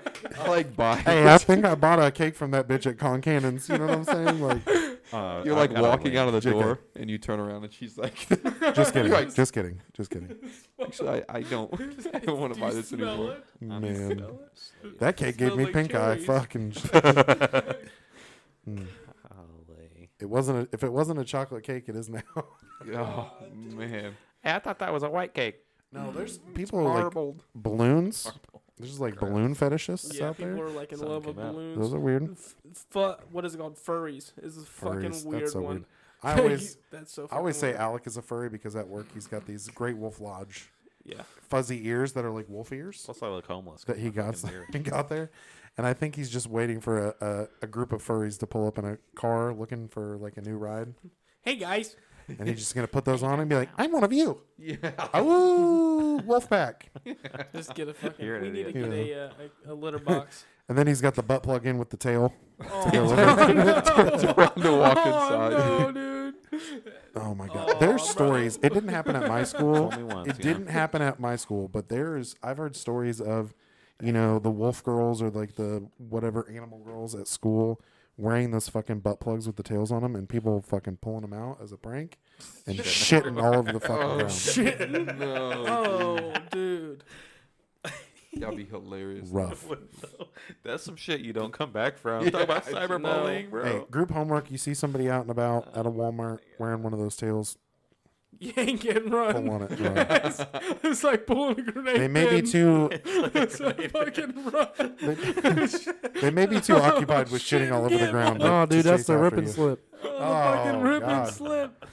S5: like buy.
S1: hey, I think I bought a cake from that bitch at Concannon's. You know what I'm saying?
S3: <laughs>
S1: Like,
S2: Uh,
S5: You're
S2: I-
S5: like
S2: I don't
S1: <laughs>
S5: walking
S2: know.
S5: out of the
S1: Jacob.
S5: door and you turn around and she's like, <laughs>
S1: just kidding,
S5: Yikes.
S1: just kidding, just
S3: <laughs>
S1: kidding.
S5: actually, I, I don't. <laughs> I don't want to
S3: Do
S5: buy
S3: you
S5: this
S3: smell
S5: anymore.
S3: it?
S1: Man,
S2: Holy.
S1: that cake gave
S3: Smells
S1: me
S3: like
S1: pink eye.
S3: cherries.
S1: Fucking. Mm. It wasn't. A, if it wasn't a chocolate cake, it
S3: <laughs>
S1: is now.
S5: Oh man,
S2: Hey, I thought that was a white cake. Mm,
S1: No, there's <laughs> people like
S5: <laughs>
S1: balloons. There's like balloon fetishists
S3: Yeah,
S1: out
S3: people
S1: there.
S3: are like in
S2: Something
S3: love with
S2: came out.
S1: Those
S3: balloons.
S1: are weird.
S3: F- fu- what is it called? Furries is a fucking
S1: Furries.
S3: weird
S1: That's so
S3: one. <laughs>
S1: weird. I always,
S3: that's so.
S1: I always
S3: fucking
S1: say
S3: weird.
S1: Alec is a furry because at work he's got these great wolf lodge
S3: yeah.
S1: fuzzy ears that are like wolf ears.
S2: Plus, I look homeless.
S1: that he got
S2: Fucking
S1: <laughs>
S2: weird.
S1: he got there, and I think he's just waiting for a, a, a group of furries to pull up in a car looking for like a new ride,
S3: Hey guys,
S1: and he's just gonna put those on and be like, "I'm one of you." Yeah. Oh, wolf pack.
S3: just get a
S2: <laughs>
S3: fucking.
S2: You're an
S3: we need to
S1: idiot.
S3: get a, uh, a, a litter box.
S1: And then he's got the butt plug in with the tail.
S3: oh,
S1: go with
S5: to walk
S3: <laughs> oh,
S5: inside.
S3: no, dude.
S1: Oh my god, there's stories. It didn't happen at my
S2: <laughs>
S1: school.
S2: Only once,
S1: it
S2: yeah.
S1: didn't happen at my school, but there's I've heard stories of, you know, the wolf girls or like the whatever animal girls at school wearing those fucking butt plugs with the tails on them, and people fucking pulling them out as a prank and shitting all over the fucking ground.
S5: No,
S3: Oh, dude. <laughs>
S5: that'd be hilarious.
S1: Rough.
S2: That's some shit you don't come back <laughs> from. Talk about cyberbullying, bro.
S1: Hey, group homework. You see somebody out and about at a Walmart wearing one of those tails,
S3: Yank and run.
S1: pull on it. run.
S3: <laughs> It's like pulling a grenade.
S1: They may
S3: <laughs> pin.
S1: be too.
S3: It's like
S1: <laughs>
S3: fucking run.
S1: They, they <laughs> may be too occupied with shitting all over the ground.
S4: Oh,
S1: to
S4: dude, that's
S1: chase
S4: the rip
S1: after
S4: and
S1: you.
S4: slip.
S3: Oh, the
S1: Oh,
S3: fucking rip
S1: God.
S3: and slip.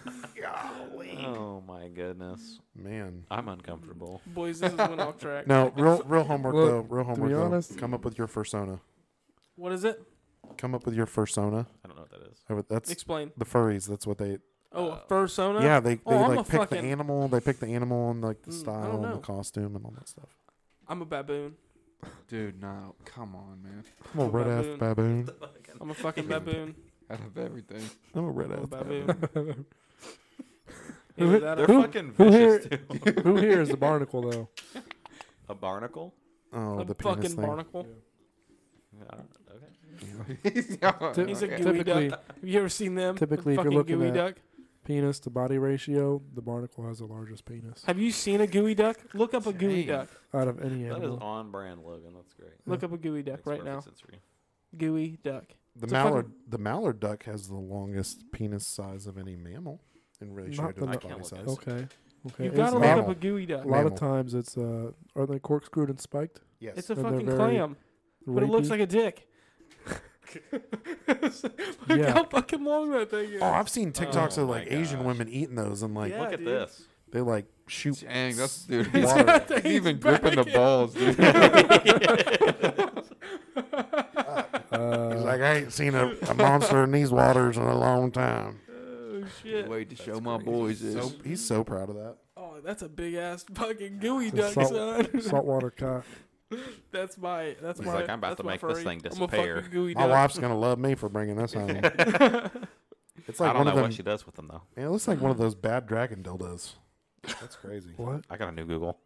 S2: Oh my goodness,
S1: Man.
S2: I'm uncomfortable.
S3: Boys, this is went off track.
S1: No, real real homework
S4: Look,
S1: though. Real homework though.
S4: honest-
S1: Come up with your fursona.
S3: What is it? Oh,
S2: uh,
S1: <laughs>
S3: <laughs> Either that
S2: They're
S3: or
S4: Who-
S2: fucking
S4: who
S2: vicious
S4: here-
S2: too.
S4: Who here is the barnacle
S2: <laughs>
S4: though?
S2: a barnacle?
S1: Oh,
S3: a
S1: the penis
S3: fucking
S1: thing.
S3: barnacle.
S2: I don't- okay.
S5: <laughs>
S3: He's a
S4: Okay.
S3: gooey
S4: Typically-
S3: duck. Have you ever seen them?
S4: typically if
S3: the
S4: you're
S3: fucking
S4: looking
S3: gooey
S4: at-
S3: duck.
S4: Penis to body ratio, the barnacle has the largest penis
S3: Have you seen a gooey duck? Look up a gooey
S5: Dang.
S3: duck.
S4: out of any
S2: That is
S4: animal.
S2: on brand, Logan. That's great.
S3: Look up a gooey duck
S2: Makes
S3: right
S2: perfect
S3: now.
S2: sense for you.
S3: Gooey duck.
S1: The
S3: It's a fucking-
S1: mallard, the mallard duck has the longest penis size of any mammal in ratio
S4: Not
S1: to
S4: the
S1: its body
S4: ma-
S2: I
S1: size.
S2: can't look
S4: Okay. Okay.
S3: You
S4: It's
S3: gotta look
S4: a lot-
S1: mammal.
S3: up a gooey duck.
S4: a lot of
S1: Mammal.
S4: times it's uh are they corkscrewed and spiked?
S1: Yes.
S3: It's a
S4: And they're
S3: fucking
S4: very
S3: clam, but it looks
S4: Rapey?
S3: like
S2: <laughs>
S3: a dick. Look
S4: Yeah.
S3: how fucking long that thing
S1: <laughs>
S3: is.
S1: oh, I've seen TikToks
S2: Oh
S1: of
S2: my
S1: like Asian
S2: gosh.
S1: women eating those and like
S3: Yeah,
S2: Look at
S3: dude.
S2: this.
S1: they like shoot.
S5: Dang, that's
S3: <laughs>
S5: dude.
S1: He's
S5: He's, <laughs>
S1: got
S3: things
S5: even
S3: back
S5: gripping the
S3: in.
S5: balls, dude.
S3: <laughs>
S1: He's
S4: Uh,
S1: like, I ain't seen a, a monster in these waters in a long time.
S3: Oh shit!
S5: Wait to show my boys this.
S1: So, he's so proud of that.
S3: Oh, that's a big ass fucking gooey
S4: It's a
S3: duck,
S4: salt-
S3: son. <laughs>
S4: saltwater cock.
S3: That's my. That's
S2: He's
S3: my.
S2: like, I'm about
S3: that's
S2: to
S3: my
S2: make this
S3: furry.
S2: thing
S3: I'm
S2: disappear.
S3: a fucking gooey
S1: My
S3: duck.
S1: wife's gonna love me for bringing this
S2: <laughs>
S1: home.
S3: <laughs>
S1: It's
S2: I
S1: like
S2: don't
S1: one
S2: know
S1: of them.
S2: what she does with them though.
S1: Man, it looks like one of those bad dragon dildos. That's crazy.
S4: What?
S2: I got a new Google.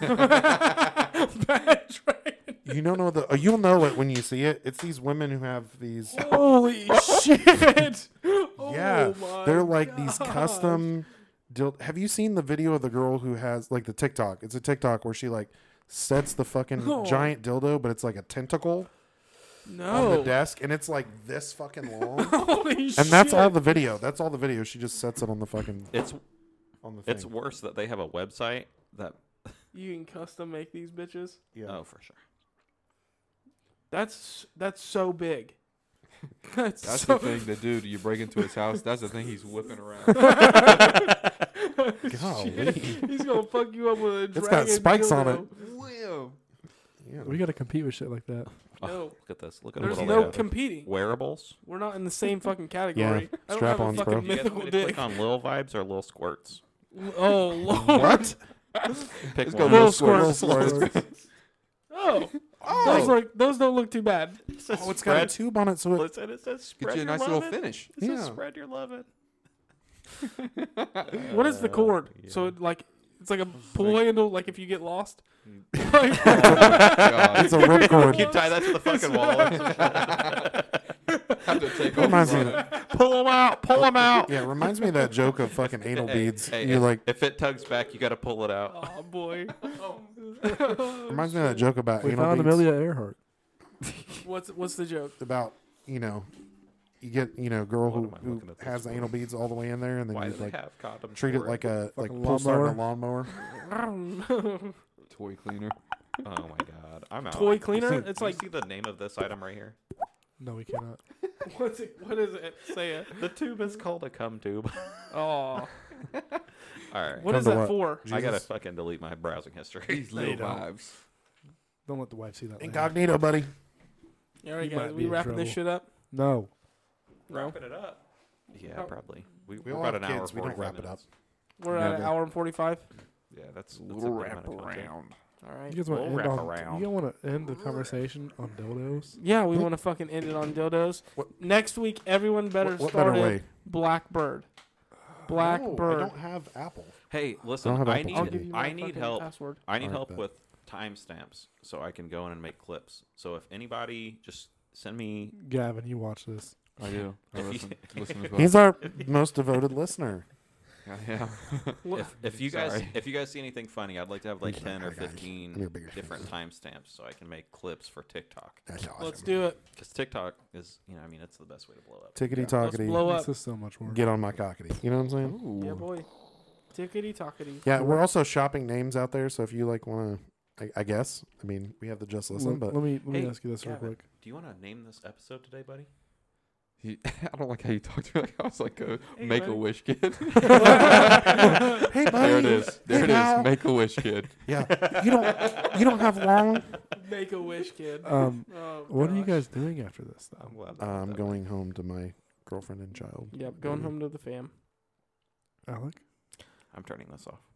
S3: Bad dragon.
S1: You don't know the. oh, You'll know it when you see it. It's these women who have these.
S3: Holy shit! Oh
S1: yeah,
S3: my
S1: they're like these
S3: gosh.
S1: custom. Dil- have you seen the video of the girl who has like the TikTok? It's a TikTok where she like sets the fucking
S3: No.
S2: Oh.
S1: giant dildo, but it's like a tentacle on
S2: Oh.
S1: the
S3: No.
S1: desk, and it's like this fucking
S2: <laughs>
S1: long.
S3: <laughs> Holy shit!
S1: and that's all the video. That's all the video. She just sets it on the fucking
S2: It's
S1: on the thing.
S2: it's worse that they have a website that.
S3: You can custom make these bitches.
S1: yeah.
S2: Oh, for sure.
S3: That's that's so big. <laughs> That's,
S5: That's
S3: so
S5: the thing, the dude. You break into his house. That's the thing he's
S3: <laughs>
S5: whipping around.
S1: Golly.
S3: He's gonna fuck you up with a dragon.
S1: got spikes on it.
S5: Whoa.
S1: Yeah.
S4: We gotta compete with shit like
S2: <laughs>
S4: that.
S2: Oh,
S3: No.
S2: Look at this. Look at
S3: There's
S2: all
S3: no
S2: that.
S3: competing.
S1: <laughs>
S2: wearables.
S3: We're not in the same fucking category. I don't have a
S1: strap-ons,
S3: fucking
S1: bro.
S2: You guys want
S3: mythical
S2: me to
S3: dick.
S2: click on little vibes or little squirts.
S3: <laughs> Oh lord.
S1: What?
S2: Pick
S5: go
S2: one.
S5: little
S1: Squirrel,
S3: squirts.
S1: squirrel, squirrel.
S3: Oh. Those look those don't look too bad.
S2: It says
S1: Oh, it's got a
S2: spread-
S1: tube on it, so it.
S2: Listen, it says spread
S5: Get you a
S2: your
S5: nice little
S2: lovin'.
S5: finish.
S2: It says
S1: Yeah.
S2: spread your lovin'.
S1: <laughs>
S3: What is the cord?
S2: Uh, yeah.
S3: So it like it's like a pool handle, like if you
S2: <laughs>
S3: get lost. <laughs>
S5: God,
S1: <laughs> It's a ripcord.
S2: You tie that to
S1: <laughs>
S2: the fucking wall. <laughs>
S5: have to take off
S1: reminds me.
S5: his-
S1: Of,
S2: pull them out. Pull them out.
S1: <laughs> yeah, it reminds me of that joke of fucking anal beads.
S2: Hey,
S1: you
S2: if,
S1: like
S2: if it tugs back, you got to pull it out.
S3: Oh boy.
S1: reminds me of that joke about
S4: We
S1: anal
S4: found
S1: beads.
S4: Amelia Earhart.
S3: What's what's the
S1: <laughs>
S3: joke?
S1: About you know, you get you know, girl who,
S2: What am I
S1: who
S2: looking at this
S1: has the anal beads all the way in there, and then
S2: Why
S1: you
S2: do they
S1: like
S2: have condoms?
S1: treat it
S2: for
S1: like a like
S4: Fucking
S1: pull start in a lawnmower.
S5: Toy cleaner.
S2: Oh my god, I'm out.
S3: Toy cleaner? It's
S2: It's like
S3: like <laughs>
S2: see the name of this item right here.
S4: No, we cannot.
S3: what's it what is it? Say it.
S2: The tube is called a cum tube. <laughs>
S3: Oh.
S2: All right,
S3: What
S1: Come
S3: is
S1: to
S3: that
S1: what?
S3: for?
S2: I gotta fucking delete my browsing history. <laughs>
S5: These little
S4: don't.
S5: vibes.
S4: Don't let the wife see that. later.
S1: Incognito, buddy.
S3: All right,
S4: You
S3: guys,
S4: might
S3: we
S4: be in
S3: wrapping this
S4: trouble.
S3: shit up.
S4: No.
S3: No,
S2: it up. Yeah, probably. We,
S1: We
S2: we're
S1: all
S2: about
S1: have
S2: an hour.
S1: kids, we don't
S2: 45
S1: wrap it
S2: minutes.
S3: we're at an
S5: Never.
S3: hour and forty-five.
S2: Yeah, that's, that's a
S5: Little
S2: good amount of
S5: wrap
S2: content.
S5: around.
S3: All
S4: You
S3: right.
S4: guys want to
S2: We'll
S4: end
S2: wrap
S4: on?
S2: around.
S4: You guys want to end the conversation on dildos?
S3: Yeah, we want to fucking end it on dildos.
S1: What-
S3: Next week, everyone better
S1: What, what
S3: start
S1: better
S3: it.
S1: way?
S3: Blackbird.
S1: No, I
S3: Blackbird.
S1: don't have Apple.
S2: Hey,
S1: I
S2: listen,
S1: don't
S2: I,
S1: have Apple
S3: I'll
S1: TV.
S3: give you
S2: need
S3: my
S2: I need
S3: fucking
S2: help.
S3: Password.
S2: I need
S1: Alright,
S2: help
S1: bet.
S2: with timestamps so I can go in and make clips. So if anybody just send me
S4: Gavin, you watch this.
S5: I do. I
S2: If you-
S5: listen, listen as well.
S1: He's our most devoted
S2: <laughs>
S1: listener.
S5: Yeah, yeah.
S2: if, if you guys
S5: Sorry.
S2: if you guys see anything funny, I'd like to have like ten or
S1: Give me a
S2: fifteen
S1: bigger <laughs>
S2: different timestamps so I can make clips for TikTok.
S1: That's awesome.
S3: Let's do it.
S2: Because TikTok is you know I mean it's the best way to blow up.
S1: Tickety
S3: Let's
S1: tockety.
S3: blow
S4: <laughs> This
S3: up.
S4: is so much work.
S1: Get on my cockety. You know what I'm saying?
S3: Yeah, boy. Tickety tockety.
S1: <laughs> Yeah, we're also shopping names out there. So if you like want to, I, I guess. I mean, we have the just
S4: Let-
S1: listen,
S4: let,
S1: but
S4: me let me
S2: Hey,
S4: ask you this
S2: Gavin.
S4: real quick.
S2: Do you want to name this episode today, buddy?
S5: He, <laughs> I don't like how you talked to me. <laughs> Like I was like a make a wish kid. <laughs>
S1: hey, buddy,
S5: there it is. There it
S1: pal.
S5: is. Make a wish kid.
S1: Yeah, you don't you don't have long. Uh,
S3: Make a wish, kid.
S4: Um,
S3: Oh,
S4: what are you
S3: gosh.
S4: guys doing after this?
S2: I'm
S4: Though?
S2: glad.
S1: Uh, I'm going home to my girlfriend and child.
S3: Yep, going home to the fam.
S4: Alec,
S2: I'm turning this off.